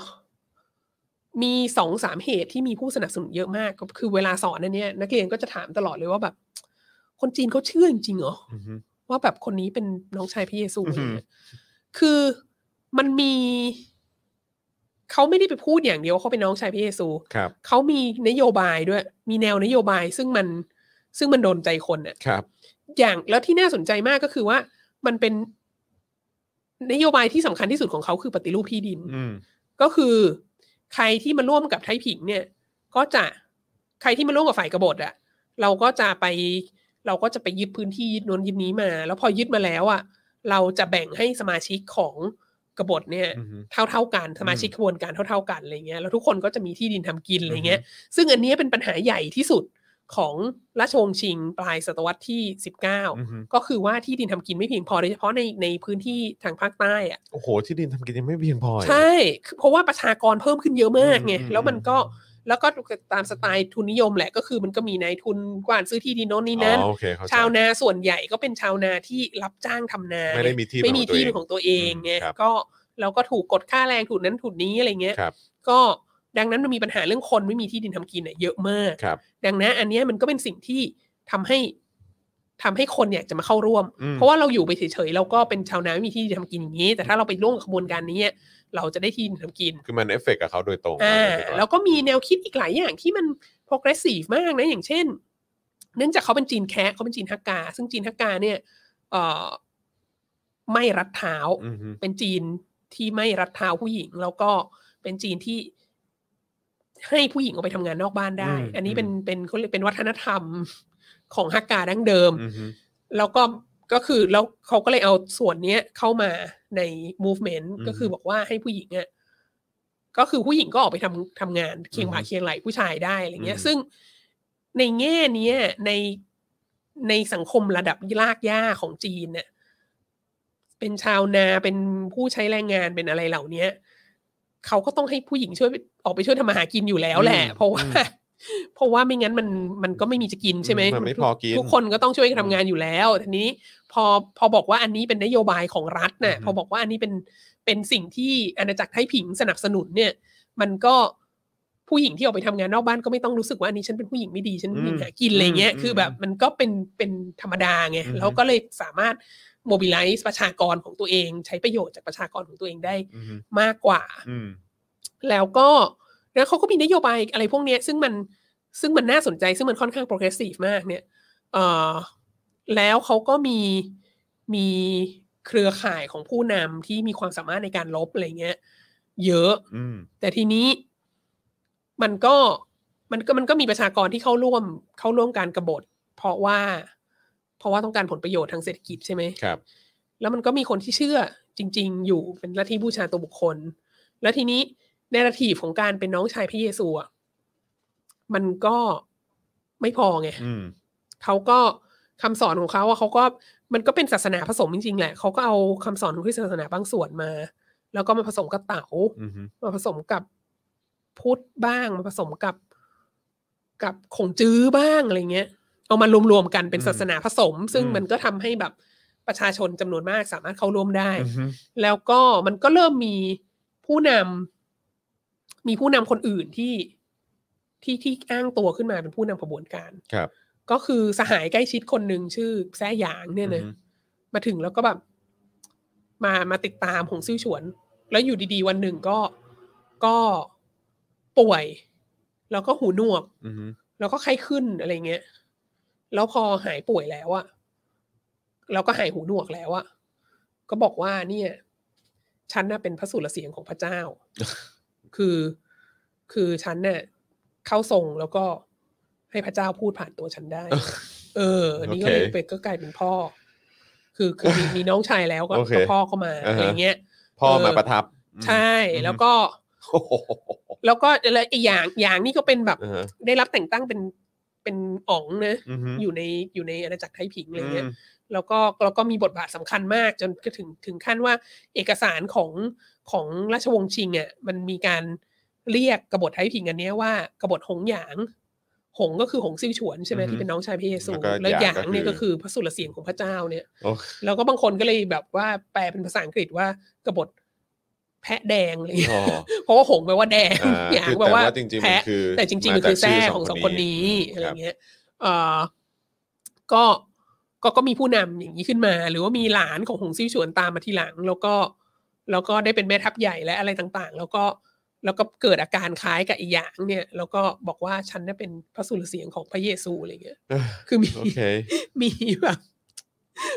Speaker 3: มีสองสามเหตุที่มีผู้สนับสนุนเยอะมากก็คือเวลาสอนอันเนี้ยนักเรียนก็จะถามตลอดเลยว่าแบบ คนจีนเขาเชื่อจริงๆเหรอ
Speaker 2: อือฮึ
Speaker 3: ว่าแบบคนนี้เป็นน้องชายพระเยซู
Speaker 2: อือหือ
Speaker 3: เนี่ยคือมันมี เขาไม่ได้ไปพูดอย่างเดียวว่าเขาเป็นน้องชายพระเยซู
Speaker 2: ครับ
Speaker 3: เขามีนโยบายด้วย มีแนวนโยบายซึ่งมันซึ่งมันโดนใจคนน่ะ
Speaker 2: ครับ
Speaker 3: อย่างแล้วที่น่าสนใจมากก็คือว่ามันเป็นนโยบายที่สำคัญที่สุดของเขาคือปฏิรูปที่ดิน
Speaker 2: อืม
Speaker 3: ก็คือ ใครที่มาร่วมกับไทยผิงเนี่ย ก็จะใครที่มาร่วมกับฝ่ายกบฏอะเราก็จะไป เราก็จะไปยึดพื้นที่ยึดโน้นยึดนี้มา แล้วพอยึดมาแล้วอะเราจะแบ่งให้สมาชิกของกบฏเนี่ย
Speaker 2: อือฮึ
Speaker 3: เท่าเท่าๆกันสมาชิกขบวนการเท่าเท่าๆกันอะไรเงี้ยแล้วทุกคนก็จะมีที่ดินทำกินอะไรเงี้ย ซึ่งอันเนี้ยเป็นปัญหาใหญ่ที่สุดของราชวงศ์ชิงปลายศตวรรษที่
Speaker 2: อือฮึ
Speaker 3: 19 ก็คือว่าที่ดินทำกินไม่เพียงพอโดยเฉพาะในในพื้นที่ทางภาคใต้อะ
Speaker 2: โอ้โห ที่ดินทำกินยังไม่เพียงพอเลย
Speaker 3: ใช่คือเพราะว่าประชากรเพิ่มขึ้นเยอะมากไง
Speaker 2: อืมอืม
Speaker 3: แล้วมันก็แล้วก็ตามสไตล์ทุนนิยมแหละ ก็คือมันก็มีนายทุนกวานซื้อที่ดินโน้นนี่นั่น
Speaker 2: อ๋อโอเคเข้ใจ
Speaker 3: ชาวนาส่วนใหญ่ก็เป็นชาวนาที่รับจ้างทำนา
Speaker 2: ไม่ได้มีที่เป็น
Speaker 3: ไม่มีที่
Speaker 2: ของตัวเอง
Speaker 3: เป็นของตัวเองไง
Speaker 2: อืมครับ
Speaker 3: ก็เราก็ถูกกดค่าแรงถูกนั้นถูกนี้อะไรเงี้ย
Speaker 2: ครับ
Speaker 3: ก็ดังนั้นมันมีปัญหาเรื่องคนไม่มีที่ดินทำกินเนี่ยเยอะมาก
Speaker 2: ครับ
Speaker 3: ดังนั้นอันเนี้ยมันก็เป็นสิ่งที่ทำให้ทำให้คนอยากจะมาเข้าร่วม
Speaker 2: อืม
Speaker 3: เพราะว่าเราอยู่ไปเฉยๆเราก็เป็นชาวนาไม่มีที่ทำกินอย่างนี้ แต่ถ้าเราไปร่วมกับขบวนการนี้ เราจะได้ที่ทำกิน
Speaker 2: คือมันเอฟเฟกต์กับเขาโดยตรง
Speaker 3: อ่า
Speaker 2: เอเฟเต์กับเขา
Speaker 3: แล้วก็มีแนวคิดอีกหลายอย่างที่มัน progressive มากนะ อย่างเช่น เนื่องจากเขาเป็นจีนแคะเขาเป็นจีนฮักกา ซึ่งจีนฮักกาเนี่ยเอ่อไม่รัดเท้า
Speaker 2: อือฮึ
Speaker 3: เป็นจีนที่ไม่รัดเท้าผู้หญิง แล้วก็เป็นจีนที่ให้ผู้หญิงออกไปทำงานนอกบ้านได้
Speaker 2: อืม
Speaker 3: อันนี้
Speaker 2: อืม
Speaker 3: เป็นเป็นเขาเรียกเป็นวัฒนธรรมของฮักกาดั้งเดิม
Speaker 2: อือฮึ
Speaker 3: แล้วก็ก็คือแล้วเขาก็เลยเอาส่วนเนี้ยเข้ามาใน movement
Speaker 2: อืม
Speaker 3: ก็คือบอกว่าให้ผู้หญิงอะก็คือผู้หญิงก็ออกไปทำทำงานเคียงบ่า
Speaker 2: อืม
Speaker 3: เคียงไหลผู้ชายได้อะไรเงี้ย
Speaker 2: อืม
Speaker 3: ซึ่งในแง่เนี้ยในในสังคมระดับรากหญ้าของจีนเนี่ย เป็นชาวนาเป็นผู้ใช้แรงงานเป็นอะไรเหล่าเนี้ยเขาก็ต้องให้ผู้หญิงช่วยออกไปช่วยทำมาหากินอยู่แล้วแหละ
Speaker 2: อืม
Speaker 3: เพราะว่า
Speaker 2: อืม
Speaker 3: เพราะว่าไม่งั้นมันมันก็ไม่มีจะกินใช่ไหม
Speaker 2: มันไม่พอกิน
Speaker 3: ทุกคน ทุกคนก็ต้องช่วยกันทำงานอยู่แล้วทีนี้พอพอบอกว่าอันนี้เป็นนโยบายของรัฐน่ะ
Speaker 2: อือฮึ
Speaker 3: พอบอกว่าอันนี้เป็นเป็นสิ่งที่อาณาจักรไทยผิงสนับสนุนเนี่ย มันก็ผู้หญิงที่ออกไปทำงานนอกบ้านก็ไม่ต้องรู้สึกว่าอันนี้ฉันเป็นผู้หญิงไม่ดีฉันเป็นผู้หญิงหากินอะไรเงี้ยคือแบบมันก็เป็นเป็นธรรมดาไงแล้วก็เลยสามารถโมบิลไลซ์ประชากรของตัวเอง ใช้ประโยชน์จากประชากรของตัวเองได้
Speaker 2: อือฮึ
Speaker 3: มากกว่า
Speaker 2: อืม
Speaker 3: แล้วก็แล้วเขาก็มีนโยบายอะไรพวกเนี้ย ซึ่งมันซึ่งมันน่าสนใจ ซึ่งมันค่อนข้างโปรเกรสซีฟมากเนี่ยเออแล้วเขาก็มีมีเครือข่ายของผู้นำที่มีความสามารถในการลบอะไรเงี้ย เยอะ
Speaker 2: อืม
Speaker 3: แต่ทีนี้มันก็มันก็มันก็มีประชากรที่เข้าร่วมเข้าร่วมการกรบฏ เพราะว่า เพราะว่าต้องการผลประโยชน์ทางเศรษฐกิจใช่ไหม
Speaker 2: ครับ
Speaker 3: แล้วมันก็มีคนที่เชื่อจริง ๆ อยู่เป็นลัทธิบูชาตัวบุคคล แล้วทีนี้เนราทีฟของการเป็นน้องชายพระเยซูอะมันก็ไม่พอไง
Speaker 2: อืม
Speaker 3: เขาก็คำสอนของเขาอะเขาก็มันก็เป็นศาสนาผสมจริง ๆ แหละเขาก็เอาคำสอนของคริสตศาสนาบางส่วนมา แล้วก็มาผสมกับเต๋า
Speaker 2: อือฮึ
Speaker 3: มาผสมกับพุทธบ้าง มาผสมกับกับขงจื้อบ้างอะไรเงี้ย เอามารวมๆกันเป็น
Speaker 2: อืม
Speaker 3: ศาสนาผสม ซึ่ง
Speaker 2: อืม
Speaker 3: มันก็ทำให้แบบประชาชนจำนวนมากสามารถเข้าร่วมได้
Speaker 2: อือฮึ
Speaker 3: แล้วก็มันก็เริ่มมีผู้นำมีผู้นำคนอื่นที่ที่ที่อ้างตัวขึ้นมาเป็นผู้นำขบวนการ
Speaker 2: ครับ
Speaker 3: ก็คือสหายใกล้ชิดคนหนึ่งชื่อแซ่หยางเนี่ยนะ
Speaker 2: อือฮึ
Speaker 3: มาถึงแล้วก็แบบมามาติดตามหงซิ่วฉวน แล้วอยู่ดีๆ วันหนึ่งก็ก็ป่วย แล้วก็หูหนวก
Speaker 2: อือฮึ
Speaker 3: แล้วก็ไข้ขึ้นอะไรเงี้ย แล้วพอหายป่วยแล้วอะแล้วก็หายหูหนวกแล้วอะก็บอกว่าเนี่ย ฉันน่ะเป็นพระสุรเสียงของพระเจ้า คือ คือฉันเนี่ยเข้าทรงแล้วก็ให้พระเจ้าพูดผ่านตัวฉัน ได้ เออ นี่ก็เลย
Speaker 2: โอเค
Speaker 3: เป็นก็กลายเป็นพ่อ คือคือมีมีน้องชายแล้วก็
Speaker 2: โอเค
Speaker 3: ก็พ่อก็มา
Speaker 2: อ่า
Speaker 3: อะ
Speaker 2: ฮะ
Speaker 3: ไรเงี้ย
Speaker 2: พ่อมา
Speaker 3: เออ
Speaker 2: ประทับอืม
Speaker 3: ใช่
Speaker 2: อืม
Speaker 3: แล้วก็
Speaker 2: โอ้โห
Speaker 3: แล้วก็แล้วอีกอย่างอย่างนี่ก็เป็นแบบ
Speaker 2: อ่าฮะ
Speaker 3: ได้รับแต่งตั้งเป็นเป็นอ๋องนะ
Speaker 2: อือฮึ
Speaker 3: อยู่ในอยู่ในอาณาจักรไทยผิงอะไรเงี้ย
Speaker 2: ม
Speaker 3: แล้วก็แล้วก็มีบทบาทสำคัญมาก จนก็ถึงถึงขั้นว่าเอกสารของของราชวงศ์ชิงอ่ะมันมีการเรียกกบฏไทยผิงอันเนี้ยว่ากบฏหงหยาง หงก็คือหงซิ่วฉวนใช่ไหม
Speaker 2: อือฮึ
Speaker 3: ที่เป็นน้องชายพระเยซู
Speaker 2: แล้วก็
Speaker 3: แล้วหยาง
Speaker 2: หยางก็คือ
Speaker 3: เนี่ยก็คือพระสุรเสียงของพระเจ้าเนี่ย
Speaker 2: โอ้
Speaker 3: แล้วก็บางคนก็เลยแบบว่าแปลเป็นภาษาอังกฤษว่ากบฏแพะแดงอะไรเงี้ย
Speaker 2: อ๋อ
Speaker 3: เพราะว่าหงแปลว่าแดง
Speaker 2: อ่า
Speaker 3: หยาง
Speaker 2: คือ
Speaker 3: แปล
Speaker 2: แต่
Speaker 3: ว่า
Speaker 2: ว่าจริงๆมัน
Speaker 3: แพะ
Speaker 2: คือ
Speaker 3: แต่จริงๆ มัน
Speaker 2: าก
Speaker 3: คือแท้
Speaker 2: ชื่
Speaker 3: ของสองคนนี้อะไร
Speaker 2: ครับ
Speaker 3: เงี้ยเอ่อก็ก็ก็มีผู้นำอย่างนี้ขึ้นมา หรือว่ามีหลานของหงซิ่วฉวนตามมาทีหลัง แล้วก็ แล้วก็ได้เป็นแม่ทัพใหญ่และอะไรต่างๆ แล้วก็แล้วก็เกิดอาการคล้ายกับอีหยางเนี่ย แล้วก็ บอกว่าฉันน่ะเป็นพระสุรเสียงของพระเยซูอะไรเงี้ย คือมี
Speaker 2: โอเค
Speaker 3: มีแบบ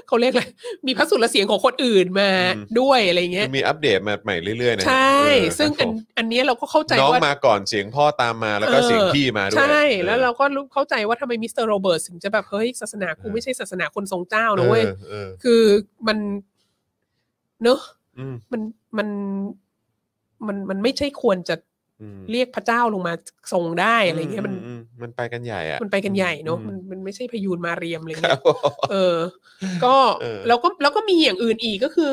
Speaker 3: เขาเรียกอะไรมีพระสุรเสียงของคนอื่นมา
Speaker 2: อืม
Speaker 3: ด้วยอะไรเงี้ย
Speaker 2: คือมีอัปเดตมาใหม่เรื่อยๆนะฮะ
Speaker 3: ใช่
Speaker 2: เออ
Speaker 3: ซึ่ง
Speaker 2: ค
Speaker 3: อั
Speaker 2: รับ
Speaker 3: น
Speaker 2: ผม
Speaker 3: อันเนี้ยเราก็เข้าใจ
Speaker 2: น้อง
Speaker 3: ว่า
Speaker 2: มาก่อนเสียงพ่อตามมาแล้วก็
Speaker 3: เออ
Speaker 2: เสียงพี่มาด้วย
Speaker 3: ใช่ แล้วเรา
Speaker 2: ออ
Speaker 3: ก็รู้เข้าใจว่าทำไมมิสเตอร์โรเบิร์ตถึงจะแบบเฮ้ยศาสนากูไม่ใช่ศาสนาคนทรงเจ้านะเว้ย
Speaker 2: ออออ
Speaker 3: คือมันเนอะ
Speaker 2: อืม
Speaker 3: มันมันมันมันไม่ใช่ควรจะ
Speaker 2: อืม
Speaker 3: เรียกพระเจ้าลงมาทรงได้อะไรเงี้ยมัน
Speaker 2: อือืมันไปกันใหญ่อะ
Speaker 3: มันไปกันใหญ่เนอะ
Speaker 2: อืม
Speaker 3: มันมันไม่ใช่พยูนมาเรียมอะไร
Speaker 2: ครั
Speaker 3: เงี้
Speaker 2: บ
Speaker 3: ย
Speaker 2: ผม
Speaker 3: เออ ก็
Speaker 2: เออ
Speaker 3: แล้วก็แล้วก็มีอย่างอื่นอีกก็คือ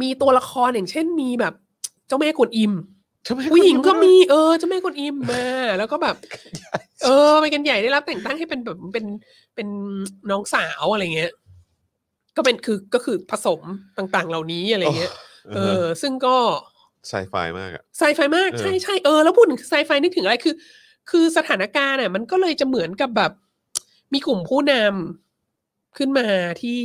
Speaker 3: มีตัวละครอย่างเช่นมีแบบ เจ้าแม่กวนอิม
Speaker 2: ทำไม
Speaker 3: ผู้หญิงก็
Speaker 2: คน
Speaker 3: มีเออเจ้าแม่กวนอิมมา แล้วก็แบบ เออไปกันใหญ่ได้รับแต่งตั้งให้เป็นแบบเป็นเป็นน้องสาวอะไรเงี้ย ก็เป็นคือก็คือผสมต่างๆ เหล่านี้อะไรเงี้ย
Speaker 2: โอ้
Speaker 3: เอ
Speaker 2: เออ
Speaker 3: อ ซึ่งก็
Speaker 2: ไซไฟมากอะ
Speaker 3: ไซไฟมาก
Speaker 2: เออ
Speaker 3: ใช่ใช่เออแล้วพูดถึงไซไฟนึกถึงอะไรคือ คือสถานการณ์อ่ะ มันก็เลยจะเหมือนกับแบบ มีกลุ่มผู้นำขึ้นมาที่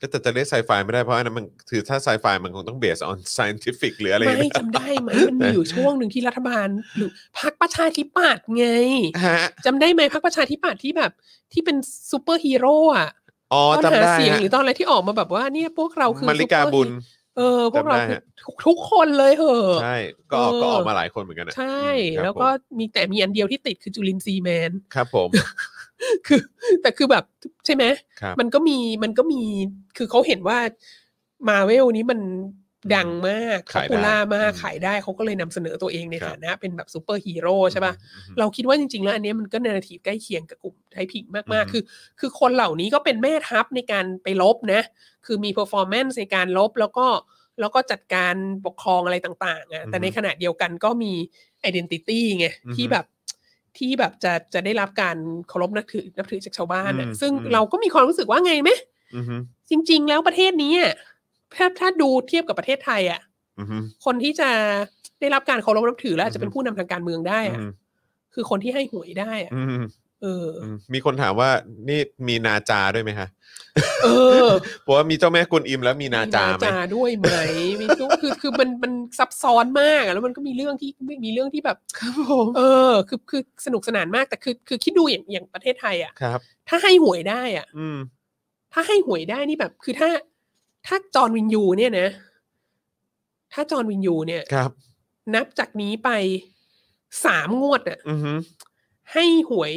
Speaker 2: ก็แต่จะเรียกไซไฟไม่ได้เพราะอันนั้นมันคือถ้าไซไฟมันคงต้องเบสออน scientific หรืออะไร
Speaker 3: ไม่
Speaker 2: นะ
Speaker 3: จำได้ไหมมันมีอยู่ช่วงหนึ่งที่รัฐบาลหรือพรรคประชาธิปัตย์ไง
Speaker 2: ฮะ
Speaker 3: จำได้ไหมพรรคประชาธิปัตย์ที่แบบที่เป็นซูเปอร์ฮีโร่อะ
Speaker 2: อ๋อ
Speaker 3: ตอนหา
Speaker 2: จำได้
Speaker 3: เสียง
Speaker 2: ฮะ
Speaker 3: หรือตอนอะไรที่ออกมาแบบว่าเนี่ยพวกเราคือ
Speaker 2: มาริกา
Speaker 3: ซูเปอร์ฮี
Speaker 2: บุญ
Speaker 3: เออพวกเรา
Speaker 2: จำได้
Speaker 3: คือ
Speaker 2: ฮะ
Speaker 3: ทุกคนเลยเหอะ
Speaker 2: ใช่ก็ออก
Speaker 3: เออ
Speaker 2: ก็ออกมาหลายคนเหมือนกันนะ
Speaker 3: ใช่
Speaker 2: อืมครับ
Speaker 3: แล้วก็
Speaker 2: ผม
Speaker 3: มีแต่มีอันเดียวที่ติดคือจุลินทรีย์แมน
Speaker 2: ครับผม
Speaker 3: คือ แต่คือแบบใช่ไหม
Speaker 2: ครับ
Speaker 3: มันก็มีมันก็มีคือเขาเห็นว่ามาเวลนี้มันดังมากป๊อปูล่ามากขายได้เขาก็เลยนำเสนอตัวเองในฐานะเป็นแบบซูเปอร์ฮีโร่ใช่ป่ะ
Speaker 2: อืม
Speaker 3: เราคิดว่าจริงๆ แล้วอันเนี้ยมันก็เนราทีฟใกล้เคียงกับกลุ่มไทยพิงมาก
Speaker 2: อืม
Speaker 3: ๆ คือ คือคนเหล่านี้ก็เป็นแม่ทัพในการไปลบนะ คือมี performance ในการลบแล้วก็แล้วก็จัดการปกครองอะไรต่างๆอะแต่ในขณะเดียวกันก็มี identity ไงที่แบบที่แบบจะจะได้รับการเคารพนับถือนับถือจากชาวบ้านอะ
Speaker 2: อืม
Speaker 3: ซึ่ง
Speaker 2: อืม
Speaker 3: เราก็มีความรู้สึกว่าไงไหม
Speaker 2: อืม
Speaker 3: จริง ๆ แล้วประเทศนี้อะถ้าถ้าดูเทียบกับประเทศไทยอ่ะ
Speaker 2: อืมอืม
Speaker 3: คนที่จะได้รับการเคารพนับถือและอาจจะเป็น
Speaker 2: อือฮึ
Speaker 3: ผู้นำทางการเมืองได้อะ
Speaker 2: อือฮึ
Speaker 3: คือคนที่ให้หวยได้อะ
Speaker 2: อืม
Speaker 3: เออ
Speaker 2: อืมมีคนถามว่านี่มีนาจาด้วยไหมคะ
Speaker 3: เออ
Speaker 2: เพราะว่ามีเจ้าแม่กุนอิมแล้วมีนาจาไหม
Speaker 3: จาด้วยไหมมีทุกคือคือมันมันซับซ้อนมากอะแล้วมันก็มีเรื่องที่มีเรื่องที่แบบเออ คือคือสนุกสนานมากแต่คือคือคิดดูอย่างอย่างประเทศไทยอ่ะ
Speaker 2: ครับ
Speaker 3: ถ้าให้หวยได้อ่ะ
Speaker 2: อืม
Speaker 3: ถ้าให้หวยได้นี่แบบ คือถ้าถ้าจอร์นวินยูเนี่ยนะ ถ้าจอร์นวินยูเนี่ย
Speaker 2: ครับ
Speaker 3: นับจากนี้ไปสามงวดอ่ะ
Speaker 2: อืม
Speaker 3: ให้หวย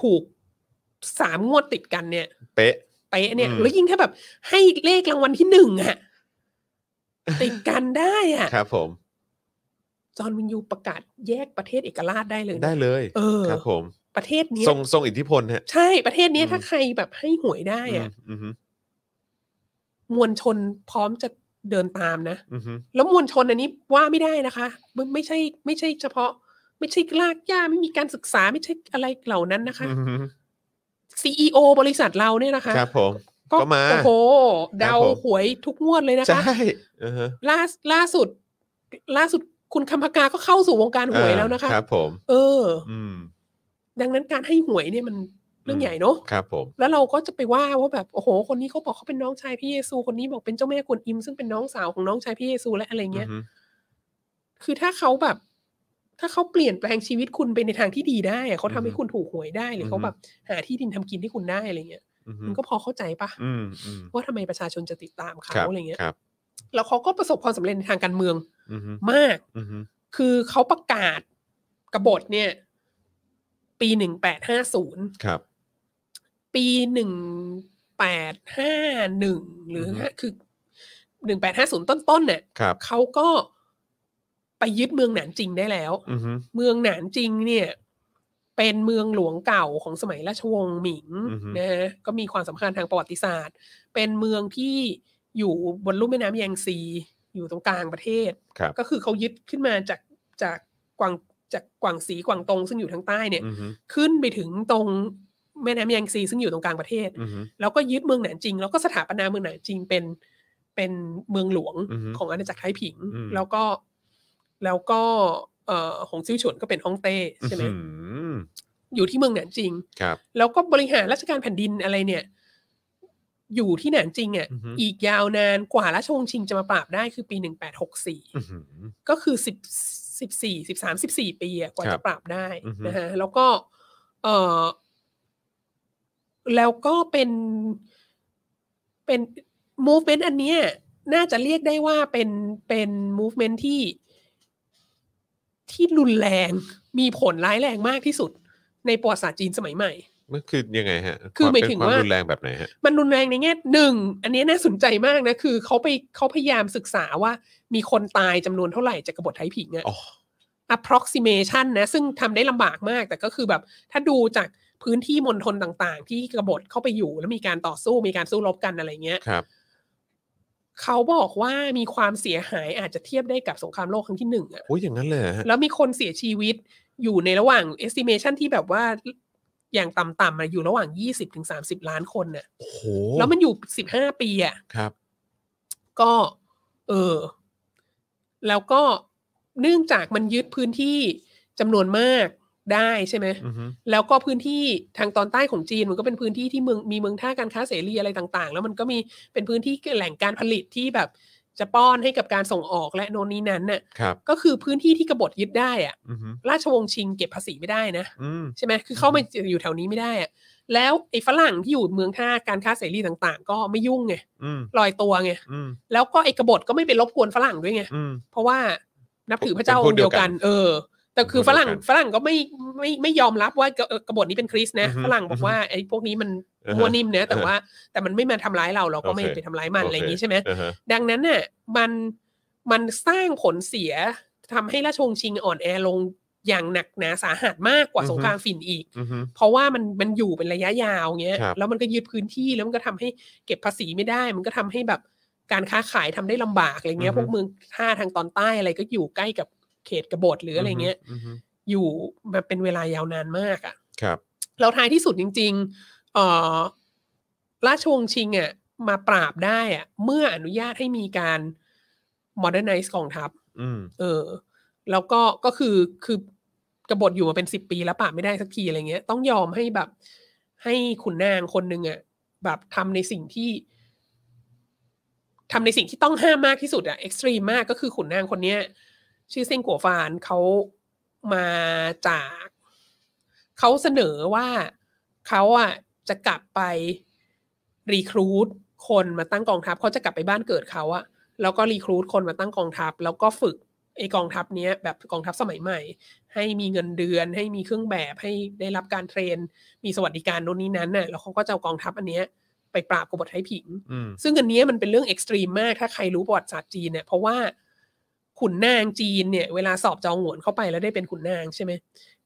Speaker 3: ถูกสามงวดติดกันเนี่ย
Speaker 2: เป๊ะ
Speaker 3: เป๊ะเนี่ย
Speaker 2: อืม
Speaker 3: แล้วยิ่งถ้าแบบ ให้เลขรางวัลที่หนึ่งอะติดกันได้อะ
Speaker 2: ครับผม
Speaker 3: จอห์นวินยูประกาศแยกประเทศเอกราชได้เลยนะ
Speaker 2: ได้เลย
Speaker 3: เออ
Speaker 2: ครับผม
Speaker 3: ประเทศเนี้ย
Speaker 2: ทรงทรงอิทธิพลฮะ
Speaker 3: ใช่ประเทศเนี้ย
Speaker 2: อืม
Speaker 3: ถ้าใครแบบให้หวยได้อะ
Speaker 2: อืมอืม
Speaker 3: มวลชนพร้อมจะเดินตามนะ
Speaker 2: อืม
Speaker 3: แล้วมวลชนอันนี้ว่าไม่ได้นะคะไม่ไม่ใช่ไม่ใช่เฉพาะ ไม่ใช่ลากย่าไม่มีการศึกษาไม่ใช่อะไรเหล่านั้นนะคะ
Speaker 2: อืม
Speaker 3: ซีอโอบริษัทเราเนี่ยนะคะ
Speaker 2: ครับผม
Speaker 3: ก็
Speaker 2: ก็มา
Speaker 3: โอ้โหเดา
Speaker 2: ครับผม
Speaker 3: หวยทุกงวดเลยนะคะ
Speaker 2: ใช่อือฮะ
Speaker 3: ล่าล่าสุด ล่าสุดคุณคำพกาก็เข้าสู่วงการหวยแล้วนะคะ
Speaker 2: ครับผม
Speaker 3: เออ
Speaker 2: อืม
Speaker 3: ดังนั้นการให้หวยเนี่ยมันเรื่อง
Speaker 2: อืม
Speaker 3: ใหญ่เนาะ
Speaker 2: ครับผม
Speaker 3: แล้วเราก็จะไปว่าว่าแบบโอ้โห คนนี้เขาบอกเขาเป็นน้องชายพระเยซูคนนี้บอกเป็นเจ้าแม่กวนอิม ซึ่งเป็นน้องสาวของน้องชายพระเยซูและอะไรเงี้ย
Speaker 2: อือฮึ
Speaker 3: คือถ้าเขาแบบ ถ้าเขาเปลี่ยนแปลงชีวิตคุณไปในทางที่ดีได้อะเขาทำให้คุณถูกหวยได้หรือเขาแบบหาที่ดินทำกินให้คุณได้อะไรเงี้ย
Speaker 2: อือฮึ
Speaker 3: มันก็พอเข้าใจปะ
Speaker 2: อืมอืม
Speaker 3: ว่าทำไมประชาชนจะติดตามเขา
Speaker 2: ครับ
Speaker 3: อะไรเงี้ย
Speaker 2: ครับ
Speaker 3: แล้วเขาก็ประสบความสำเร็จในทางการเมือง
Speaker 2: อือฮึ
Speaker 3: มาก
Speaker 2: อือฮึ
Speaker 3: คือเขาประกาศกบฏเนี่ย ปีหนึ่งแปดห้าศูนย์
Speaker 2: ครับ
Speaker 3: ปีหนึ่งแปดห้าหนึ่งหรือ
Speaker 2: อฮึ
Speaker 3: ห้าคือหนึ่งแปดห้าศูนย์ต้นๆเนี่ย
Speaker 2: ครับ
Speaker 3: เขาก็ไปยึดเมืองหนานจริงได้แล้ว
Speaker 2: อือฮึ
Speaker 3: เมืองหนานจริงเนี่ย เป็นเมืองหลวงเก่าของสมัยราชวงศ์หมิงนะฮะก็มีความสำคัญทางประวัติศาสตร์ เป็นเมืองที่อยู่บนลุ่มแม่น้ำแยงซี อยู่ตรงกลางประเทศ
Speaker 2: ครับ
Speaker 3: ก็คือเขายึดขึ้นมาจากจากกวางจากกวางสีกวางตงซึ่งอยู่ทางใต้เนี่ย
Speaker 2: อือฮึ
Speaker 3: ขึ้นไปถึงตรงแม่น้ำแยงซีซึ่งอยู่ตรงกลางประเทศ
Speaker 2: อือฮึ
Speaker 3: แล้วก็ยึดเมืองหนานจิง แล้วก็สถาปนาเมืองหนานจิงเป็นเป็นเมืองหลวง
Speaker 2: อือฮึ
Speaker 3: ของอาณาจักรไทยผิง
Speaker 2: อืม
Speaker 3: แล้วก็แล้วก็เอ่อของซิ่วฉวนก็เป็นฮ่องเต้ใช่ไหม
Speaker 2: อืม
Speaker 3: อยู่ที่เมืองหนานจิง
Speaker 2: ครับ
Speaker 3: แล้วก็บริหารราชการแผ่นดินอะไรเนี่ย อยู่ที่หนานจิงอ่ะ
Speaker 2: อือฮึ
Speaker 3: อีกยาวนานกว่าราชวงศ์ชิงจะมาปราบได้คือปีหนึ่งแปดหกสี่
Speaker 2: อือฮึ
Speaker 3: ก็คือสิบสิบสี่สิบสามสิบสี่ปีอะกว่า
Speaker 2: ครั
Speaker 3: จะ
Speaker 2: บ
Speaker 3: ปรับได้
Speaker 2: อือฮึ
Speaker 3: นะฮะแล้วก็เออ แล้วก็เป็นเป็น movement อันเนี้ย น่าจะเรียกได้ว่าเป็นเป็น movement ที่ที่รุนแรงมีผลร้ายแรงมากที่สุด ในประวัติศาสตร์จีนสมัยใหม่
Speaker 2: มันคือยังไงฮะ
Speaker 3: คือหมาย
Speaker 2: เป็น
Speaker 3: ถึง
Speaker 2: ความ
Speaker 3: ว่า
Speaker 2: รุนแรงแบบไหนฮะ
Speaker 3: มันรุนแรงในแง่หนึ่งอันนี้น่าสนใจมากนะคือเขาไปเขาพยายามศึกษาว่ามีคนตายจำนวนเท่าไหร่จากกบฏไทยผิงอะ
Speaker 2: อ๋อ
Speaker 3: approximation นะ ซึ่งทำได้ลำบากมาก แต่ก็คือแบบ ถ้าดูจากพื้นที่มณฑลต่างๆ ที่กบฏเข้าไปอยู่ แล้วมีการต่อสู้มีการสู้รบกันอะไรเงี้ย
Speaker 2: ครับ
Speaker 3: เขาบอกว่ามีความเสียหายอาจจะเทียบได้กับสงครามโลกครั้งที่หนึ่งอะ
Speaker 2: โอ้ยอย่างนั้นเลยเหรอฮะ
Speaker 3: แล้วมีคนเสียชีวิตอยู่ในระหว่าง estimation ที่แบบว่าอย่างต่ำๆอะอยู่ระหว่าง 20-30 ล้านคนน่ะ
Speaker 2: โอ้โห
Speaker 3: แล้วมันอยู่ 15 ปีอะ
Speaker 2: ครับ
Speaker 3: ก็ เออ แล้วก็เนื่องจากมันยึดพื้นที่จำนวนมากได้ใช่ไหม
Speaker 2: อือฮึ
Speaker 3: แล้วก็พื้นที่ทางตอนใต้ของจีนมันก็เป็นพื้นที่ที่เมืองมีเมืองท่าการค้าเสรีอะไรต่าง ๆ แล้วมันก็มีเป็นพื้นที่แหล่งการผลิตที่แบบจะป้อนให้กับการส่งออกและโน่นนี้นั้นน่ะ
Speaker 2: ครับ
Speaker 3: ก็คือพื้นที่ที่กบฏยึดได้อะ
Speaker 2: อือฮึ
Speaker 3: ราชวงศ์ชิงเก็บภาษีไม่ได้นะ
Speaker 2: อืม
Speaker 3: ใช่ไหมคือเข้ามาอยู่แถวนี้ไม่ได้อะแล้วไอ้ฝรั่งที่อยู่เมืองท่าการค้าเสรีต่าง ๆ ก็ไม่ยุ่งไง
Speaker 2: อืม
Speaker 3: ลอยตัวไง
Speaker 2: อืม
Speaker 3: แล้วก็ไอ้กบฏก็ไม่ไปรบกวนฝรั่งด้วยไง
Speaker 2: อืม
Speaker 3: เพราะว่านับถือพระเจ้าองค์เดียวกัน เออ แต่คือฝรั่ง
Speaker 2: เป็นพวกเดียวกัน
Speaker 3: ฝรั่งก็ไม่ไม่ไม่ยอมรับว่ากเอ่อกบฏนี้เป็นคริสต์นะ
Speaker 2: อือฮึ
Speaker 3: ฝรั่งบอกว่าไอ้พวกนี้มัน
Speaker 2: อ่าฮะ
Speaker 3: มัวนิ่มนะแต่
Speaker 2: อ่าฮะ
Speaker 3: ว่าแต่มันไม่มาทำร้ายเราเราก็ไม่
Speaker 2: โอเค
Speaker 3: ไปทำร้ายมัน
Speaker 2: โอเค
Speaker 3: อะไรอย่างนี้ใช่ไหม
Speaker 2: อ่าฮะ
Speaker 3: ดังนั้นน่ะมันมันสร้างผลเสียทำให้ราชวงศ์ชิงอ่อนแอลงอย่างหนักหนาสาหัสมากกว่าสงครามฝิ่นอีก
Speaker 2: อือฮึ
Speaker 3: เพราะว่ามันมันอยู่เป็นระยะยาวเงี้ย
Speaker 2: ครับ
Speaker 3: แล้วมันก็ยึดพื้นที่แล้วมันก็ทำให้เก็บภาษีไม่ได้ มันก็ทำให้แบบการค้าขายทำได้ลำบากอะไรเงี้ย พวกเมืองท่าทางตอนใต้อะไรก็อยู่ใกล้กับเขตกบฏหรืออะไรเงี้ย
Speaker 2: อือฮึ
Speaker 3: อยู่มาเป็นเวลายาวนานมากอะ่ะ
Speaker 2: ครับ
Speaker 3: แล้วท้ายที่สุดจริง ๆ เอ่อราชวงศ์ชิงอะ่ะมาปราบได้อะ่ะ เมื่ออนุญาตให้มีการ modernize กองทัพ
Speaker 2: อืม
Speaker 3: เออ แล้วก็ก็คือคือกบฏอยู่มาเป็นสิบปีแล้วป่าบไม่ได้สักทีอะไรเงี้ย ต้องยอมให้แบบให้ขุนนางคนหนึ่งอะแบบทำในสิ่งที่ทำในสิ่งที่ต้องห้ามมากที่สุดอะเอ็กซ์ตรีมมากก็คือขุนนางคนเนี้ย ชื่อเซิงกัวฟานเขามาจากเขาเสนอว่าเขาอะจะกลับไปรีครูทคนมาตั้งกองทัพเขาจะกลับไปบ้านเกิดเขาอะแล้วก็รีครูทคนมาตั้งกองทัพ แล้วก็ฝึกไอ้กองทัพเนี้ยแบบกองทัพสมัยใหม่ ให้มีเงินเดือน ให้มีเครื่องแบบให้ได้รับการเทรน มีสวัสดิการโน่นนี้นั้นน่ะแล้วเขาก็จะเอากองทัพอันเนี้ยไปปราบกบฏไทยผิง
Speaker 2: อืม
Speaker 3: ซึ่งอันเนี้ยมันเป็นเรื่องเอ็กซ์ตรีมมาก ถ้าใครรู้ประวัติศาสตร์จีนเนี่ยเพราะว่าขุนนางจีนเนี่ย เวลาสอบจองโหวนเข้าไปแล้วได้เป็นขุนนางใช่ไหม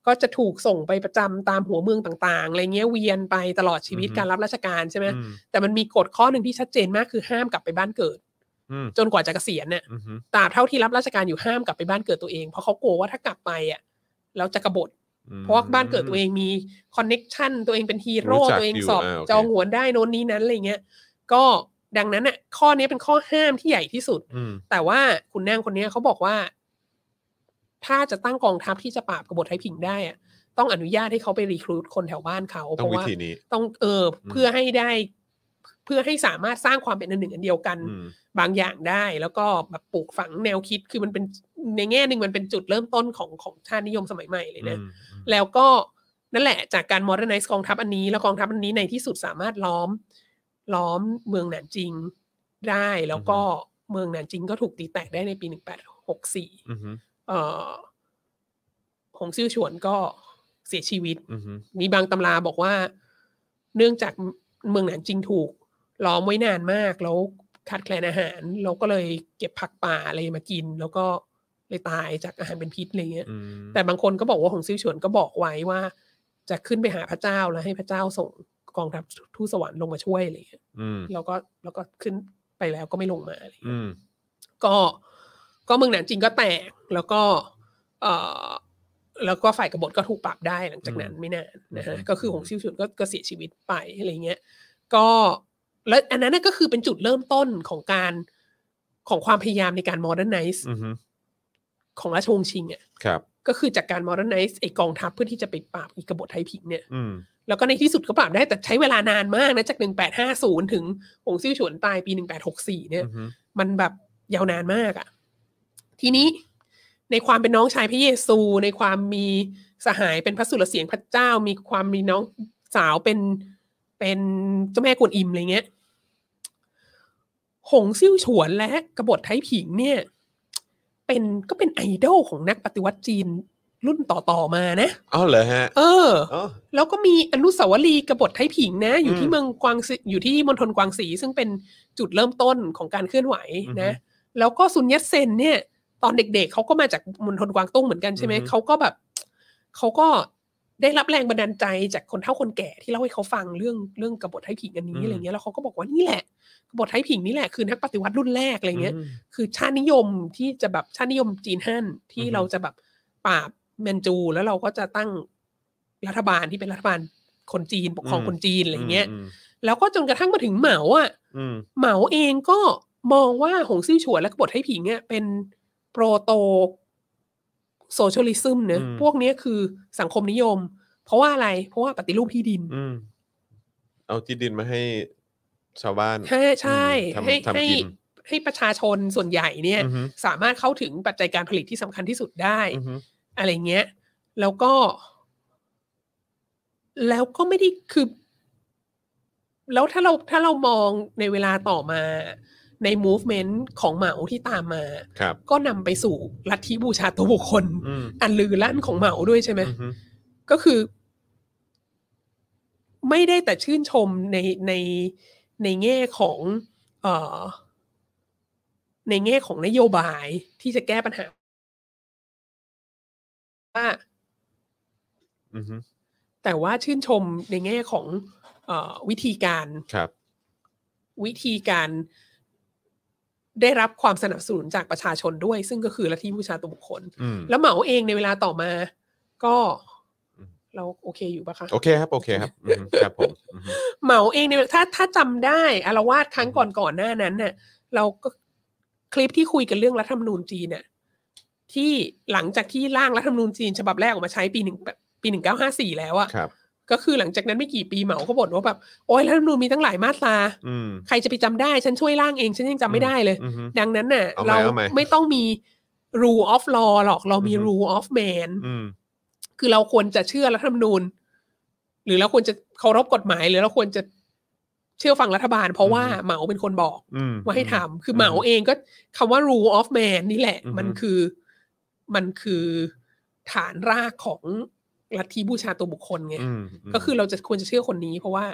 Speaker 3: ก็จะถูกส่งไปประจำตามหัวเมืองต่างๆอะไรเงี้ยเวียนไปตลอดชีวิตการรับราชการใช่ไหม
Speaker 2: อืม
Speaker 3: แต่มันมีกฎข้อหนึ่งที่ชัดเจนมากคือห้ามกลับไปบ้านเกิด
Speaker 2: อืม
Speaker 3: จนกว่าจะเกษียณเนี่ย
Speaker 2: อือฮึ
Speaker 3: ตราบเท่าที่รับราชการอยู่ห้ามกลับไปบ้านเกิดตัวเองเพราะเขากลัวว่าถ้ากลับไปอ่ะแล้วจะกบฏ
Speaker 2: อืม
Speaker 3: เพราะว่าบ้านเกิดตัวเองมีคอนเน็กชันตัวเองเป็นฮีโร่
Speaker 2: รู้จัก
Speaker 3: ตัวเอง
Speaker 2: อยู่
Speaker 3: สอบ
Speaker 2: อ่าโอเค
Speaker 3: จองหัวนได้โน้นนี้นั้นอะไรเงี้ยก็ดังนั้นอ่ะ ข้อนี้เป็นข้อห้ามที่ใหญ่ที่สุด
Speaker 2: อืม
Speaker 3: แต่ว่าคุณนางคนเนี้ยเขาบอกว่า ถ้าจะตั้งกองทัพที่จะปราบกบฏไทยผิงได้อ่ะต้องอนุญาตให้เขาไปรีครูทคนแถวบ้านเขา
Speaker 2: ต้
Speaker 3: เพ
Speaker 2: อง
Speaker 3: ราะ
Speaker 2: วิ
Speaker 3: ว่า
Speaker 2: ธีนี้
Speaker 3: ต้องเอออ
Speaker 2: ม
Speaker 3: เพื่อให้ได้ เพื่อให้สามารถสร้างความเป็นอันหนึ่งอันเดียวกัน
Speaker 2: อืม
Speaker 3: บางอย่างได้แล้วก็แบบปลูกฝังแนวคิดคือมันเป็นในแง่หนึ่งมันเป็นจุดเริ่มต้นของของชาตินิยมสมัยใหม่เลยนะ
Speaker 2: อืม
Speaker 3: แล้วก็นั่นแหละจากการ modernize กองทัพอันนี้ แล้วกองทัพอันนี้ในที่สุดสามารถล้อม ล้อมเมืองหนานจิงได้ แล้วก็เมืองหนานจิงก็ถูกตีแตกได้ในปี 1864
Speaker 2: อืมอืม
Speaker 3: เอ่อหงซื่อฉวนก็เสียชีวิต
Speaker 2: อืมอืม
Speaker 3: มีบางตำราบอกว่า เนื่องจากเมืองหนานจิงถูก ล้อมไว้นานมาก แล้วขาดแคลนอาหาร แล้วก็เลยเก็บผักป่าอะไรมากิน แล้วก็เลยตายจากอาหารเป็นพิษอะไรเงี้ย
Speaker 2: อืม
Speaker 3: แต่บางคนก็บอกว่าหงซิ่วเฉวนก็บอกไว้ว่า จะขึ้นไปหาพระเจ้าแล้วให้พระเจ้าส่งกองทัพทูตสวรรค์ลงมาช่วยอะไรอย่างเงี้ย
Speaker 2: อืม
Speaker 3: แล้วก็แล้วก็ขึ้นไปแล้วก็ไม่ลงมาอะไรอย่าง
Speaker 2: อื
Speaker 3: เงี้
Speaker 2: ม
Speaker 3: ยก็ก็เมืองหนานจริงก็แตกแล้วก็เออแล้วก็ฝ่ายกบฏก็ถูกปราบได้หลังจากนั้นไม่นานนะฮะก็คือหงซิ่วเฉวนก็ก็เสียชีวิตไปอะไรเงี้ยก็แล้วอันนั้นนะก็คือเป็นจุดเริ่มต้นของการของความพยายามในการ modernize
Speaker 2: อืม
Speaker 3: ของราชวงศ์ชิงอ่ะ
Speaker 2: ครับ
Speaker 3: ก็คือจากการ modernize ไอกองทัพเพื่อที่จะไปปราบอีกบฏไทยผิงเนี่ย
Speaker 2: อืม
Speaker 3: แล้วก็ในที่สุดก็ปราบได้แต่ใช้เวลานานมากนะจาก 1850 ถึงหงซิ่วฉวนตายปี 1864 เนี่ย
Speaker 2: อืม
Speaker 3: มันแบบยาวนานมากอะ่ะ ทีนี้ในความเป็นน้องชายพระเยซู ในความมีสหายเป็นพระสุรเสียงพระเจ้า มีความมีน้องสาวเป็น เป็นเจ้าแม่กวนอิมอะไรเงี้ย หงซิ่วฉวนและกบฏไทยผิงเนี่ย เป็นก็เป็นไอดอลของนักปฏิวัติจีนรุ่นต่อๆมานะ
Speaker 2: อ๋อเหรอฮะ
Speaker 3: เออ
Speaker 2: อ๋อ
Speaker 3: แล้วก็มีอนุสาวรีย์กบฏไทยผิงนะ อยู่
Speaker 2: อื
Speaker 3: ที่
Speaker 2: ม
Speaker 3: เมืองกวางซีอยู่ที่มณฑลกวางสีซึ่งเป็นจุดเริ่มต้นของการเคลื่อนไหวนะ
Speaker 2: อือฮึ
Speaker 3: แล้วก็ซุนเยตเซนเนี่ย ตอนเด็กๆเขาก็มาจากมณฑลกวางตุ้งเหมือนกันใช่ไหม
Speaker 2: อือฮึ
Speaker 3: เขาก็แบบเขาก็ได้รับแรงบันดาลใจจากคนเฒ่าคนแก่ที่เล่าให้เขาฟังเรื่องเรื่องกบฏไทยผิงอันนี้อะไรเงี้ยแล้วเขาก็บอกว่านี่แหละกบฏไทยผิงนี่แหละคือนักปฏิวัติรุ่นแรกอะไรเงี้ย
Speaker 2: อืม
Speaker 3: คือชาตินิยมที่จะแบบชาตินิยมจีนฮั่นที่
Speaker 2: อือฮึ
Speaker 3: เราจะแบบปราบแมนจู แล้วเราก็จะตั้งรัฐบาลที่เป็นรัฐบาลคนจีนปกครองคนจีนอะไรเงี้ย
Speaker 2: ม
Speaker 3: แล้วก็จนกระทั่งมาถึงเหมาอ่ะ
Speaker 2: อืม
Speaker 3: เหมาเองก็มองว่าหงซิ่วฉวนและกบฏให้ผิงเนี่ยเป็นโปรโตโซเชียลิซึมเนอะพวกเนี้ยคือสังคมนิยม เพราะว่าอะไร เพราะว่าปฏิรูปที่ดิน
Speaker 2: อืมเอาที่ดินมาให้ชาวบ้าน
Speaker 3: ใช่ใช่
Speaker 2: อืม
Speaker 3: ให้
Speaker 2: ทำ
Speaker 3: ให้
Speaker 2: กิน
Speaker 3: ให้ประชาชนส่วนใหญ่เนี่ย
Speaker 2: อือฮึ
Speaker 3: สามารถเข้าถึงปัจจัยการผลิตที่สำคัญที่สุดได้
Speaker 2: อือฮึ
Speaker 3: อะไรเงี้ย แล้วก็ แล้วก็ไม่ได้คือ แล้วถ้าเราถ้าเรามองในเวลาต่อมาใน movement ของเหมาที่ตามมา
Speaker 2: ครับ
Speaker 3: ก็นำไปสู่ลัทธิบูชาตัวบุคคล
Speaker 2: อืม
Speaker 3: อันลือลั่นของเหมาด้วยใช่ไหม
Speaker 2: อือฮึ
Speaker 3: ก็คือ ไม่ได้แต่ชื่นชมในในในแง่ของ เอ่อ ในแง่ของนโยบายที่จะแก้ปัญหา ว่า
Speaker 2: อือฮึ
Speaker 3: แต่ว่าชื่นชมในแง่ของ เออวิธีการ
Speaker 2: ครับ
Speaker 3: วิธีการได้รับความสนับสนุนจากประชาชนด้วย ซึ่งก็คือลัทธิบูชาตัวบุคคล
Speaker 2: อืม
Speaker 3: แล้วเหมาเองในเวลาต่อมา ก็
Speaker 2: อืม
Speaker 3: เราโอเคอยู่ปะคะ
Speaker 2: โอเคครับ โอเคครับอือฮึครับผมอือฮึ
Speaker 3: เหมาเองเนี่ยถ้าถ้าจำได้อารวาสครั้งก่อนก่อนๆหน้านั้นน่ะ เราก็คลิปที่คุยกันเรื่องรัฐธรรมนูญจีนน่ะที่หลังจากที่ร่างรัฐธรรมนูญจีน ฉบับแรกออกมาใช้ปีหนึ่งปีหนึ่งเก้าห้าสี่แล้วอะ
Speaker 2: ครับ
Speaker 3: ก็คือหลังจากนั้นไม่กี่ปีเหมาก็บ่นว่าแบบโอ้ยรัฐธรรมนูญมีตั้งหลายมาตรา
Speaker 2: อืม
Speaker 3: ใครจะไปจำได้ ฉันช่วยร่างเอง ฉันยังจำไม่ได้เลย
Speaker 2: อือฮึ
Speaker 3: ดังนั้นน่ะ
Speaker 2: เอาใหม่
Speaker 3: เรา
Speaker 2: เอาใหม่
Speaker 3: ไม่ต้องมี rule of law หรอกเรามี
Speaker 2: อือฮึ
Speaker 3: rule of man
Speaker 2: อืม
Speaker 3: คือเราควรจะเชื่อรัฐธรรมนูญ หรือเราควรจะเคารพกฎหมาย หรือเราควรจะเชื่อฟังรัฐบาล เพราะว่า
Speaker 2: อือฮึ
Speaker 3: เหมาเป็นคนบอก
Speaker 2: อืม
Speaker 3: ว่าให้ทำคือ
Speaker 2: ม
Speaker 3: เหมาเองก็คำว่า rule of man นี่แหละ
Speaker 2: อือฮึ
Speaker 3: มันคือมันคือฐานรากของลัทธิบูชาตัวบุคคลไง
Speaker 2: อืมม
Speaker 3: ก็คือเราจะควรจะเชื่อคนนี้ เพราะว่า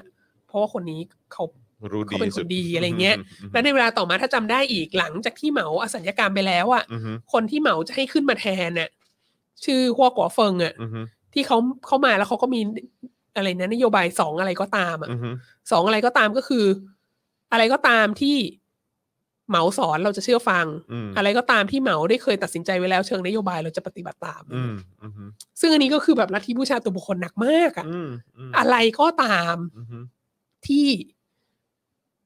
Speaker 3: เพราะว่าคนนี้เขา
Speaker 2: รู้ดี
Speaker 3: เขาเป็นคน
Speaker 2: สุด
Speaker 3: ดีอะไรเงี้ย
Speaker 2: ม
Speaker 3: และในเวลาต่อมาถ้าจำได้อีกหลังจากที่เหมาอสัญญกรรมไปแล้วอะ
Speaker 2: อืม
Speaker 3: คนที่เหมาจะให้ขึ้นมาแทนน่ะชื่อหัวกัวเฟิงอะ
Speaker 2: อืมอืม
Speaker 3: ที่เขาเขามาแล้วเขาก็มีอะไรนะนโยบายสองอะไรก็ตามอ่ะ
Speaker 2: อืม
Speaker 3: สองอะไรก็ตามก็คือ อะไรก็ตามที่เหมาสอนเราจะเชื่อฟัง
Speaker 2: อืม
Speaker 3: อะไรก็ตามที่เหมาได้เคยตัดสินใจไว้แล้วเชิงนโยบายเราจะปฏิบัติตาม
Speaker 2: อืมอืม
Speaker 3: ซึ่งอันนี้ก็คือแบบลัทธิบูชาตัวบุคคลหนักมากอ่ะ
Speaker 2: อืมอืม
Speaker 3: อะไรก็ตาม
Speaker 2: อืมอืม
Speaker 3: ที่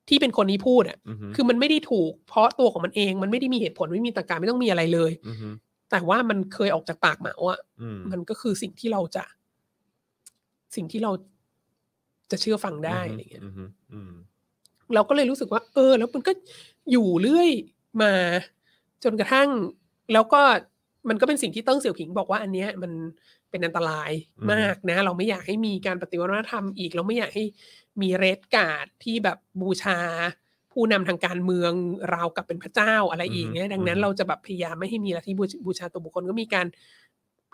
Speaker 3: ที่เป็นคนนี้พูดอ่ะ
Speaker 2: อืม
Speaker 3: คือมันไม่ได้ถูกเพราะตัวของมันเองมันไม่ได้มีเหตุผลไม่มีตรรกะไม่ต้องมีอะไรเลย
Speaker 2: อืม
Speaker 3: แต่ว่ามันเคยออกจากปากเหมาอ่ะ
Speaker 2: อืม
Speaker 3: มันก็คือสิ่งที่เราจะ สิ่งที่เราจะเชื่อฟังได้อะไรเงี้ย
Speaker 2: อืมอืม
Speaker 3: เราก็เลยรู้สึกว่า เออ แล้วมันก็อยู่เรื่อยมาจนกระทั่ง แล้วก็มันก็เป็นสิ่งที่เติ้งเสี่ยวผิงบอกว่าอันเนี้ย มันเป็นอันตรายมากนะ เราไม่อยากให้มีการปฏิวัติวัฒนธรรมอีก เราไม่อยากให้มีเรดการ์ดที่แบบบูชา ผู้นำทางการเมืองราวกับเป็นพระเจ้าอะไรอีกเนี่ยดังนั้นเราจะแบบพยายามไม่ให้มีลัทธิบูชบูชาตัวบุคคลก็มีการ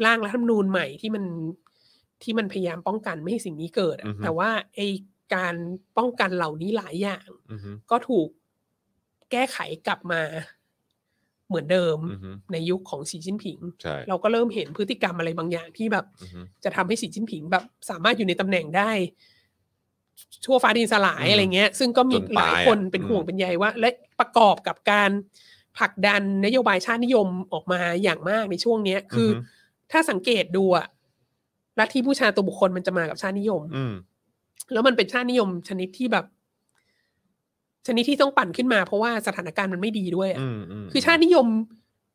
Speaker 3: ร่างรัฐธรรมนูญใหม่ที่มันที่มันพยายามป้องกันไม่ให้สิ่งนี้เกิดอะแต่ว่าไอการป้องกันเหล่านี้หลายอย่าง
Speaker 2: อืมอืม
Speaker 3: ก็ถูกแก้ไขกลับมาเหมือนเดิม
Speaker 2: อืม
Speaker 3: ในยุคของสีจิ้นผิง
Speaker 2: ใช่
Speaker 3: เราก็เริ่มเห็นพฤติกรรมอะไรบางอย่างที่แบบ
Speaker 2: อืม
Speaker 3: จะทำให้สีจิ้นผิงแบบสามารถอยู่ในตำแหน่งได้ ชั่วฟ้าดินสลาย
Speaker 2: อืม
Speaker 3: อะไรเงี้ย ซึ่งก็มี
Speaker 2: จนตาย
Speaker 3: หลายคน
Speaker 2: อะ
Speaker 3: เป็น
Speaker 2: อืม
Speaker 3: ห่วงเป็นใยว่า และประกอบกับการผลักดันนโยบายชาตินิยมออกมาอย่างมากในช่วงเนี้ย คืออถ้าสังเกตดูอะลัทธิผู้ชาตัวบุคคลมันจะมากับชาตินิยม
Speaker 2: อืม
Speaker 3: แล้วมันเป็นชาตินิยมชนิดที่แบบ ชนิดที่ต้องปั่นขึ้นมา เพราะว่าสถานการณ์มันไม่ดีด้วยอะ
Speaker 2: อืมม
Speaker 3: คือชาตินิยม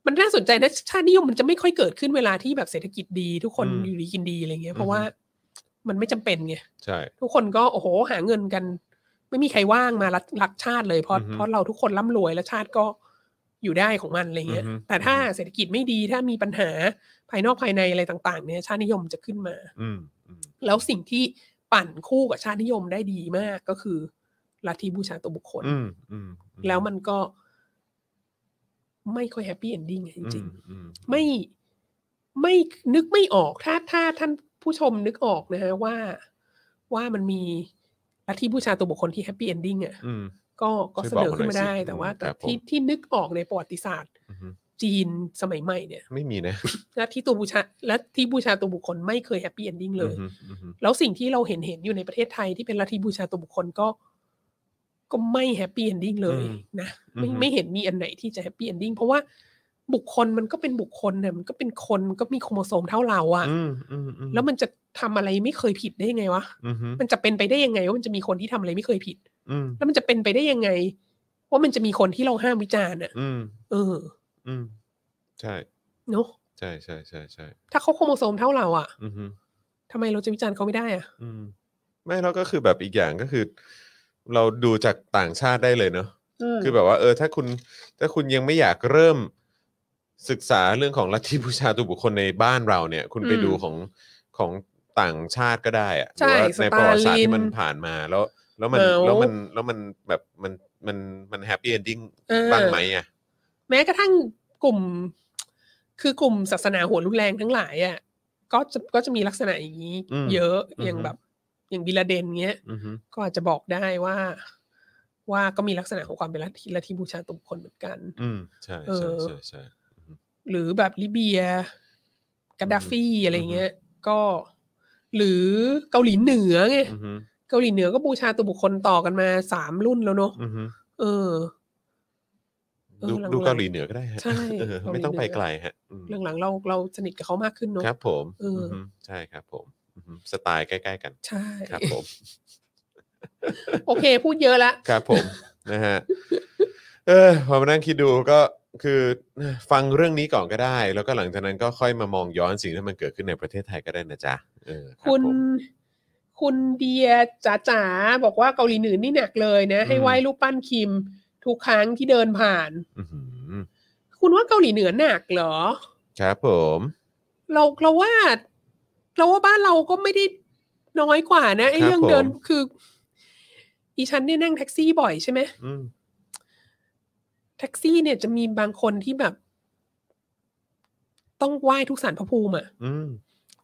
Speaker 3: มันน่าสนใจนะชาตินิยมมันจะไม่ค่อยเกิดขึ้นเวลาที่แบบเศรษฐกิจดี ทุกคน
Speaker 2: อืม
Speaker 3: อยู่ดีกินดีอะไรเงี้ย
Speaker 2: อือฮึ
Speaker 3: เพราะว่ามันไม่จำเป็นไง
Speaker 2: ใช่
Speaker 3: ทุกคนก็โอ้โห หาเงินกัน ไม่มีใครว่างมารักรักชาติเลยเพราะ
Speaker 2: อือฮึ
Speaker 3: เพราะเราทุกคนร่ำรวยแล้วชาติก็อยู่ได้ของมันอะไรเงี้ย
Speaker 2: อือฮึ
Speaker 3: แต่ถ้าเศรษฐกิจไม่ดีถ้ามีปัญหาภายนอกภายในอะไรต่าง ๆ เนี่ย ชาตินิยมจะขึ้นมา
Speaker 2: อืมอืม
Speaker 3: แล้วสิ่งที่ ปั่นคู่กับชาตินิยมได้ดีมากก็คือลัทธิบูชาตัวบุคคล
Speaker 2: อืมอืมอื
Speaker 3: แล้วมันก็ไม่ค่อยแฮปปี้เอนดิ้งจริง
Speaker 2: อืมอืม
Speaker 3: ๆ ไม่ไม่นึกไม่ออกถ้าถ้าท่านผู้ชมนึกออกนะฮะว่าว่ามันมีลัทธิบูชาตัวบุคคลที่แฮปปี้เอนดิ้งอ่ะ
Speaker 2: อืม
Speaker 3: ก็ก็เสน
Speaker 2: ช่วยบ
Speaker 3: อ
Speaker 2: อก
Speaker 3: ขึ้นมา
Speaker 2: หน่อยสิ
Speaker 3: ได้ แต่ว่า
Speaker 2: อืมครับผม
Speaker 3: ที่ที่นึกออกในประวัติศาสตร์
Speaker 2: อืม
Speaker 3: จีนสมัยใหม่เนี่ย
Speaker 2: ไม่มีนะ
Speaker 3: และที่ตัวบูชาและที่บูชาตัวบุคคลไม่เคยแฮปปี้เอนดิ้งเลย
Speaker 2: อืมอืมอืม
Speaker 3: แล้วสิ่งที่เราเห็นเห็นอยู่ในประเทศไทยที่เป็นลัทธิบูชาตัวบุคคลก็ ก็ไม่แฮปปี้เอนดิ้งเลยนะไม่ไม่เห็นมีอันไหนที่จะแฮปปี้เอนดิ้งเพราะว่าบุคคลมันก็เป็นบุคคลเนี่ยมันก็เป็นคนมันก็มีโครโมโซมเท่าเราอะ
Speaker 2: อืมอืมอืม
Speaker 3: แล้วมันจะทำอะไรไม่เคยผิดได้ยังไงวะ
Speaker 2: อืม
Speaker 3: มันจะเป็นไปได้ยังไงว่ามันจะมีคนที่ทำอะไรไม่เคยผิด
Speaker 2: อืม
Speaker 3: แล้วมันจะเป็นไปได้ยังไงว่ามันจะมีคนที่เราห้ามวิจารณ์อ่ะ
Speaker 2: อืม
Speaker 3: เออ
Speaker 2: อืมใช่
Speaker 3: เนาะ
Speaker 2: ใช่ใช่ใช่ใช่
Speaker 3: ถ้าเขาโครโมโซมเท่าเราอ่ะ
Speaker 2: อืม
Speaker 3: ทำไมเราจะวิจารณ์เขาไม่ได้อ่ะ
Speaker 2: อืมไม่แล้วก็คือแบบอีกอย่างก็คือ เราดูจากต่างชาติได้เลยเนอะคือแบบว่า เออ ถ้าคุณ ถ้าคุณยังไม่อยากเริ่มศึกษาเรื่องของ ลัทธิบูชาตัวบุคคลในบ้านเราเนี่ย คุณไป
Speaker 3: อืม
Speaker 2: ดูของของต่างชาติก็ได้อะห
Speaker 3: ใช่
Speaker 2: รือว่าในประวัติศาสตร์ที่มัน
Speaker 3: สตาลิน
Speaker 2: ผ่านมาแล้ว แล้วมัน
Speaker 3: เหมา
Speaker 2: แล้วมันแล้วมันแบบมันมันมันแฮปปี้เอนดิ้ง
Speaker 3: เออ
Speaker 2: บ้างไหมอ่ะ
Speaker 3: แม้กระทั่งกลุ่ม คือกลุ่มศาสนาหัวรุนแรงทั้งหลายอ่ะก็จะก็จะมีลักษณะอย่างนี้
Speaker 2: อืม
Speaker 3: เยอะ
Speaker 2: อืม
Speaker 3: อย่างแบบ อย่างบินลาเดนเงี้ย
Speaker 2: อือฮึ
Speaker 3: ก็อาจจะบอกได้ว่า ว่าก็มีลักษณะของความเป็นลัทธิลัทธิบูชาตัวบุคคลเหมือนกัน
Speaker 2: อืมใช่ใช่ใช่ใช่
Speaker 3: หรือแบบลิเบียกาดาฟีอะไรเงี้ย ก็ หรือเกาหลีเหนือไง
Speaker 2: อือฮึ
Speaker 3: เกาหลีเหนือก็บูชาตัวบุคคลต่อกันมาสามรุ่นแล้วเนอะ
Speaker 2: อือฮึ
Speaker 3: เออ เออ
Speaker 2: ดู
Speaker 3: หลังๆ
Speaker 2: ดูเกาหลีเหนือก็ได้ฮะ
Speaker 3: ใช่
Speaker 2: เออไม่ต้องไป
Speaker 3: เกาหลี
Speaker 2: ไกล
Speaker 3: เหนือ
Speaker 2: ฮะอืม
Speaker 3: หลังๆเราเราสนิทกับเขามากขึ้นเนอะ
Speaker 2: ครับผม
Speaker 3: เอออื
Speaker 2: อฮึใช่ครับผมอือฮึสไตล์ใกล้ๆกัน
Speaker 3: ใช่
Speaker 2: ครับผม
Speaker 3: โอเค พูดเยอะละ
Speaker 2: ครับผม นะฮะเออพอมานั่งคิดดูก็คือฟังเรื่องนี้ก่อนก็ได้ แล้วก็หลังจากนั้นก็ค่อยมามองย้อนสิ่งที่มันเกิดขึ้นในประเทศไทยก็ได้นะจ๊ะเออรับ
Speaker 3: คุณ
Speaker 2: ผม
Speaker 3: คุณเดียจ๋าจ๋าบอกว่าเกาหลีเหนือนี่หนักเลยนะ ให้
Speaker 2: อืม
Speaker 3: ไหว้รูปปั้นคิม ทุกครั้งที่เดินผ่าน
Speaker 2: อื้อหือ
Speaker 3: คุณว่าเกาหลีเหนือหนักเหรอ
Speaker 2: ครับผม
Speaker 3: เราเราว่า เราว่าบ้านเราก็ไม่ได้น้อยกว่านะไอ้
Speaker 2: ครับ
Speaker 3: เรื่องเดิน
Speaker 2: ผม
Speaker 3: คือ อีฉันเนี่ยนั่งแท็กซี่บ่อยใช่ไหม
Speaker 2: อืม
Speaker 3: แท็กซี่เนี่ยจะมีบางคนที่แบบ ต้องไหว้ทุกสารพระภูมิอ่ะ
Speaker 2: อืม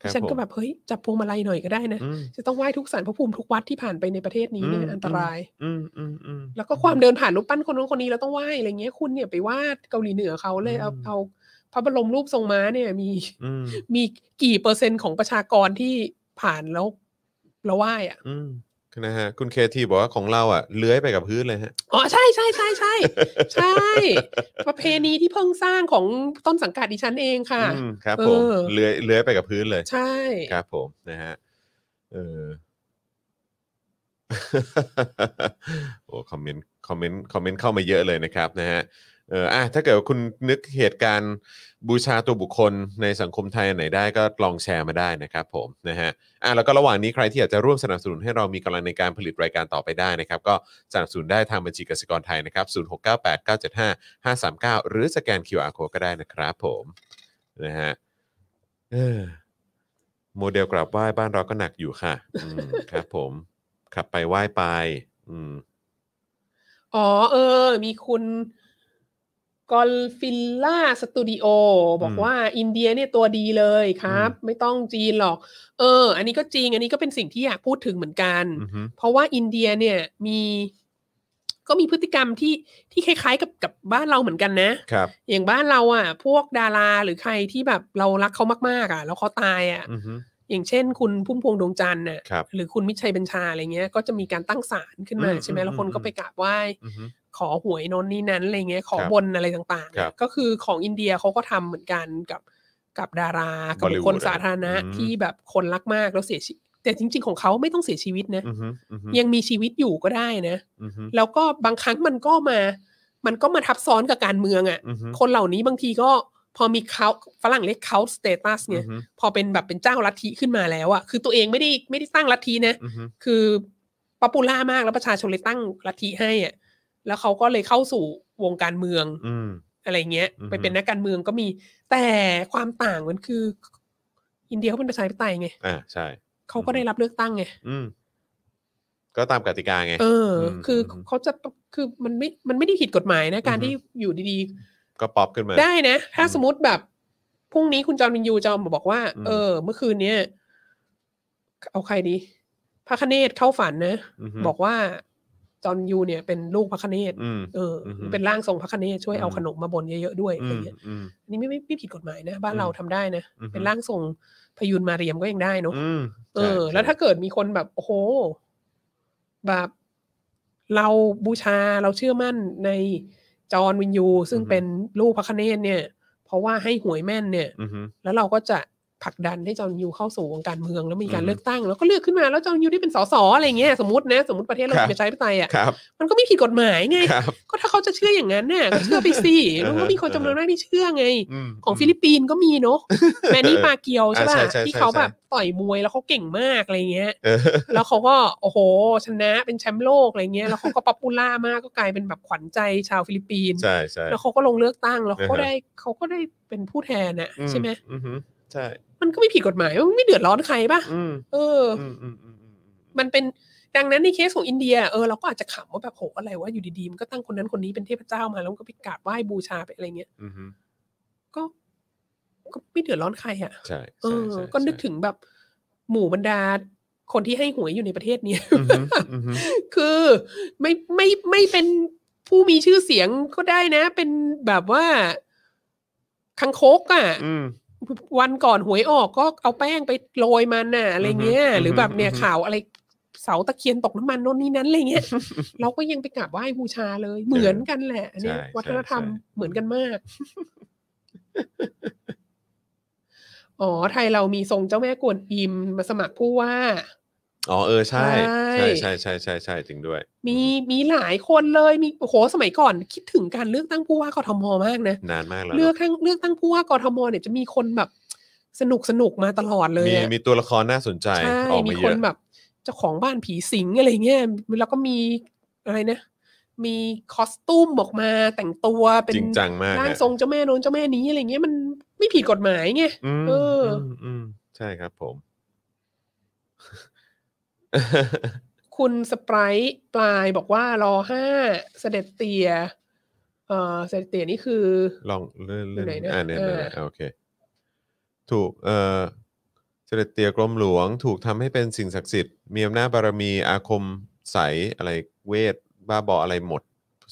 Speaker 2: ครับ
Speaker 3: ฉันก็
Speaker 2: ผม
Speaker 3: แบบเฮ้ยจับพวงมาลัยหน่อยก็ได้นะ
Speaker 2: อืม
Speaker 3: จะต้องไหว้ทุกสารพระภูมิทุกวัดที่ผ่านไปในประเทศนี้เนี่ย
Speaker 2: อืม
Speaker 3: อันตราย
Speaker 2: อืมอืมอืม
Speaker 3: แล้วก็ความเดินผ่านรูปปั้นคนนู้นคนนี้เราต้องไหว้อะไรเงี้ยคุณเนี่ยไปวาดเกาหลีเหนือเขาเลย
Speaker 2: อืม
Speaker 3: เอาเอาพระบรมรูปทรงม้าเนี่ย มี
Speaker 2: อืม
Speaker 3: มีกี่เปอร์เซ็นต์ของประชากรที่ผ่านแล้วแล้วไหว้อ่ะ
Speaker 2: อืมนะฮะคุณเคทีบอกว่าของเราอ่ะเลื้อยไปกับพื้นเลยฮะ
Speaker 3: อ๋อใช่ใช่ใช่ใช่ใช่ ประเพณีที่เพิ่งสร้างของต้นสังกัดดิฉันเองค่ะ
Speaker 2: อืมครับผม
Speaker 3: เออ
Speaker 2: เลื้อยเลื้อยไปกับพื้นเลย
Speaker 3: ใช่
Speaker 2: ครับผมนะฮะเออ โอ้คอมเมนต์คอมเมนต์คอมเมนต์เข้ามาเยอะเลยนะครับนะฮะเอออ่ะถ้าเกิดว่าคุณนึกเหตุการณ์บูชาตัวบุคคลในสังคมไทยอันไหนได้ก็ลองแชร์มาได้นะครับผมนะฮะอ่ะแล้วก็ระหว่างนี้ใครที่อยากจะร่วมสนับสนุนให้เรามีกำลังในการผลิตรายการต่อไปได้นะครับ ก็สนับสนุนได้ทางบัญชีกสิกรไทยนะครับ 0698975539 หรือสแกน QR code ก็ได้นะครับผมนะฮะเออ โมเดลกราบไหว้บ้านเราก็หนักอยู่ค่ะ อืม ครับผม ขับไปไหว้ไป อืม
Speaker 3: อ๋อเออ มีคุณกอลฟิลล่าสตูดิโอบอก
Speaker 2: อืม
Speaker 3: ว่าอินเดียเนี่ยตัวดีเลยครับ ไม่ต้องจีนหรอก เออ อันนี้ก็จริง อันนี้ก็เป็นสิ่งที่อยากพูดถึงเหมือนกัน
Speaker 2: อือฮึ
Speaker 3: เพราะว่าอินเดียเนี่ยมีก็มีพฤติกรรมที่ที่คล้ายๆกับกับบ้านเราเหมือนกันนะ
Speaker 2: ครับ
Speaker 3: อย่างบ้านเราอ่ะ พวกดาราหรือใครที่แบบเรารักเขามากๆ อ่ะ แล้วเขาตายอ่ะ
Speaker 2: อือฮึ
Speaker 3: อย่างเช่น คุณพุ่มพวงดวงจันทร์น่ะ
Speaker 2: ครับ
Speaker 3: หรือคุณมิตรชัยบัญชาอะไรเงี้ย ก็จะมีการตั้งศาลขึ้นมา
Speaker 2: อืม
Speaker 3: ใช่ไหม
Speaker 2: อืม
Speaker 3: แล้วคน
Speaker 2: อืม
Speaker 3: ก็ไปกราบไหว้
Speaker 2: อือฮึ
Speaker 3: ขอหวยโนนนี่นั้นอะไรเงี้ยขอ
Speaker 2: ครับ
Speaker 3: บนอะไรต่าง
Speaker 2: ครั
Speaker 3: ๆเนี่ย
Speaker 2: บ
Speaker 3: ก็คือของอินเดียเขาก็ทำเหมือนกันกับกับดารา กับบุคคล
Speaker 2: Bollywood
Speaker 3: สาธารณะ
Speaker 2: อืม
Speaker 3: ที่แบบคนรักมากแล้วเสียชีวิตแต่จริง ๆ ของเขาไม่ต้องเสียชีวิตนะ
Speaker 2: อือฮึอือฮึ
Speaker 3: ยังมีชีวิตอยู่ก็ได้นะ
Speaker 2: อือฮึ
Speaker 3: แล้วก็บางครั้งมันก็มา มันก็มาทับซ้อนกับการเมืองอะ่ะ
Speaker 2: อือฮึ
Speaker 3: คนเหล่านี้บางทีก็พอมีเขาฝรั่งเรียกเขาสเตตัส
Speaker 2: อื
Speaker 3: เนี่
Speaker 2: อย ฮึ
Speaker 3: พอเป็นแบบเป็นเจ้าลัทธิขึ้นมาแล้วอะ่ะคือตัวเองไม่ได้ไม่ได้ตั้งลัทธินะ
Speaker 2: อือฮึ
Speaker 3: คือป๊อปปูล่ามากแล้วประชาชนเลยตั้งลัทธิให้อ่ะ แล้วเขาก็เลยเข้าสู่วงการเมือง
Speaker 2: อืม
Speaker 3: อะไรเงี้ย
Speaker 2: อือฮึ
Speaker 3: ไปเป็นนักการเมืองก็มี แต่ความต่างมันคือ อินเดียเขาเป็นประชาธิปไตยไง
Speaker 2: อ่า ใช่
Speaker 3: เขาก็ได้รับเลือกตั้งไง
Speaker 2: อืม ก็ตามกติกาไง
Speaker 3: เออ
Speaker 2: ม
Speaker 3: คืออ
Speaker 2: ม
Speaker 3: เขาจะต้องคือมันไม่ มันไม่ได้ผิดกฎหมายนะ การ
Speaker 2: อือฮึ
Speaker 3: ที่อยู่ดี
Speaker 2: ก็ป๊อปขึ้นมา
Speaker 3: ๆ ได้นะ ถ้า
Speaker 2: อืม
Speaker 3: สมมติแบบพรุ่งนี้คุณจอห์นวินยูจะมาบอกว่า
Speaker 2: อืม
Speaker 3: เออ เมื่อคืนเนี้ยเอาใครดีพระคเนศเข้าฝันนะ
Speaker 2: ฮึ
Speaker 3: บอกว่าจอห์นวินยูเนี่ยเป็นลูกพระคเนศ
Speaker 2: อืม
Speaker 3: เอออ
Speaker 2: อฮึ
Speaker 3: เป็นร่างทรงพระคเนศช่วยเอา
Speaker 2: อืม
Speaker 3: ขนมมาบนเยอะๆด้วยอะ
Speaker 2: อื
Speaker 3: ไร
Speaker 2: ม
Speaker 3: เงี้ย
Speaker 2: อืม
Speaker 3: อันนี่ไม่ไม่ไม่ผิดกฎหมายนะ บ้าน
Speaker 2: อืม
Speaker 3: เราทำได้นะ
Speaker 2: อืม
Speaker 3: เป็นร่างทรงพยูนมาเรียมก็ยังได้เนอะ
Speaker 2: อืม
Speaker 3: เออ
Speaker 2: ใช่
Speaker 3: แล้วถ้าเกิดมีคนแบบโอ้โห แบบ เราบูชาเราเชื่อมั่นในจอห์นวินยู ซึ่งเป็นลูกพระคเนศเนี่ย เพราะว่าให้หวยแม่นเนี่ย
Speaker 2: อือฮึ
Speaker 3: แล้วเราก็จะผลักดันให้จอห์นวินยูเข้าสู่วงการเมือง แล้วมี
Speaker 2: อื
Speaker 3: การ
Speaker 2: ม
Speaker 3: เลือกตั้ง แล้วก็เลือกขึ้นมาแล้วจอห์นวินยูได้เป็นสสอะไรเงี้ยสมมตินะ สมมติประเทศเรา
Speaker 2: ครับ
Speaker 3: เป็นประชาธิปไตยอ่ะ
Speaker 2: ครับ
Speaker 3: มันก็ไม่ผิดกฎหมายไง
Speaker 2: ครับ
Speaker 3: ก็ถ้าเขาจะเชื่ออย่างนั้นน่ะก็เชื่อไป สิมันก็มีคนจำนวนมากที่เชื่อไง
Speaker 2: ม
Speaker 3: ของฟิลิปปินส์ก็มีเนาะ แมนนี่ปาเกียวใช่
Speaker 2: อ่า
Speaker 3: ป่ะ
Speaker 2: ใช่ใช่
Speaker 3: ที่เขา
Speaker 2: ใช่
Speaker 3: แบบต่อยมวยแล้วเขาเก่งมากอะไรเงี้ย
Speaker 2: เออ
Speaker 3: แล้วเขาก็โอ้โห ชนะเป็นแชมป์โลกอะไรเงี้ยแล้วเขาก็ป๊อปปูล่ามากก็กลายเป็นแบบขวัญใจชาวฟิลิปปินส์
Speaker 2: ใช่ใช่
Speaker 3: แล้วเขาก็ลงเลือกตั้งแล้วเขาก็
Speaker 2: อ่าฮะ
Speaker 3: ได้เขาก็ได้เป็นผู้แทนน่ะ
Speaker 2: อื
Speaker 3: ใช่ไหม
Speaker 2: อือฮึใช่
Speaker 3: มันก็ไม่ผิดกฎหมายมันไม่เดือดร้อนใครป่ะ
Speaker 2: อืม
Speaker 3: เอออ
Speaker 2: อืมอืมอืมอืม
Speaker 3: มันเป็นดังนั้นในเคสของอินเดียเออเราก็อาจจะขำว่าแบบโหอะไรว่าอยู่ดีๆมันก็ตั้งคนนั้นคนนี้เป็นเทพเจ้ามาแล้วมันก็ไปกราบไหว้บูชาไปอะไรเงี้ย
Speaker 2: อืมฮึ
Speaker 3: ก็ก็ไม่เดือดร้อนใครอ่ะ
Speaker 2: ใช่
Speaker 3: เอ
Speaker 2: ใช่
Speaker 3: อ
Speaker 2: ใช่
Speaker 3: ก็นึก
Speaker 2: ใช่
Speaker 3: ถึงแบบหมู่บรรดาคนที่ให้หวยอยู่ในประเทศเนี้ย
Speaker 2: อือฮึอือฮึ
Speaker 3: คือไม่ไม่ไม่เป็นผู้มีชื่อเสียงก็ได้นะ เป็นแบบว่าคังคกอะ่ะ
Speaker 2: อืม
Speaker 3: วันก่อนหวยออกก็เอาแป้งไปโรยมันน่ะอะไรเงี้ย
Speaker 2: อือฮึ
Speaker 3: หรือแบบเนี่ย
Speaker 2: อือฮึ
Speaker 3: ข่าวอะไรเสาตะเคียนตกน้ำมันโน่นนี่นั้นอะไรเงี้ย เราก็ยังไปกราบไหว้บูชาเลย เหมือนกันแหละอันเนี่ย
Speaker 2: ใช่
Speaker 3: วัฒนธรรม
Speaker 2: ใช่ใช่
Speaker 3: เหมือนกันมาก อ๋อ ไทยเรามีทรงเจ้าแม่กวนอิมมาสมัครผู้ว่า
Speaker 2: อ๋อเออใช่
Speaker 3: ใช่
Speaker 2: ใช่ใช่ใช่ใช่ใช่จริงด้วย
Speaker 3: มีมีหลายคนเลยมีโอ้โหสมัยก่อน คิดถึงการเลือกตั้งผู้ว่ากทมมากนะ
Speaker 2: นานมากแล้ว
Speaker 3: เลือก
Speaker 2: นะ
Speaker 3: ทั้งเลือกตั้งผู้ว่ากทมเนี่ยจะมีคนแบบ สนุกสนุกมาตลอดเลย
Speaker 2: มี
Speaker 3: อะ
Speaker 2: มีตัวละครน่าสนใจ
Speaker 3: ใช่
Speaker 2: ออก
Speaker 3: มี
Speaker 2: มา
Speaker 3: ค
Speaker 2: เย
Speaker 3: น
Speaker 2: อะ
Speaker 3: แบบเจ้าของบ้านผีสิงอะไรเงี้ยแล้วก็มีอะไรนะ มีคอสตูมออกมาแต่งตัวเป็น
Speaker 2: จริงจังมาก
Speaker 3: ร่าง
Speaker 2: ฮะ
Speaker 3: ทรงเจ้าแม่โน้นเจ้าแม่นี้อะไรเงี้ยมันไม่ผิดกฎหมายไง
Speaker 2: อืม
Speaker 3: เอออื
Speaker 2: มอืมใช่ครับผม
Speaker 3: คุณสไปรายปลายบอกว่ารอห้าเสด็จเตียเออเสด็จเตียนี่คือ
Speaker 2: ลองเลื่อนเลื่อน
Speaker 3: อยู่ไหนนะ
Speaker 2: อ่าเนี่ย
Speaker 3: เออ
Speaker 2: เนี่ยโอเค ถูกเอ่อเสด็จเตียกรมหลวง ถูกทำให้เป็นสิ่งศักดิ์สิทธิ์มีอำนาจบารมีอาคมใสอะไรเวท บ้าบออะไรหมด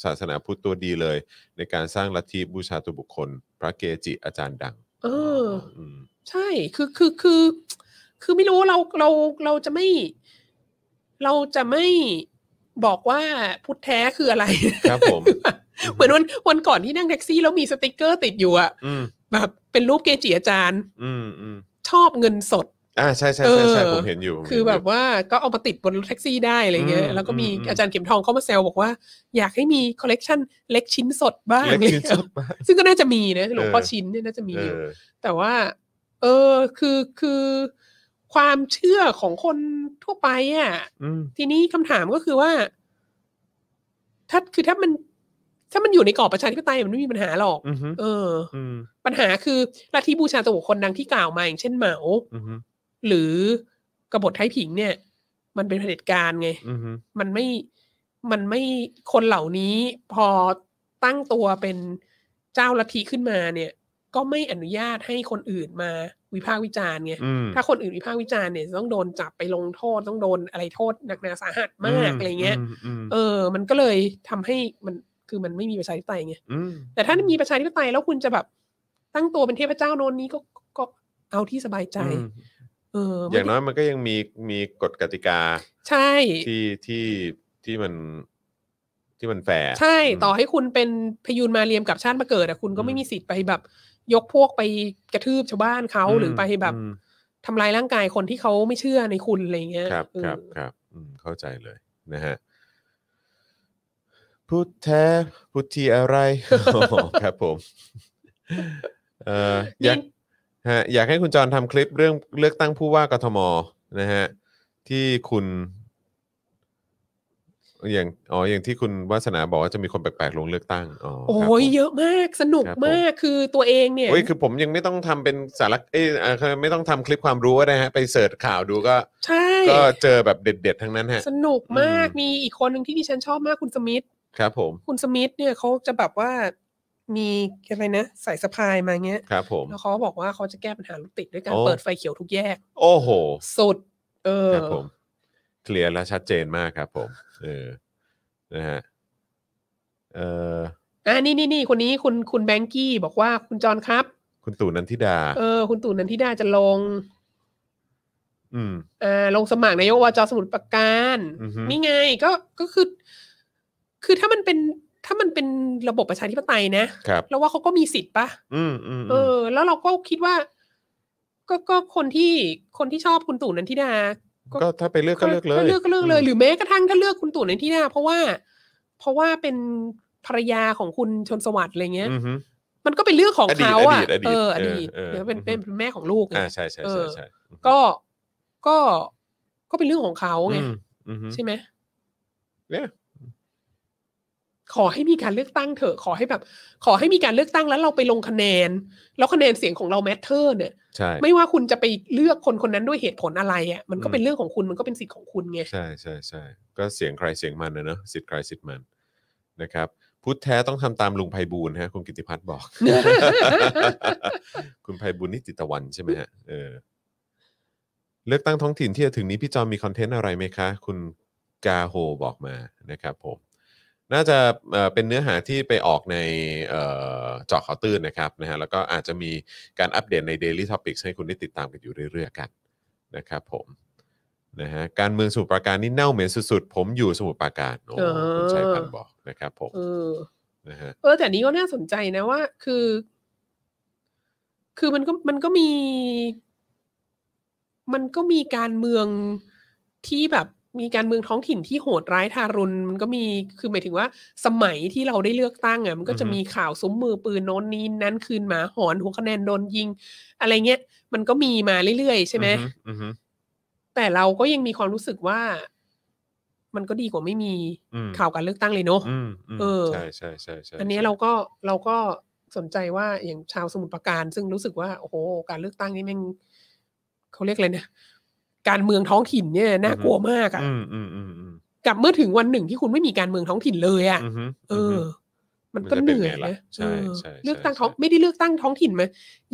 Speaker 2: ศาสนาพุทธตัวดีเลย ในการสร้างลัทธิบูชาตัวบุคคล พระเกจิอาจารย์ดัง
Speaker 3: เออ
Speaker 2: ม
Speaker 3: ใช่ คือ คือ คือ คือไม่รู้เรา เรา เราจะไม่ เราจะไม่บอกว่าพุทธแท้คืออะไร
Speaker 2: ครับผม
Speaker 3: เหมือนวันวันก่อนที่นั่งแท็กซี่แล้วมีสติกเกอร์ติดอยู่อะ
Speaker 2: อืม
Speaker 3: แบบเป็นรูปเกจิอาจารย์
Speaker 2: อืมอืม
Speaker 3: ชอบเงินสด
Speaker 2: อ่าใช่ใช่ใช่ใช่
Speaker 3: เออ
Speaker 2: ผมเห็นอยู่ผมเห็น
Speaker 3: คือแบบ
Speaker 2: ยู่
Speaker 3: ว่าก็เอามาติดบนรถแท็กซี่ได้อะไรเงี้ย
Speaker 2: อืม
Speaker 3: แล้วก็มี
Speaker 2: อืมอืม
Speaker 3: อาจารย์เข็มทองเข้ามาแซวบอกว่า อยากให้มีคอลเลกชันเล็กชิ้นสดบ้าง
Speaker 2: เล็ก
Speaker 3: เลย
Speaker 2: ชิ้นสดบ้าง
Speaker 3: ซึ่งก็น่าจะมีนะหลวงพ่อ
Speaker 2: เออ
Speaker 3: ชิ้นเนี่ยน่าจะมี
Speaker 2: เอ
Speaker 3: อยู่
Speaker 2: อ
Speaker 3: แต่ว่า เออคือคือความเชื่อของคนทั่วไปอะ่ะ
Speaker 2: อืม
Speaker 3: ทีนี้คำถามก็คือว่า ถ้าคือถ้ามัน ถ้ามันอยู่ในกรอบประชาธิปไตยมันไม่มีปัญหาหรอก
Speaker 2: อืมฮึ
Speaker 3: เออ
Speaker 2: อืม
Speaker 3: ปัญหาคือลัทธิบูชาตัวบุคคลดังที่กล่าวมาอย่างเช่นเหมา
Speaker 2: อืมฮึ
Speaker 3: หรือกบฏไทยผิงเนี่ย มันเป็นเผด็จการไง
Speaker 2: อืมฮึ
Speaker 3: มันไม่ มันไม่คนเหล่านี้พอตั้งตัวเป็นเจ้าลัทธิขึ้นมาเนี่ย ก็ไม่อนุญาตให้คนอื่นมาวิพากษ์วิจารณ์ไง
Speaker 2: อืม
Speaker 3: ถ้าคนอื่นวิพากษ์วิจารณ์เนี่ยจะต้องโดนจับไปลงโทษต้องโดนอะไรโทษหนักหนาสาหัสมากอะไรเงี้ย
Speaker 2: มอืม
Speaker 3: เออ มันก็เลยทำให้มันคือมันไม่มีประชาธิปไตยไง
Speaker 2: ม
Speaker 3: แต่ถ้ามีประชาธิปไตยแล้วคุณจะแบบ ตั้งตัวเป็นเทพเจ้าโนนนี้ก็ก็ก็เอาที่สบายใจ
Speaker 2: อืม
Speaker 3: เออ
Speaker 2: อ
Speaker 3: ไม่
Speaker 2: ย่างน้อยมันก็ยังมีมีกฎกติกา
Speaker 3: ใช่
Speaker 2: ที่ที่ที่มันที่มันแฟร์
Speaker 3: ใช่ ต่อให้คุณเป็นพยูนมาเรียมกับชาติมาเกิดอะคุณก็
Speaker 2: อืม
Speaker 3: ไม่มีสิทธิ์ไปแบบ ยกพวกไปกระทืบชาวบ้านเขา
Speaker 2: อืม
Speaker 3: หรือไปแบบ
Speaker 2: อืม
Speaker 3: ทำลายร่างกายคนที่เขาไม่เชื่อในคุณอะไรเงี้ย
Speaker 2: ครับ
Speaker 3: เออ
Speaker 2: ครับครับอืมเข้าใจเลยนะฮะพุทธแท้พุทธีอะไร อ๋อครับผมเอ่ออยากฮะอยากให้คุณจรทำคลิปเรื่องเลือกตั้งผู้ว่ากทมนะฮะที่คุณ อย่างอ๋ออย่างที่คุณวาสนาบอกว่าจะมีคนแปลกๆลงเลือกตั้งอ๋อครับผ
Speaker 3: โอ้ย
Speaker 2: ม
Speaker 3: เยอะมากสนุก
Speaker 2: ครับผม
Speaker 3: มากคือตัวเองเนี่ย
Speaker 2: โอ้ยคือผมยังไม่ต้องทำเป็นสาระเอ้ยเอ่อคือไม่ต้องทำคลิปความรู้ก็ได้ฮะไปเสิร์ชข่าวดูก็
Speaker 3: ใช่
Speaker 2: ก็เจอแบบเด็ด ๆ ทั้งนั้นฮะ
Speaker 3: สนุกมาก
Speaker 2: อืม
Speaker 3: มีอีกคนหนึ่งที่ดิฉันชอบมากคุณสมิธ
Speaker 2: ครับผม
Speaker 3: คุณสมิธเนี่ยเขาจะแบบว่ามีอะไรนะสายสะพายมาเงี้ย
Speaker 2: ครับผม
Speaker 3: แล้วเขาบอกว่าเขาจะแก้ปัญหารถติดด้วยการ
Speaker 2: โอ้
Speaker 3: เปิดไฟเขียวทุกแยก
Speaker 2: โอ้โห
Speaker 3: สุด เออ
Speaker 2: ครับผมเคลียร์และชัดเจนมากครับผมเออนะฮะเออ
Speaker 3: อ่านี่นี่นี่คนนี้คุณคุณแบงกี้บอกว่าคุณจอนครับ
Speaker 2: คุณตู่นันทิดา
Speaker 3: เออ คุณตู่นันทิดาจะลง
Speaker 2: อืม
Speaker 3: อ่าลงสมัครนายกอบจสมุทรปราการ
Speaker 2: อือฮึ
Speaker 3: นี่ไงก็ก็คือ คือถ้ามันเป็นถ้ามันเป็นระบบประชาธิปไตยนะครับ เราว่าเขาก็มีสิทธิ์ปะ
Speaker 2: อืมอืม
Speaker 3: เอ
Speaker 2: อืม
Speaker 3: อ แล้วเราก็คิดว่า ก็ก็คนที่คนที่ชอบคุณตู่นันทิดา ก็
Speaker 2: ก็ถ้าไปเลือกก็เลือกเลย
Speaker 3: ก็เลือกก็เลือกเลย ห
Speaker 2: ม
Speaker 3: รือแม้กระทั่งถ้าเลือกคุณตู่นันทิดาเพราะว่า เพราะว่าเป็นภรรยาของคุณชนสวัสดิ์อะไรเงี้ย
Speaker 2: ฮึ
Speaker 3: มันก็เป็นเรื่องของ
Speaker 2: อดีต
Speaker 3: เขาอ่ะ
Speaker 2: อดีต
Speaker 3: เออ
Speaker 2: อ
Speaker 3: อ
Speaker 2: ดี
Speaker 3: ดี
Speaker 2: ต
Speaker 3: ต
Speaker 2: เออเออ
Speaker 3: เดี๋ยวเป็น
Speaker 2: อือฮึ
Speaker 3: เป็นเป็นแม่ของลูกไง
Speaker 2: อ่าใช่ใช่ใช่
Speaker 3: เออ
Speaker 2: ใช่
Speaker 3: ก็ก็ก็เป็นเรื่องของเขาไง
Speaker 2: อืมอืมฮึ
Speaker 3: ใช่ไหม
Speaker 2: เนี่ย
Speaker 3: ขอให้มีการเลือกตั้งเถอะ ขอให้แบบ ขอให้มีการเลือกตั้งแล้วเราไปลงคะแนน แล้วคะแนนเสียงของเราแมทเทอร์เนี่ย
Speaker 2: ใช่
Speaker 3: ไม่ว่าคุณจะไปเลือกคนคนนั้นด้วยเหตุผลอะไรอ่ะมันก็เป็นเรื่องของคุณมันก็เป็นสิทธิ์ของคุณไง
Speaker 2: ใช่ใช่ใช่ก็เสียงใครเสียงมันนะเนอะสิทธิ์ใครสิทธิ์มันนะครับพุทธแท้ต้องทำตามลุงไพบูลย์ฮะคุณกิติพัฒน์บอก คุณไพบุญนิติตะวันใช่ไหมฮะเออเลือกตั้งท้องถิ่นที่จะถึงนี้พี่จอมมีคอนเทนต์อะไรไหมคะ คุณกาโฮบอกมานะครับผม น่าจะเอ่อเป็นเนื้อหาที่ไปออกในเอ่อเจาะข่าวตื้นนะครับนะฮะแล้วก็อาจจะมีการอัปเดตใน Daily Topics ให้คุณได้ติดตามกันอยู่เรื่อยๆกันนะครับผมนะฮะการเมืองสมุทรปราการนี่เน่าเหม็นสุดๆ ผมอยู่สมุทรปราการโอ้คุณชัยพันธ์บอกนะครับผม
Speaker 3: เออ
Speaker 2: นะฮะ
Speaker 3: เออแต่นี้ก็น่าสนใจนะว่า คือ คือมันก็มันก็มี มันก็มีการเมืองที่แบบ มีการเมืองท้องถิ่นที่โหดร้ายทารุณมันก็มีคือหมายถึงว่า สมัยที่เราได้เลือกตั้งอ่ะมันก็จะมีข่าวสมมือปืนโน้นนี้นั้นคืนหมาหอนหัวคะแนนโดนยิง อะไรเงี้ยมันก็มีมาเรื่อยๆใช่ไหม
Speaker 2: อือฮึ
Speaker 3: แต่เราก็ยังมีความรู้สึกว่า มันก็ดีกว่าไม่มี
Speaker 2: อือฮึ
Speaker 3: ข่าวการเลือกตั้งเลยเนอะ
Speaker 2: อืมอืม
Speaker 3: เออ
Speaker 2: ใช่ใช่ใช่ใช่
Speaker 3: อันเนี้ยเราก็เราก็สนใจว่าอย่างชาวสมุทรปราการ ซึ่งรู้สึกว่าโอ้โหการเลือกตั้งนี่แม่งเขาเรียกอะไรนะการเมืองท้องถิ่นเนี่ยน่า
Speaker 2: อือฮึ
Speaker 3: กลัวมากอะ่ะ
Speaker 2: อืมอืมอืมอืม
Speaker 3: กับเมื่อถึงวันหนึ่งที่คุณไม่มีการเมืองท้องถิ่นเลยอะ่ะ
Speaker 2: อฮึ
Speaker 3: เออ
Speaker 2: ฮึ
Speaker 3: มันก็เหนื่อย
Speaker 2: มันจะเป็นไงล่ะ
Speaker 3: นะ
Speaker 2: ใช่
Speaker 3: เออ
Speaker 2: ใช่ใช่
Speaker 3: เลือกตั้งท้อง
Speaker 2: ใช่
Speaker 3: ไม่ได้เลือกตั้งท้องถิ่นมา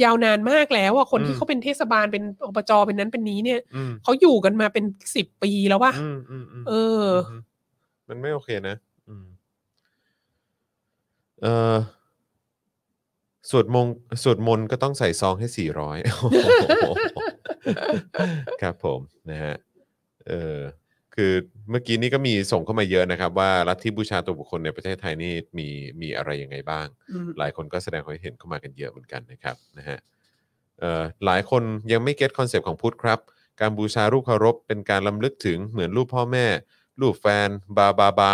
Speaker 3: ยาวนานมากแล้วอ่ะคน
Speaker 2: อืม
Speaker 3: ที่เขาเป็นเทศบาลเป็นอบจเป็นนั้นเป็นนี้เนี่ย
Speaker 2: อืม
Speaker 3: เขาอยู่กันมาเป็นสิบปีแล้วว่ะ
Speaker 2: อืมอืมอืม
Speaker 3: เออ
Speaker 2: มมันไม่โอเคนะอืมเออสวดมงสวดมนต์ก็ต้องใส่ซองให้สี่ร้อย ครับผมนะฮะเออคือเมื่อกี้นี้ก็มีส่งเข้ามาเยอะนะครับ ว่าลัทธิบูชาตัวบุคคลในประเทศไทยนี่มีมีอะไรยังไงบ้าง
Speaker 3: อืม
Speaker 2: หลายคนก็แสดงความเห็นเข้ามากันเยอะเหมือนกันนะครับนะฮะเอ่อหลายคนยังไม่เก็ตคอนเซปต์ของพุทธครับ การบูชารูปเคารพเป็นการล้ำลึกถึงเหมือนรูปพ่อแม่ รูปแฟน บาบาบา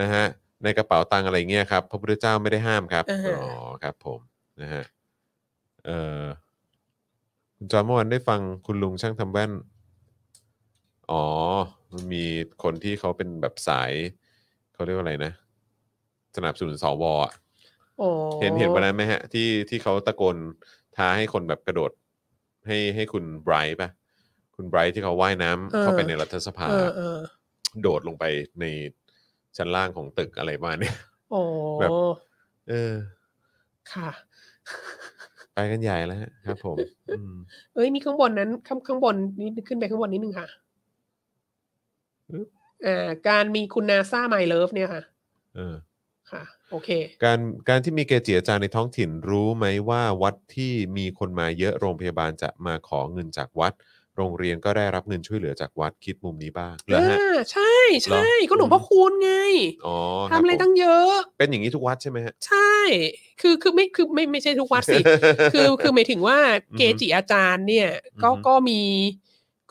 Speaker 2: นะฮะในกระเป๋าตังอะไรเงี้ยครับพระพุทธเจ้าไม่ได้ห้ามครับอ๋อครับผมนะฮะเอ่อคุณจอห์นเมื่อวันได้ฟังคุณลุงช่างทำแว่น อ๋อ มันมีคนที่เขาเป็นแบบสายเขาเรียกว่าอะไรนะ สนับสนุนสวอะ
Speaker 3: อ๋อ
Speaker 2: เห็นเห็นวันนั้นไหมฮะ ที่ที่เขาตะโกนท้าให้คนแบบกระโดด ให้ให้คุณไบรท์ป่ะ คุณไบรท์ที่เขาว่ายน้ำเข้าไปในรัฐสภา
Speaker 3: เออเออ
Speaker 2: โดดลงไปในชั้นล่างของตึกอะไรประมาณเนี่ย
Speaker 3: อ๋อ
Speaker 2: แบบ เออ
Speaker 3: ค่ะ
Speaker 2: ไปกันใหญ่แล้วฮะครับ ผมอืม
Speaker 3: เอ้ยนี่ข้างบนนั้นข้างข้างบนนี่ขึ้นไปข้างบนนิดนึงค่ะอ่าการมีคุณนาซาไมเลิฟเนี่ยค่ะ
Speaker 2: เออ
Speaker 3: ค่ะ โอเค
Speaker 2: การการที่มีเกจิอาจารย์ในท้องถิ่นรู้ไหมว่าวัดที่มีคนมาเยอะโรงพยาบาลจะมาขอเงินจากวัด โรงเรียนก็ได้รับเงินช่วยเหลือจากวัดคิดมุมนี้บ้างเหรอฮะ
Speaker 3: อ่าใช่ใช่
Speaker 2: เหรอ
Speaker 3: ก็หลวงพ่อคูณไง
Speaker 2: อ๋อคบ
Speaker 3: ทำอะไร
Speaker 2: ผม
Speaker 3: ตั้งเยอะ
Speaker 2: เป็นอย่างนี้ทุกวัดใช่ไหมฮะ
Speaker 3: ใช่ คือคือไม่คือไม่ไม่ใช่ทุกวัด สิ คือคือหมายถึงว่า
Speaker 2: อือฮึ
Speaker 3: เกจิอาจารย์เนี่ย ก็
Speaker 2: อือฮึ
Speaker 3: ก็มี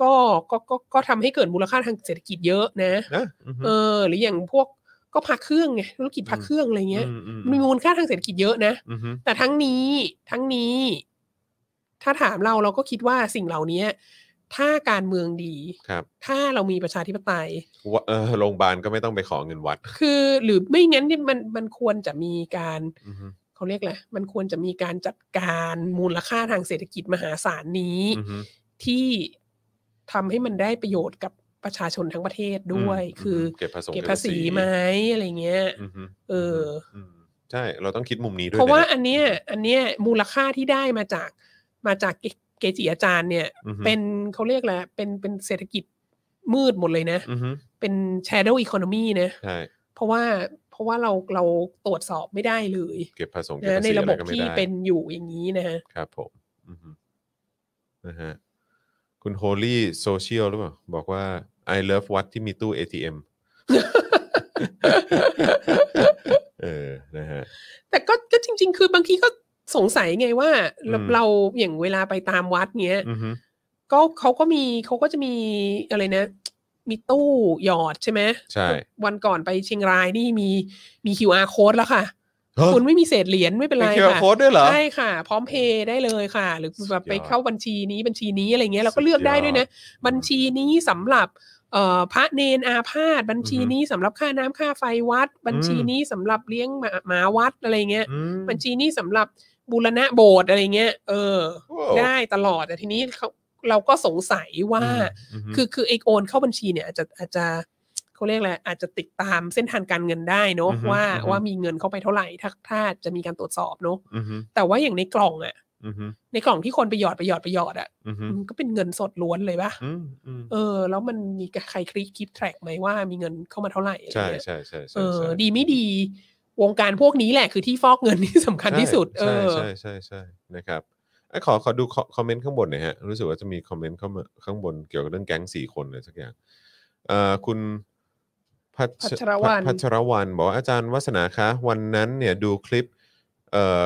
Speaker 3: ก็ก็ก็ก็ทำให้เกิดมูลค่าทางเศรษฐกิจเยอะนะ
Speaker 2: นะอือฮึ
Speaker 3: เออ หรืออย่างพวกก็พักเครื่องไงธุรกิจพักเครื่องอะไรเงี้ย
Speaker 2: อือื
Speaker 3: มันมีมูลค่าทางเศรษฐกิจเยอะนะ
Speaker 2: อือฮึ
Speaker 3: แต่ทั้งนี้ทั้งนี้ ถ้าถามเราเราก็คิดว่าสิ่งเหล่านี้ ถ้าการเมืองดี
Speaker 2: ครับ
Speaker 3: ถ้าเรามีประชาธิปไตย
Speaker 2: วะเออโรงพยาบาลก็ไม่ต้องไปขอเงินวัด
Speaker 3: คือหรือไม่งั้นเนี่ยมันมันควรจะมีการ
Speaker 2: อือฮึ
Speaker 3: เขาเรียกแหละไรมันควรจะมีการจัดการมูลค่าทางเศรษฐกิจมหาศาลนี้
Speaker 2: อือฮึ
Speaker 3: ที่ทำให้มันได้ประโยชน์กับประชาชนทั้งประเทศด้วย
Speaker 2: ม
Speaker 3: คือ
Speaker 2: มเก็บภาษี
Speaker 3: เก็บภาษีไหมอะไรเงี้ย
Speaker 2: อือฮึ
Speaker 3: เออ
Speaker 2: มใช่ เราต้องคิดมุมนี้ด้วย
Speaker 3: เพราะว่า
Speaker 2: ลยน
Speaker 3: อันเนี้ยอันเนี้ยมูลค่าที่ได้มาจากมาจากเกเกจิอาจารย์เนี่ย
Speaker 2: อือฮึ
Speaker 3: เป็นเขาเรียกแหละไรเป็นเป็นเศรษฐกิจมืดหมดเลยนะ
Speaker 2: อือฮึ
Speaker 3: เป็น shadow economy นะ
Speaker 2: ใช่
Speaker 3: เพราะว่าเพราะว่าเราเราตรวจสอบไม่ได้เลย
Speaker 2: เก็บภาษีเก็บ
Speaker 3: นะ
Speaker 2: ภา
Speaker 3: ใน
Speaker 2: ษี
Speaker 3: ระ
Speaker 2: อะ
Speaker 3: บ
Speaker 2: ไร
Speaker 3: บ
Speaker 2: ก็ไม่
Speaker 3: ที่
Speaker 2: ได้
Speaker 3: เป็นอยู่อย่างนี้นะฮ ะ
Speaker 2: ครับผมอือฮึนะฮะคุณโฮลี่โซเชียลหรือเปล่า บอกว่า I love วัดที่มีตู้ ATM เออนะฮะ
Speaker 3: แต่ก็ก็จริง ๆ คือบางทีก็สงสัยไงว่าเรา
Speaker 2: อืม
Speaker 3: เราอย่างเวลาไปตามวัดเนี้ย
Speaker 2: อือฮึ
Speaker 3: ก็เขาก็มีเขาก็จะมีอะไรนะ มีตู้หยอดใช่ไหม
Speaker 2: ใช่
Speaker 3: วันก่อนไปเชียงรายนี่มีมี QR code แล้วค่ะ
Speaker 2: เฮ้ย
Speaker 3: คุณไม่มีเศษเหรียญไม่เป็นไร
Speaker 2: เป็น QR
Speaker 3: ค่ะ
Speaker 2: code ด้วยเหรอ
Speaker 3: ใช่ค่ะ พร้อมเพย์ได้เลยค่ะ หรือแบบ
Speaker 2: สุดยอด
Speaker 3: ไปเข้าบัญชีนี้บัญชีนี้อะไรเงี้ยเราก็เลือกได้ด้วยนะ
Speaker 2: สุดยอด
Speaker 3: บัญชีนี้สำหรับเอ่อพระเนนอาพาธบัญชี
Speaker 2: อือฮึ
Speaker 3: นี้สำหรับค่าน้ำค่าไฟวัด บัญชี
Speaker 2: อืม
Speaker 3: นี้สำหรับเลี้ยงหมาหมาวัดอะไรเงี้ย
Speaker 2: อืม
Speaker 3: บัญชีนี้สำหรับบูรณะโบสถ์อะไรเงี้ยเออ
Speaker 2: โอ้
Speaker 3: ได้ตลอดแต่ทีนี้เขาเราก็สงสัยว่า
Speaker 2: อืมฮึ
Speaker 3: คือคือไอโอนเข้าบัญชีเนี่ยอาจจะอาจจะเขาเรียกอะไรอาจจะติดตามเส้นทางการเงินได้เนอะว่าว่ามีเงินเข้าไปเท่าไหร่ถ้าถ้าจะมีการตรวจสอบเนอะ
Speaker 2: อือฮึ
Speaker 3: แต่ว่าอย่างในกล่องอะ
Speaker 2: อือฮึ
Speaker 3: ในกล่องที่คนไปหยอดไปหยอดไปหยอดอะ
Speaker 2: อือฮึ
Speaker 3: มันก็เป็นเงินสดล้วนเลยปะ
Speaker 2: อืมอืม
Speaker 3: เออ แล้วมันมีใครคลิกคลิปแทร็กไหมว่ามีเงินเข้ามาเท่าไหร่อะไร
Speaker 2: ใช่
Speaker 3: เงี้ย
Speaker 2: ใช่ใช่ใช่
Speaker 3: เออ
Speaker 2: ใช่
Speaker 3: ดีไม่ดีวงการพวกนี้แหละคือที่ฟอกเงินที่สำคัญที่สุด เอ
Speaker 2: ใช่
Speaker 3: อ
Speaker 2: ใช่ใช่ใช่ใช่นะครับเอ้ยขอขอดูคอคอมเมนต์ข้างบนหน่อยฮะ รู้สึกว่าจะมีคอมเมนต์เข้ามาข้างบนเกี่ยวกับเรื่องแก๊งสี่คนเลยสักอย่างเอ่อคุณพั
Speaker 3: พัชรวรรณ
Speaker 2: พัชรวันบอกว่าอาจารย์วัสนาคะ วันนั้นเนี่ยดูคลิปเอ่อ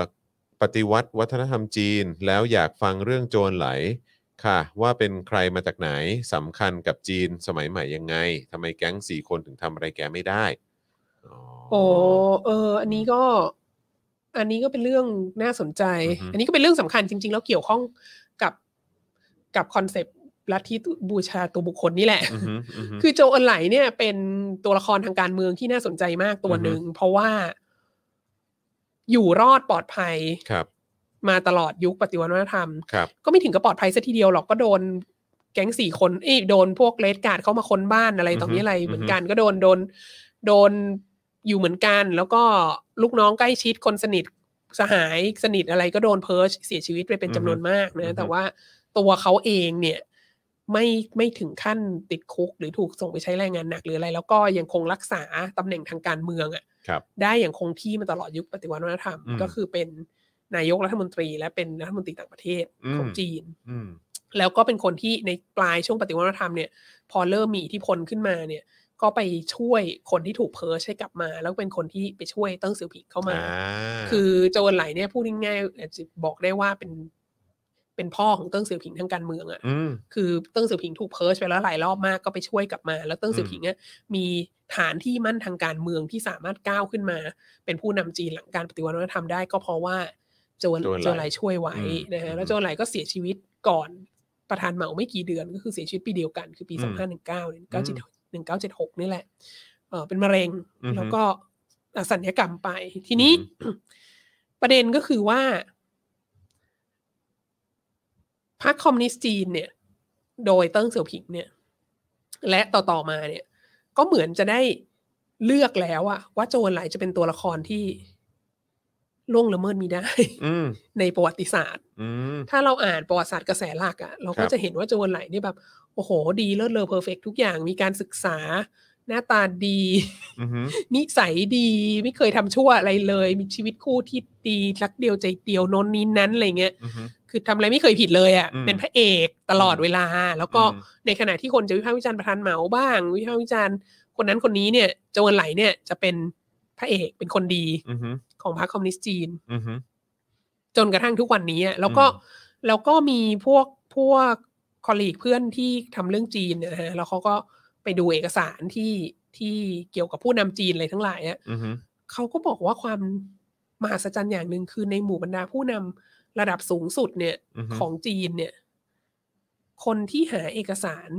Speaker 2: ปฏิวัติวัฒนธรรมจีน แล้วอยากฟังเรื่องโจรไหลค่ะ ว่าเป็นใครมาจากไหนสำคัญกับจีนสมัยใหม่ยังไงทำไมแก๊งสี่คนถึงทำอะไรแกไม่ได้อ๋อ
Speaker 3: โอ้เออ อันนี้ก็ อันนี้ก็เป็นเรื่องน่าสนใจ
Speaker 2: อือฮึ
Speaker 3: อันนี้ก็เป็นเรื่องสำคัญจริง ๆ แล้วเกี่ยวข้องกับกับคอนเซปต์ลัทธิบูชาตัวบุคคลนี่แหละ
Speaker 2: อือฮึอือฮึ
Speaker 3: คือโจอันไหลเนี่ยเป็นตัวละครทางการเมืองที่น่าสนใจมากตัวหนึ่ง เพราะว่าอยู่รอดปลอดภัย
Speaker 2: ครับ
Speaker 3: มาตลอดยุคปฏิวัติวัฒนธรรม
Speaker 2: ครับ
Speaker 3: ก็ไม่ถึงกับปลอดภัยซะทีเดียวหรอกก็โดนแก๊งสี่คนเอ้ยโดนพวกเลดการ์ดเข้ามาค้นบ้านอะไรต่
Speaker 2: อื
Speaker 3: อ
Speaker 2: อฮึ
Speaker 3: มีอะไรเหมือนกัน
Speaker 2: อือฮึ
Speaker 3: ก็โดนโดนโดนอยู่เหมือนกัน แล้วก็ลูกน้องใกล้ชิดคนสนิทสหายสนิทอะไรก็โดนเพิร์ชเสียชีวิตไปเป็นจำนวนมากนะแต่ว่าตัวเขาเองเนี่ยไม่ไม่ถึงขั้นติดคุก หรือถูกส่งไปใช้แรงงานหนักหรืออะไร แล้วก็ยังคงรักษาตำแหน่งทางการเมืองอะ
Speaker 2: ครับ
Speaker 3: ได้อย่างคงที่มาตลอดยุคปฏิวัติวัฒนธรรม
Speaker 2: อืม
Speaker 3: ก็คือเป็นนายกรัฐมนตรี และเป็นรัฐมนตรีต่างประเทศ
Speaker 2: อืม
Speaker 3: ของจีน
Speaker 2: อืม
Speaker 3: แล้วก็เป็นคนที่ในปลายช่วงปฏิวัติวัฒนธรรมเนี่ยพอเริ่มมีอิทธิพลขึ้นมาเนี่ย ก็ไปช่วยคนที่ถูกเพิร์ชให้กลับมา แล้วเป็นคนที่ไปช่วยเติ้งเสี่ยวผิงเข้ามา คือโจรไหลเนี่ยพูดง่ายๆอาจจะบอกได้ว่าเป็นเป็นพ่อของเติ้งเสี่ยวผิงทางการเมืองอะ
Speaker 2: อืม
Speaker 3: คือเติ้งเสี่ยวผิงถูกเพิร์ชไปแล้วหลายรอบมากก็ไปช่วยกลับมา แล้วเติ้งเสี่ยวผิงเนี่ยมีฐานที่มั่นทางการเมืองที่สามารถก้าวขึ้นมา เป็นผู้นำจีนหลังการปฏิวัติวัฒนธรรมได้ก็เพราะว่าโจน
Speaker 2: โจรไหล
Speaker 3: โจรไหลช่วยไว้
Speaker 2: อืม
Speaker 3: นะฮะแล้
Speaker 2: อืม
Speaker 3: วโจรไหลก็เสียชีวิตก่อนประธานเหมาไม่กี่เดือนก็คือเสียชีวิตปีเดียวกันคือปี
Speaker 2: อืม
Speaker 3: สองพันหนึ่งเก้าหนึ่งเก้าเจ็ดหนึ่งเก้าเจ็ดหกนี่แหละเออเป็นมะเร็ง
Speaker 2: อือฮึ
Speaker 3: แล้วก็อ่ะสัญญกรรมไป ทีนี้ ประเด็นก็คือว่า พรรคคอมมิวนิสต์จีนเนี่ย โดยเติ้งเสี่ยวผิงเนี่ย และต่อๆมาเนี่ย ก็เหมือนจะได้เลือกแล้วอะว่าโจรไหลจะเป็นตัวละครที่ล่วงละเมิดมีได้
Speaker 2: ืม
Speaker 3: ในประวัติศาสตร์
Speaker 2: อืม
Speaker 3: ถ้าเราอ่านประวัติศาสตร์กระแสหลักอะเรา
Speaker 2: ครั
Speaker 3: ก็
Speaker 2: บ
Speaker 3: จะเห็นว่าโจรไหลเนี่ยแบบ โอ้โห ดีเลิศเลอเพอร์เฟกทุกอย่างมีการศึกษา หน้าตาดี
Speaker 2: อืม
Speaker 3: นิสัยดีไม่เคยทำชั่วอะไรเลย มีชีวิตคู่ที่ดีรักเดียวใจเดียวโนนนี้นั้นอะไรเงี้ย คือทำอะไรไม่เคยผิดเลยอะ่ะ
Speaker 2: อืม
Speaker 3: เป็นพระเอกตลอดเวลา แล้วก็
Speaker 2: อืม
Speaker 3: ในขณะที่คนจะวิพากษ์วิจารณ์ประธานเหมาบ้าง วิพากษ์วิจารณ์คนนั้นคนนี้เนี่ยโจรไหลเนี่ยจะเป็นพระเอกเป็นคนดี
Speaker 2: อืม
Speaker 3: ของพรรคคอมมิวนิสต์จีน
Speaker 2: อืม
Speaker 3: จนกระทั่งทุกวันนี้อะแล้วก็
Speaker 2: อืม
Speaker 3: แล้วก็มีพวกพวกคอลลีกเพื่อนที่ทำเรื่องจีนเนี่ยนะฮะแล้วเขาก็ไปดูเอกสารที่ที่เกี่ยวกับผู้นำจีนอะไรทั้งหลายอะ
Speaker 2: อืม
Speaker 3: เขาก็บอกว่าความมหัศจรรย์อย่างหนึ่งคือในหมู่บรรดาผู้นำระดับสูงสุดเนี่ย
Speaker 2: อือฮึ
Speaker 3: ของจีนเนี่ย คนที่หาเอกสาร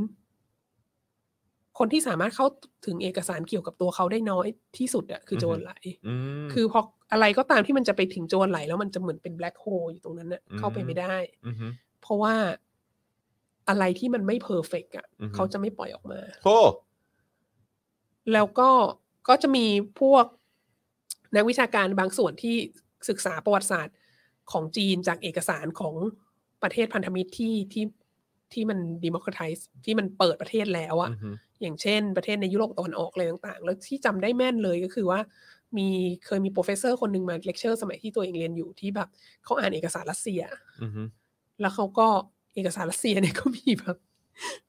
Speaker 3: คนที่สามารถเข้าถึงเอกสารเกี่ยวกับตัวเขาได้น้อยที่สุดอะคือโจรไหล
Speaker 2: อืม
Speaker 3: คือพออะไรก็ตามที่มันจะไปถึงโจรไหล แล้วมันจะเหมือนเป็นแบล็คโฮลอยู่ตรงนั้นน่ะ
Speaker 2: อืม
Speaker 3: เข้าไปไม่ได้
Speaker 2: อหือ
Speaker 3: เพราะว่าอะไรที่มันไม่เพอร์เฟกอ่ะ
Speaker 2: อือฮึ
Speaker 3: เขาจะไม่ปล่อยออกมา
Speaker 2: โธ่
Speaker 3: แล้วก็ก็จะมีพวกนักวิชาการบางส่วนที่ศึกษาประวัติศาสตร์ของจีนจากเอกสารของประเทศพันธมิตรที่ที่ที่มันดิมอคร t i ซ์ที่มันเปิดประเทศแล้วอะ
Speaker 2: อือหือ
Speaker 3: อย่างเช่นประเทศในยุโรปตะวันออกอะไรต่างๆ แล้วที่จำได้แม่นเลยก็คือว่ามีเคยมีโปรเฟสเซอร์คนหนึ่งมาเลคเชอร์สมัยที่ตัวเองเรียนอยู่ที่แบบเขาอ่านเอกสารรัสเซีย
Speaker 2: อือหือ
Speaker 3: แล้วเขาก็เอกสารรัสเซียเนี่ยก็มีแบบ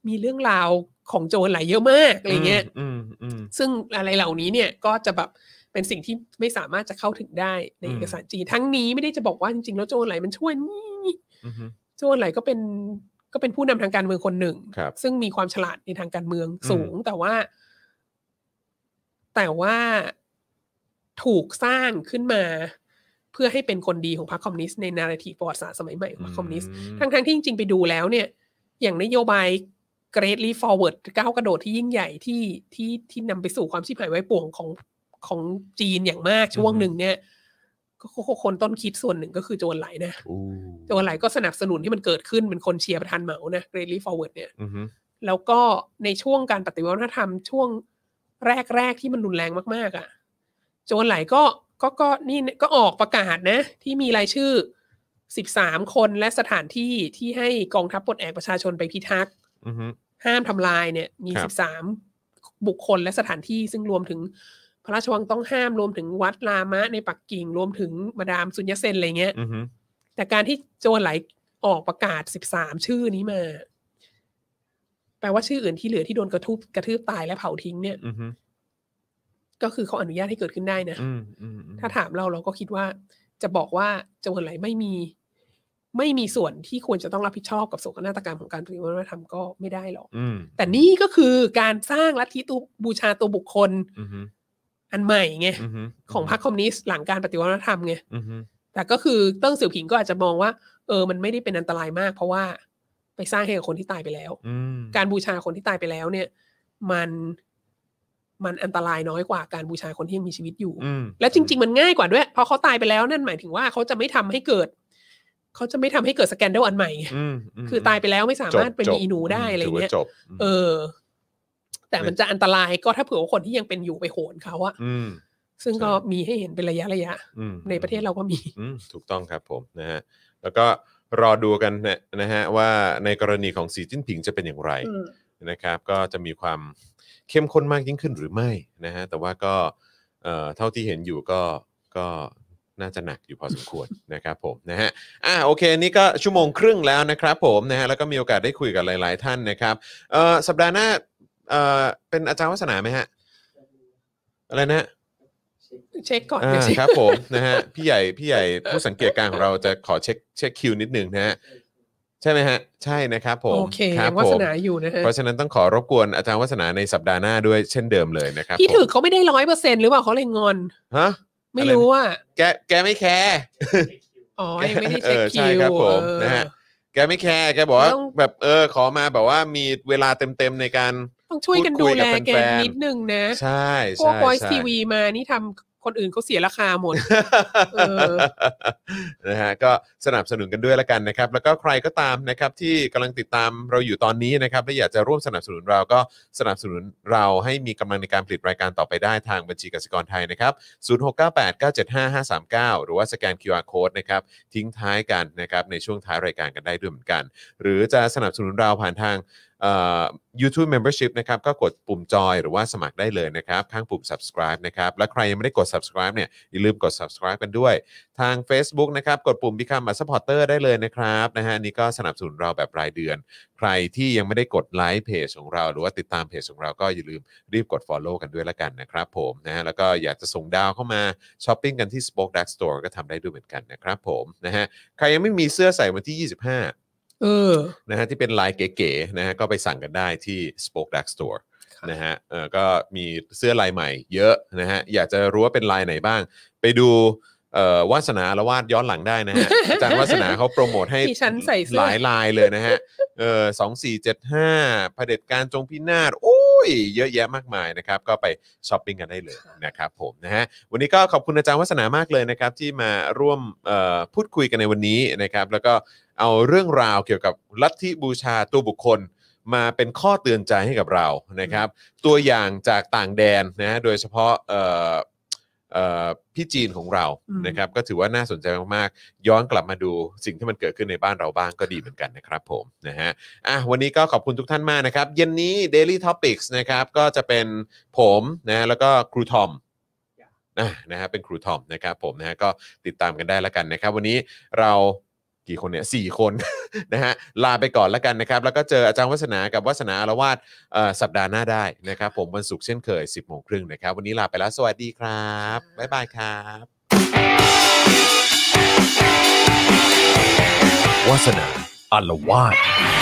Speaker 3: มีเรื่องราวของโจรหลายเยอะมากอะไรเงี้ย
Speaker 2: อืมอืม
Speaker 3: ซึ่งอะไรเหล่านี้เนี่ยก็จะแบบเป็นสิ่งที่ไม่สามารถจะเข้าถึงได้ใน
Speaker 2: อืม
Speaker 3: เอกสารจีนทั้งนี้ไม่ได้จะบอกว่าจริงๆแล้วโจรไหลมันช่วยนี่
Speaker 2: อืมอืม
Speaker 3: โจรไหลก็เป็นก็เป็นผู้นำทางการเมืองคนหนึ่ง
Speaker 2: ครับ
Speaker 3: ซึ่งมีความฉลาดในทางการเมืองสูง แต่ว่า แต่ว่าถูกสร้างขึ้นมา เพื่อให้เป็นคนดีของพรรคคอมมิวนิสต์ในนาราทีประวัติศาสตร์สมัยใหม่ของพรรคคอมมิวนิสต์ทั้งๆที่จริงๆไปดูแล้วเนี่ย อย่างนโยบาย greatly forward ก้าวกระโดดที่ยิ่งใหญ่ที่ที่ที่นำไปสู่ความชิบหายไว้ป่วงของของจีนอย่างมากช่วง
Speaker 2: อืม
Speaker 3: หนึ่งเนี่ยก็ก็คนต้นคิดส่วนหนึ่งก็คือโจรไหลนะ
Speaker 2: อู้
Speaker 3: ตัวอะไรก็สนับสนุนที่มันเกิดขึ้นเป็นคนเชียร์ประธานเหมานะเกรลี่ฟอร์เวิร์ดเนี่ย
Speaker 2: อือหือ
Speaker 3: แล้วก็ในช่วงการปฏิวัติวัฒนธรรมช่วงแรก ๆ ที่มันรุนแรงมาก ๆอะ่ะ โจรไหลก็ก็ก็นี่เนี่ยก็ออกประกาศนะ ที่มีรายชื่อ 13 คนและสถานที่ที่ให้กองทัพปลดแอกประชาชนไปพิทักษ์
Speaker 2: อือหือ
Speaker 3: ห้ามทำลายเนี่ย มี
Speaker 2: ครับ
Speaker 3: 13 บุคคลและสถานที่ซึ่งรวมถึงพระราชวังต้องห้ามรวมถึงวัดลามะในปักกิ่งรวมถึงมาดามซุนยเซนอะไรเงี้ย
Speaker 2: อือหือ
Speaker 3: แต่การที่โจรไหลออกประกาศ 13 ชื่อนี้มา แปลว่าชื่ออื่นที่เหลือที่โดนกระทุบกระทืบตายและเผาทิ้งเนี่ย
Speaker 2: อือหือ
Speaker 3: ก็คือเขาอนุญาตให้เกิดขึ้นได้นะ
Speaker 2: อืมอืมอืม
Speaker 3: ถ้าถามเราเราก็คิดว่า จะบอกว่าโจรไหลไม่มี ไม่มีส่วนที่ควรจะต้องรับผิดชอบกับโศกนาฏกรรมของการปฏิวัติวัฒนธรรมก็ไม่ได้หรอก
Speaker 2: อืม
Speaker 3: แต่นี่ก็คือการสร้างลัทธิตัวบูชาตัวบุคคล
Speaker 2: อือหือ
Speaker 3: อันใหม่ไง
Speaker 2: อือหือ
Speaker 3: ของพรรคคอมมิวนิสต์หลังการปฏิวัติวัฒนธรรมไง
Speaker 2: อือหือ
Speaker 3: แต่ก็คือเติ้งเสี่ยวผิงก็อาจจะมองว่า เออ มันไม่ได้เป็นอันตรายมาก เพราะว่าไปสร้างให้กับคนที่ตายไปแล้ว
Speaker 2: อืม
Speaker 3: การบูชาคนที่ตายไปแล้วเนี่ย มันมันอันตรายน้อยกว่าการบูชาคนที่ยังมีชีวิตอยู่
Speaker 2: อืม
Speaker 3: และจริง ๆ มันง่ายกว่าด้วย เพราะเขาตายไปแล้วนั่นหมายถึงว่าเขาจะไม่ทำให้เกิด เขาจะไม่ทำให้เกิดสแกนเดลอันใหม่ไง
Speaker 2: อืมม
Speaker 3: คือตายไปแล้วไม่สามารถเป็น
Speaker 2: จบ
Speaker 3: มีอีหนูได้อะไร
Speaker 2: ถื
Speaker 3: เงี้
Speaker 2: ว่าย จบ
Speaker 3: เออ แต่มันจะอันตรายก็ถ้าเผื่อว่าคนที่ยังเป็นอยู่ไปโหนเขาอะ
Speaker 2: ม
Speaker 3: ซึ่งก็มีให้เห็นเป็นระยะระยะ
Speaker 2: อืม
Speaker 3: ในประเทศเราก็มี
Speaker 2: อืมถูกต้องครับผมนะฮะแล้วก็รอดูกันนะนะฮะว่าในกรณีของสีจิ้นผิงจะเป็นอย่างไร นะครับก็จะมีความเข้มข้นมากยิ่งขึ้นหรือไม่นะฮะแต่ว่าก็เอ่อเท่าที่เห็นอยู่ก็ก็น่าจะหนักอยู่พอสมควร นะครับผมนะฮะอ่าโอเคนี่ก็ชั่วโมงครึ่งแล้วนะครับผมนะฮะแล้วก็มีโอกาสได้คุยกับหลาย ๆ ท่านนะครับเอ่อสัปดาห์หน้าเอ่อเป็นอาจารย์วัฒนาไหมฮะอะไรนะฮะ
Speaker 3: เช็คก่อน
Speaker 2: อ่า
Speaker 3: เดี๋ยวเช็ค
Speaker 2: ครับผมนะฮะพี่ใหญ่พี่ใหญ่ผู้สังเกตการณ์ของเราจะขอเช็คเช็คคิวนิดนึงนะฮะใช่ไหมฮะใช่นะครับผม
Speaker 3: โอเค
Speaker 2: รั
Speaker 3: ยั
Speaker 2: บ
Speaker 3: งวา
Speaker 2: ผ
Speaker 3: ส
Speaker 2: ม
Speaker 3: นาอยู่นะฮะ
Speaker 2: เพราะฉะนั้นต้องขอรบกวนอาจารย์วัฒนาในสัปดาห์หน้าด้วยเช่นเดิมเลยนะครับ
Speaker 3: พี่ถึก
Speaker 2: ผม
Speaker 3: เขาไม่ได้ร้อยเปอร์เซ็นหรือเปล่าเขาเลยงอน
Speaker 2: ฮะ
Speaker 3: ไม่
Speaker 2: อะไร
Speaker 3: รู้ว่า
Speaker 2: แกแกไม่แคร์
Speaker 3: อ๋อยังไม่ได้เช็ค
Speaker 2: เออใช่
Speaker 3: คิว
Speaker 2: ครับผม
Speaker 3: เออ
Speaker 2: นะฮะ แกไม่แคร์แกบอกว่า
Speaker 3: ต้อง
Speaker 2: แบบเออขอมาแบบว่ามีเวลาเต็มๆในการ
Speaker 3: ต้องช่วยกัน
Speaker 2: พู
Speaker 3: ดู
Speaker 2: ดคุยกั
Speaker 3: แล
Speaker 2: บ
Speaker 3: แก
Speaker 2: แฟนๆ
Speaker 3: นิดนึงนะ
Speaker 2: ใช่
Speaker 3: พวก
Speaker 2: ใช่
Speaker 3: บอยที
Speaker 2: ใช่
Speaker 3: วีมานี่ทำคนอื่นเขาเสียราคาหมด เออ
Speaker 2: นะฮะก็สนับสนุนกันด้วยละกันนะครับ แล้วก็ใครก็ตามนะครับที่กำลังติดตามเราอยู่ตอนนี้นะครับและอยากจะร่วมสนับสนุนเราก็สนับสนุนเราให้มีกำลังในการผลิตรายการต่อไปได้ทางบัญชีกสิกรไทยนะครับ 0698975539 หรือว่าสแกน QR Code นะครับทิ้งท้ายกันนะครับในช่วงท้ายรายการกันได้ด้วยเหมือนกัน หรือจะสนับสนุนเราผ่านทาง เอ่อ YouTube Membership นะครับ ก็กดปุ่มจอยหรือว่าสมัครได้เลยนะครับ ข้างปุ่ม subscribe นะครับ และใครยังไม่ได้กด subscribe เนี่ย อย่าลืมกด subscribe กันด้วย ทาง Facebook นะครับ กดปุ่ม Become a supporter ได้เลยนะครับนะฮะอันนี่ก็สนับสนุนเราแบบรายเดือน ใครที่ยังไม่ได้กดไลค์เพจของเรา หรือว่าติดตามเพจของเราก็อย่าลืมรีบกด Follow กันด้วยละกันนะครับผมนะฮะแล้วก็อยากจะส่งดาวเข้ามาช้อปปิ้งกันที่ Spoke Dark Store ก็ทำได้ด้วยเหมือนกันนะครับผมนะฮะใครยังไม่มีเสื้อใส่วันที่ 25
Speaker 3: เอ อ
Speaker 2: นะฮะที่เป็นลายเก๋ๆนะฮะก็ไปสั่งกันได้ที่ Spoke Dark Store
Speaker 3: ครับ
Speaker 2: นะฮะเออก็มีเสื้อลายใหม่เยอะนะฮะอยากจะรู้ว่าเป็นลายไหนบ้าง ไปดูเอ่อวาสนาละวาดย้อนหลังได้นะฮะ อาจารย์วาสนาเขาโปรโมทให้
Speaker 3: ดิฉันใส่เสื้อ
Speaker 2: หลายลายเลยนะฮะ เออสองสี่เจ็ดห้าเผด็จการจงพินาศโอ้ย เยอะแยะมากมายนะครับ ก็ไปช้อปปิ้งกันได้เลยนะครับผมนะฮะวันนี้ก็ขอบคุณอาจารย์วัฒนามากเลยนะครับ ที่มาร่วมเอ่อพูดคุยกันในวันนี้นะครับ แล้วก็เอาเรื่องราวเกี่ยวกับลัทธิบูชาตัวบุคคล มาเป็นข้อเตือนใจให้กับเรานะครับ ตัวอย่างจากต่างแดนนะฮะโดยเฉพาะเอ่อเอ่อพี่จีนของเรา
Speaker 3: อืม
Speaker 2: นะครับ ก็ถือว่าน่าสนใจมากๆ ย้อนกลับมาดูสิ่งที่มันเกิดขึ้นในบ้านเราบ้างก็ดีเหมือนกันนะครับผมนะฮะ อ่ะวันนี้ก็ขอบคุณทุกท่านมากนะครับ เย็นนี้ Daily Topics นะครับก็จะเป็นผมนะแล้วก็ครูทอมนะนะฮะเป็นครูทอมนะครับผมนะฮะก็ติดตามกันได้แล้วกันนะครับ วันนี้เรากี่คนเนี่ยสี่คน นะฮะลาไปก่อนแล้วกันนะครับ แล้วก็เจออาจารย์วัฒนากับวัฒนาอาละวาดเอ่อสัปดาห์หน้าได้นะครับ ผมวันศุกร์เช่นเคย 10บโมงครึ่งนะครับ วันนี้ลาไปแล้วสวัสดีครับบ๊ายบายครับ
Speaker 1: วาสนาอารวาส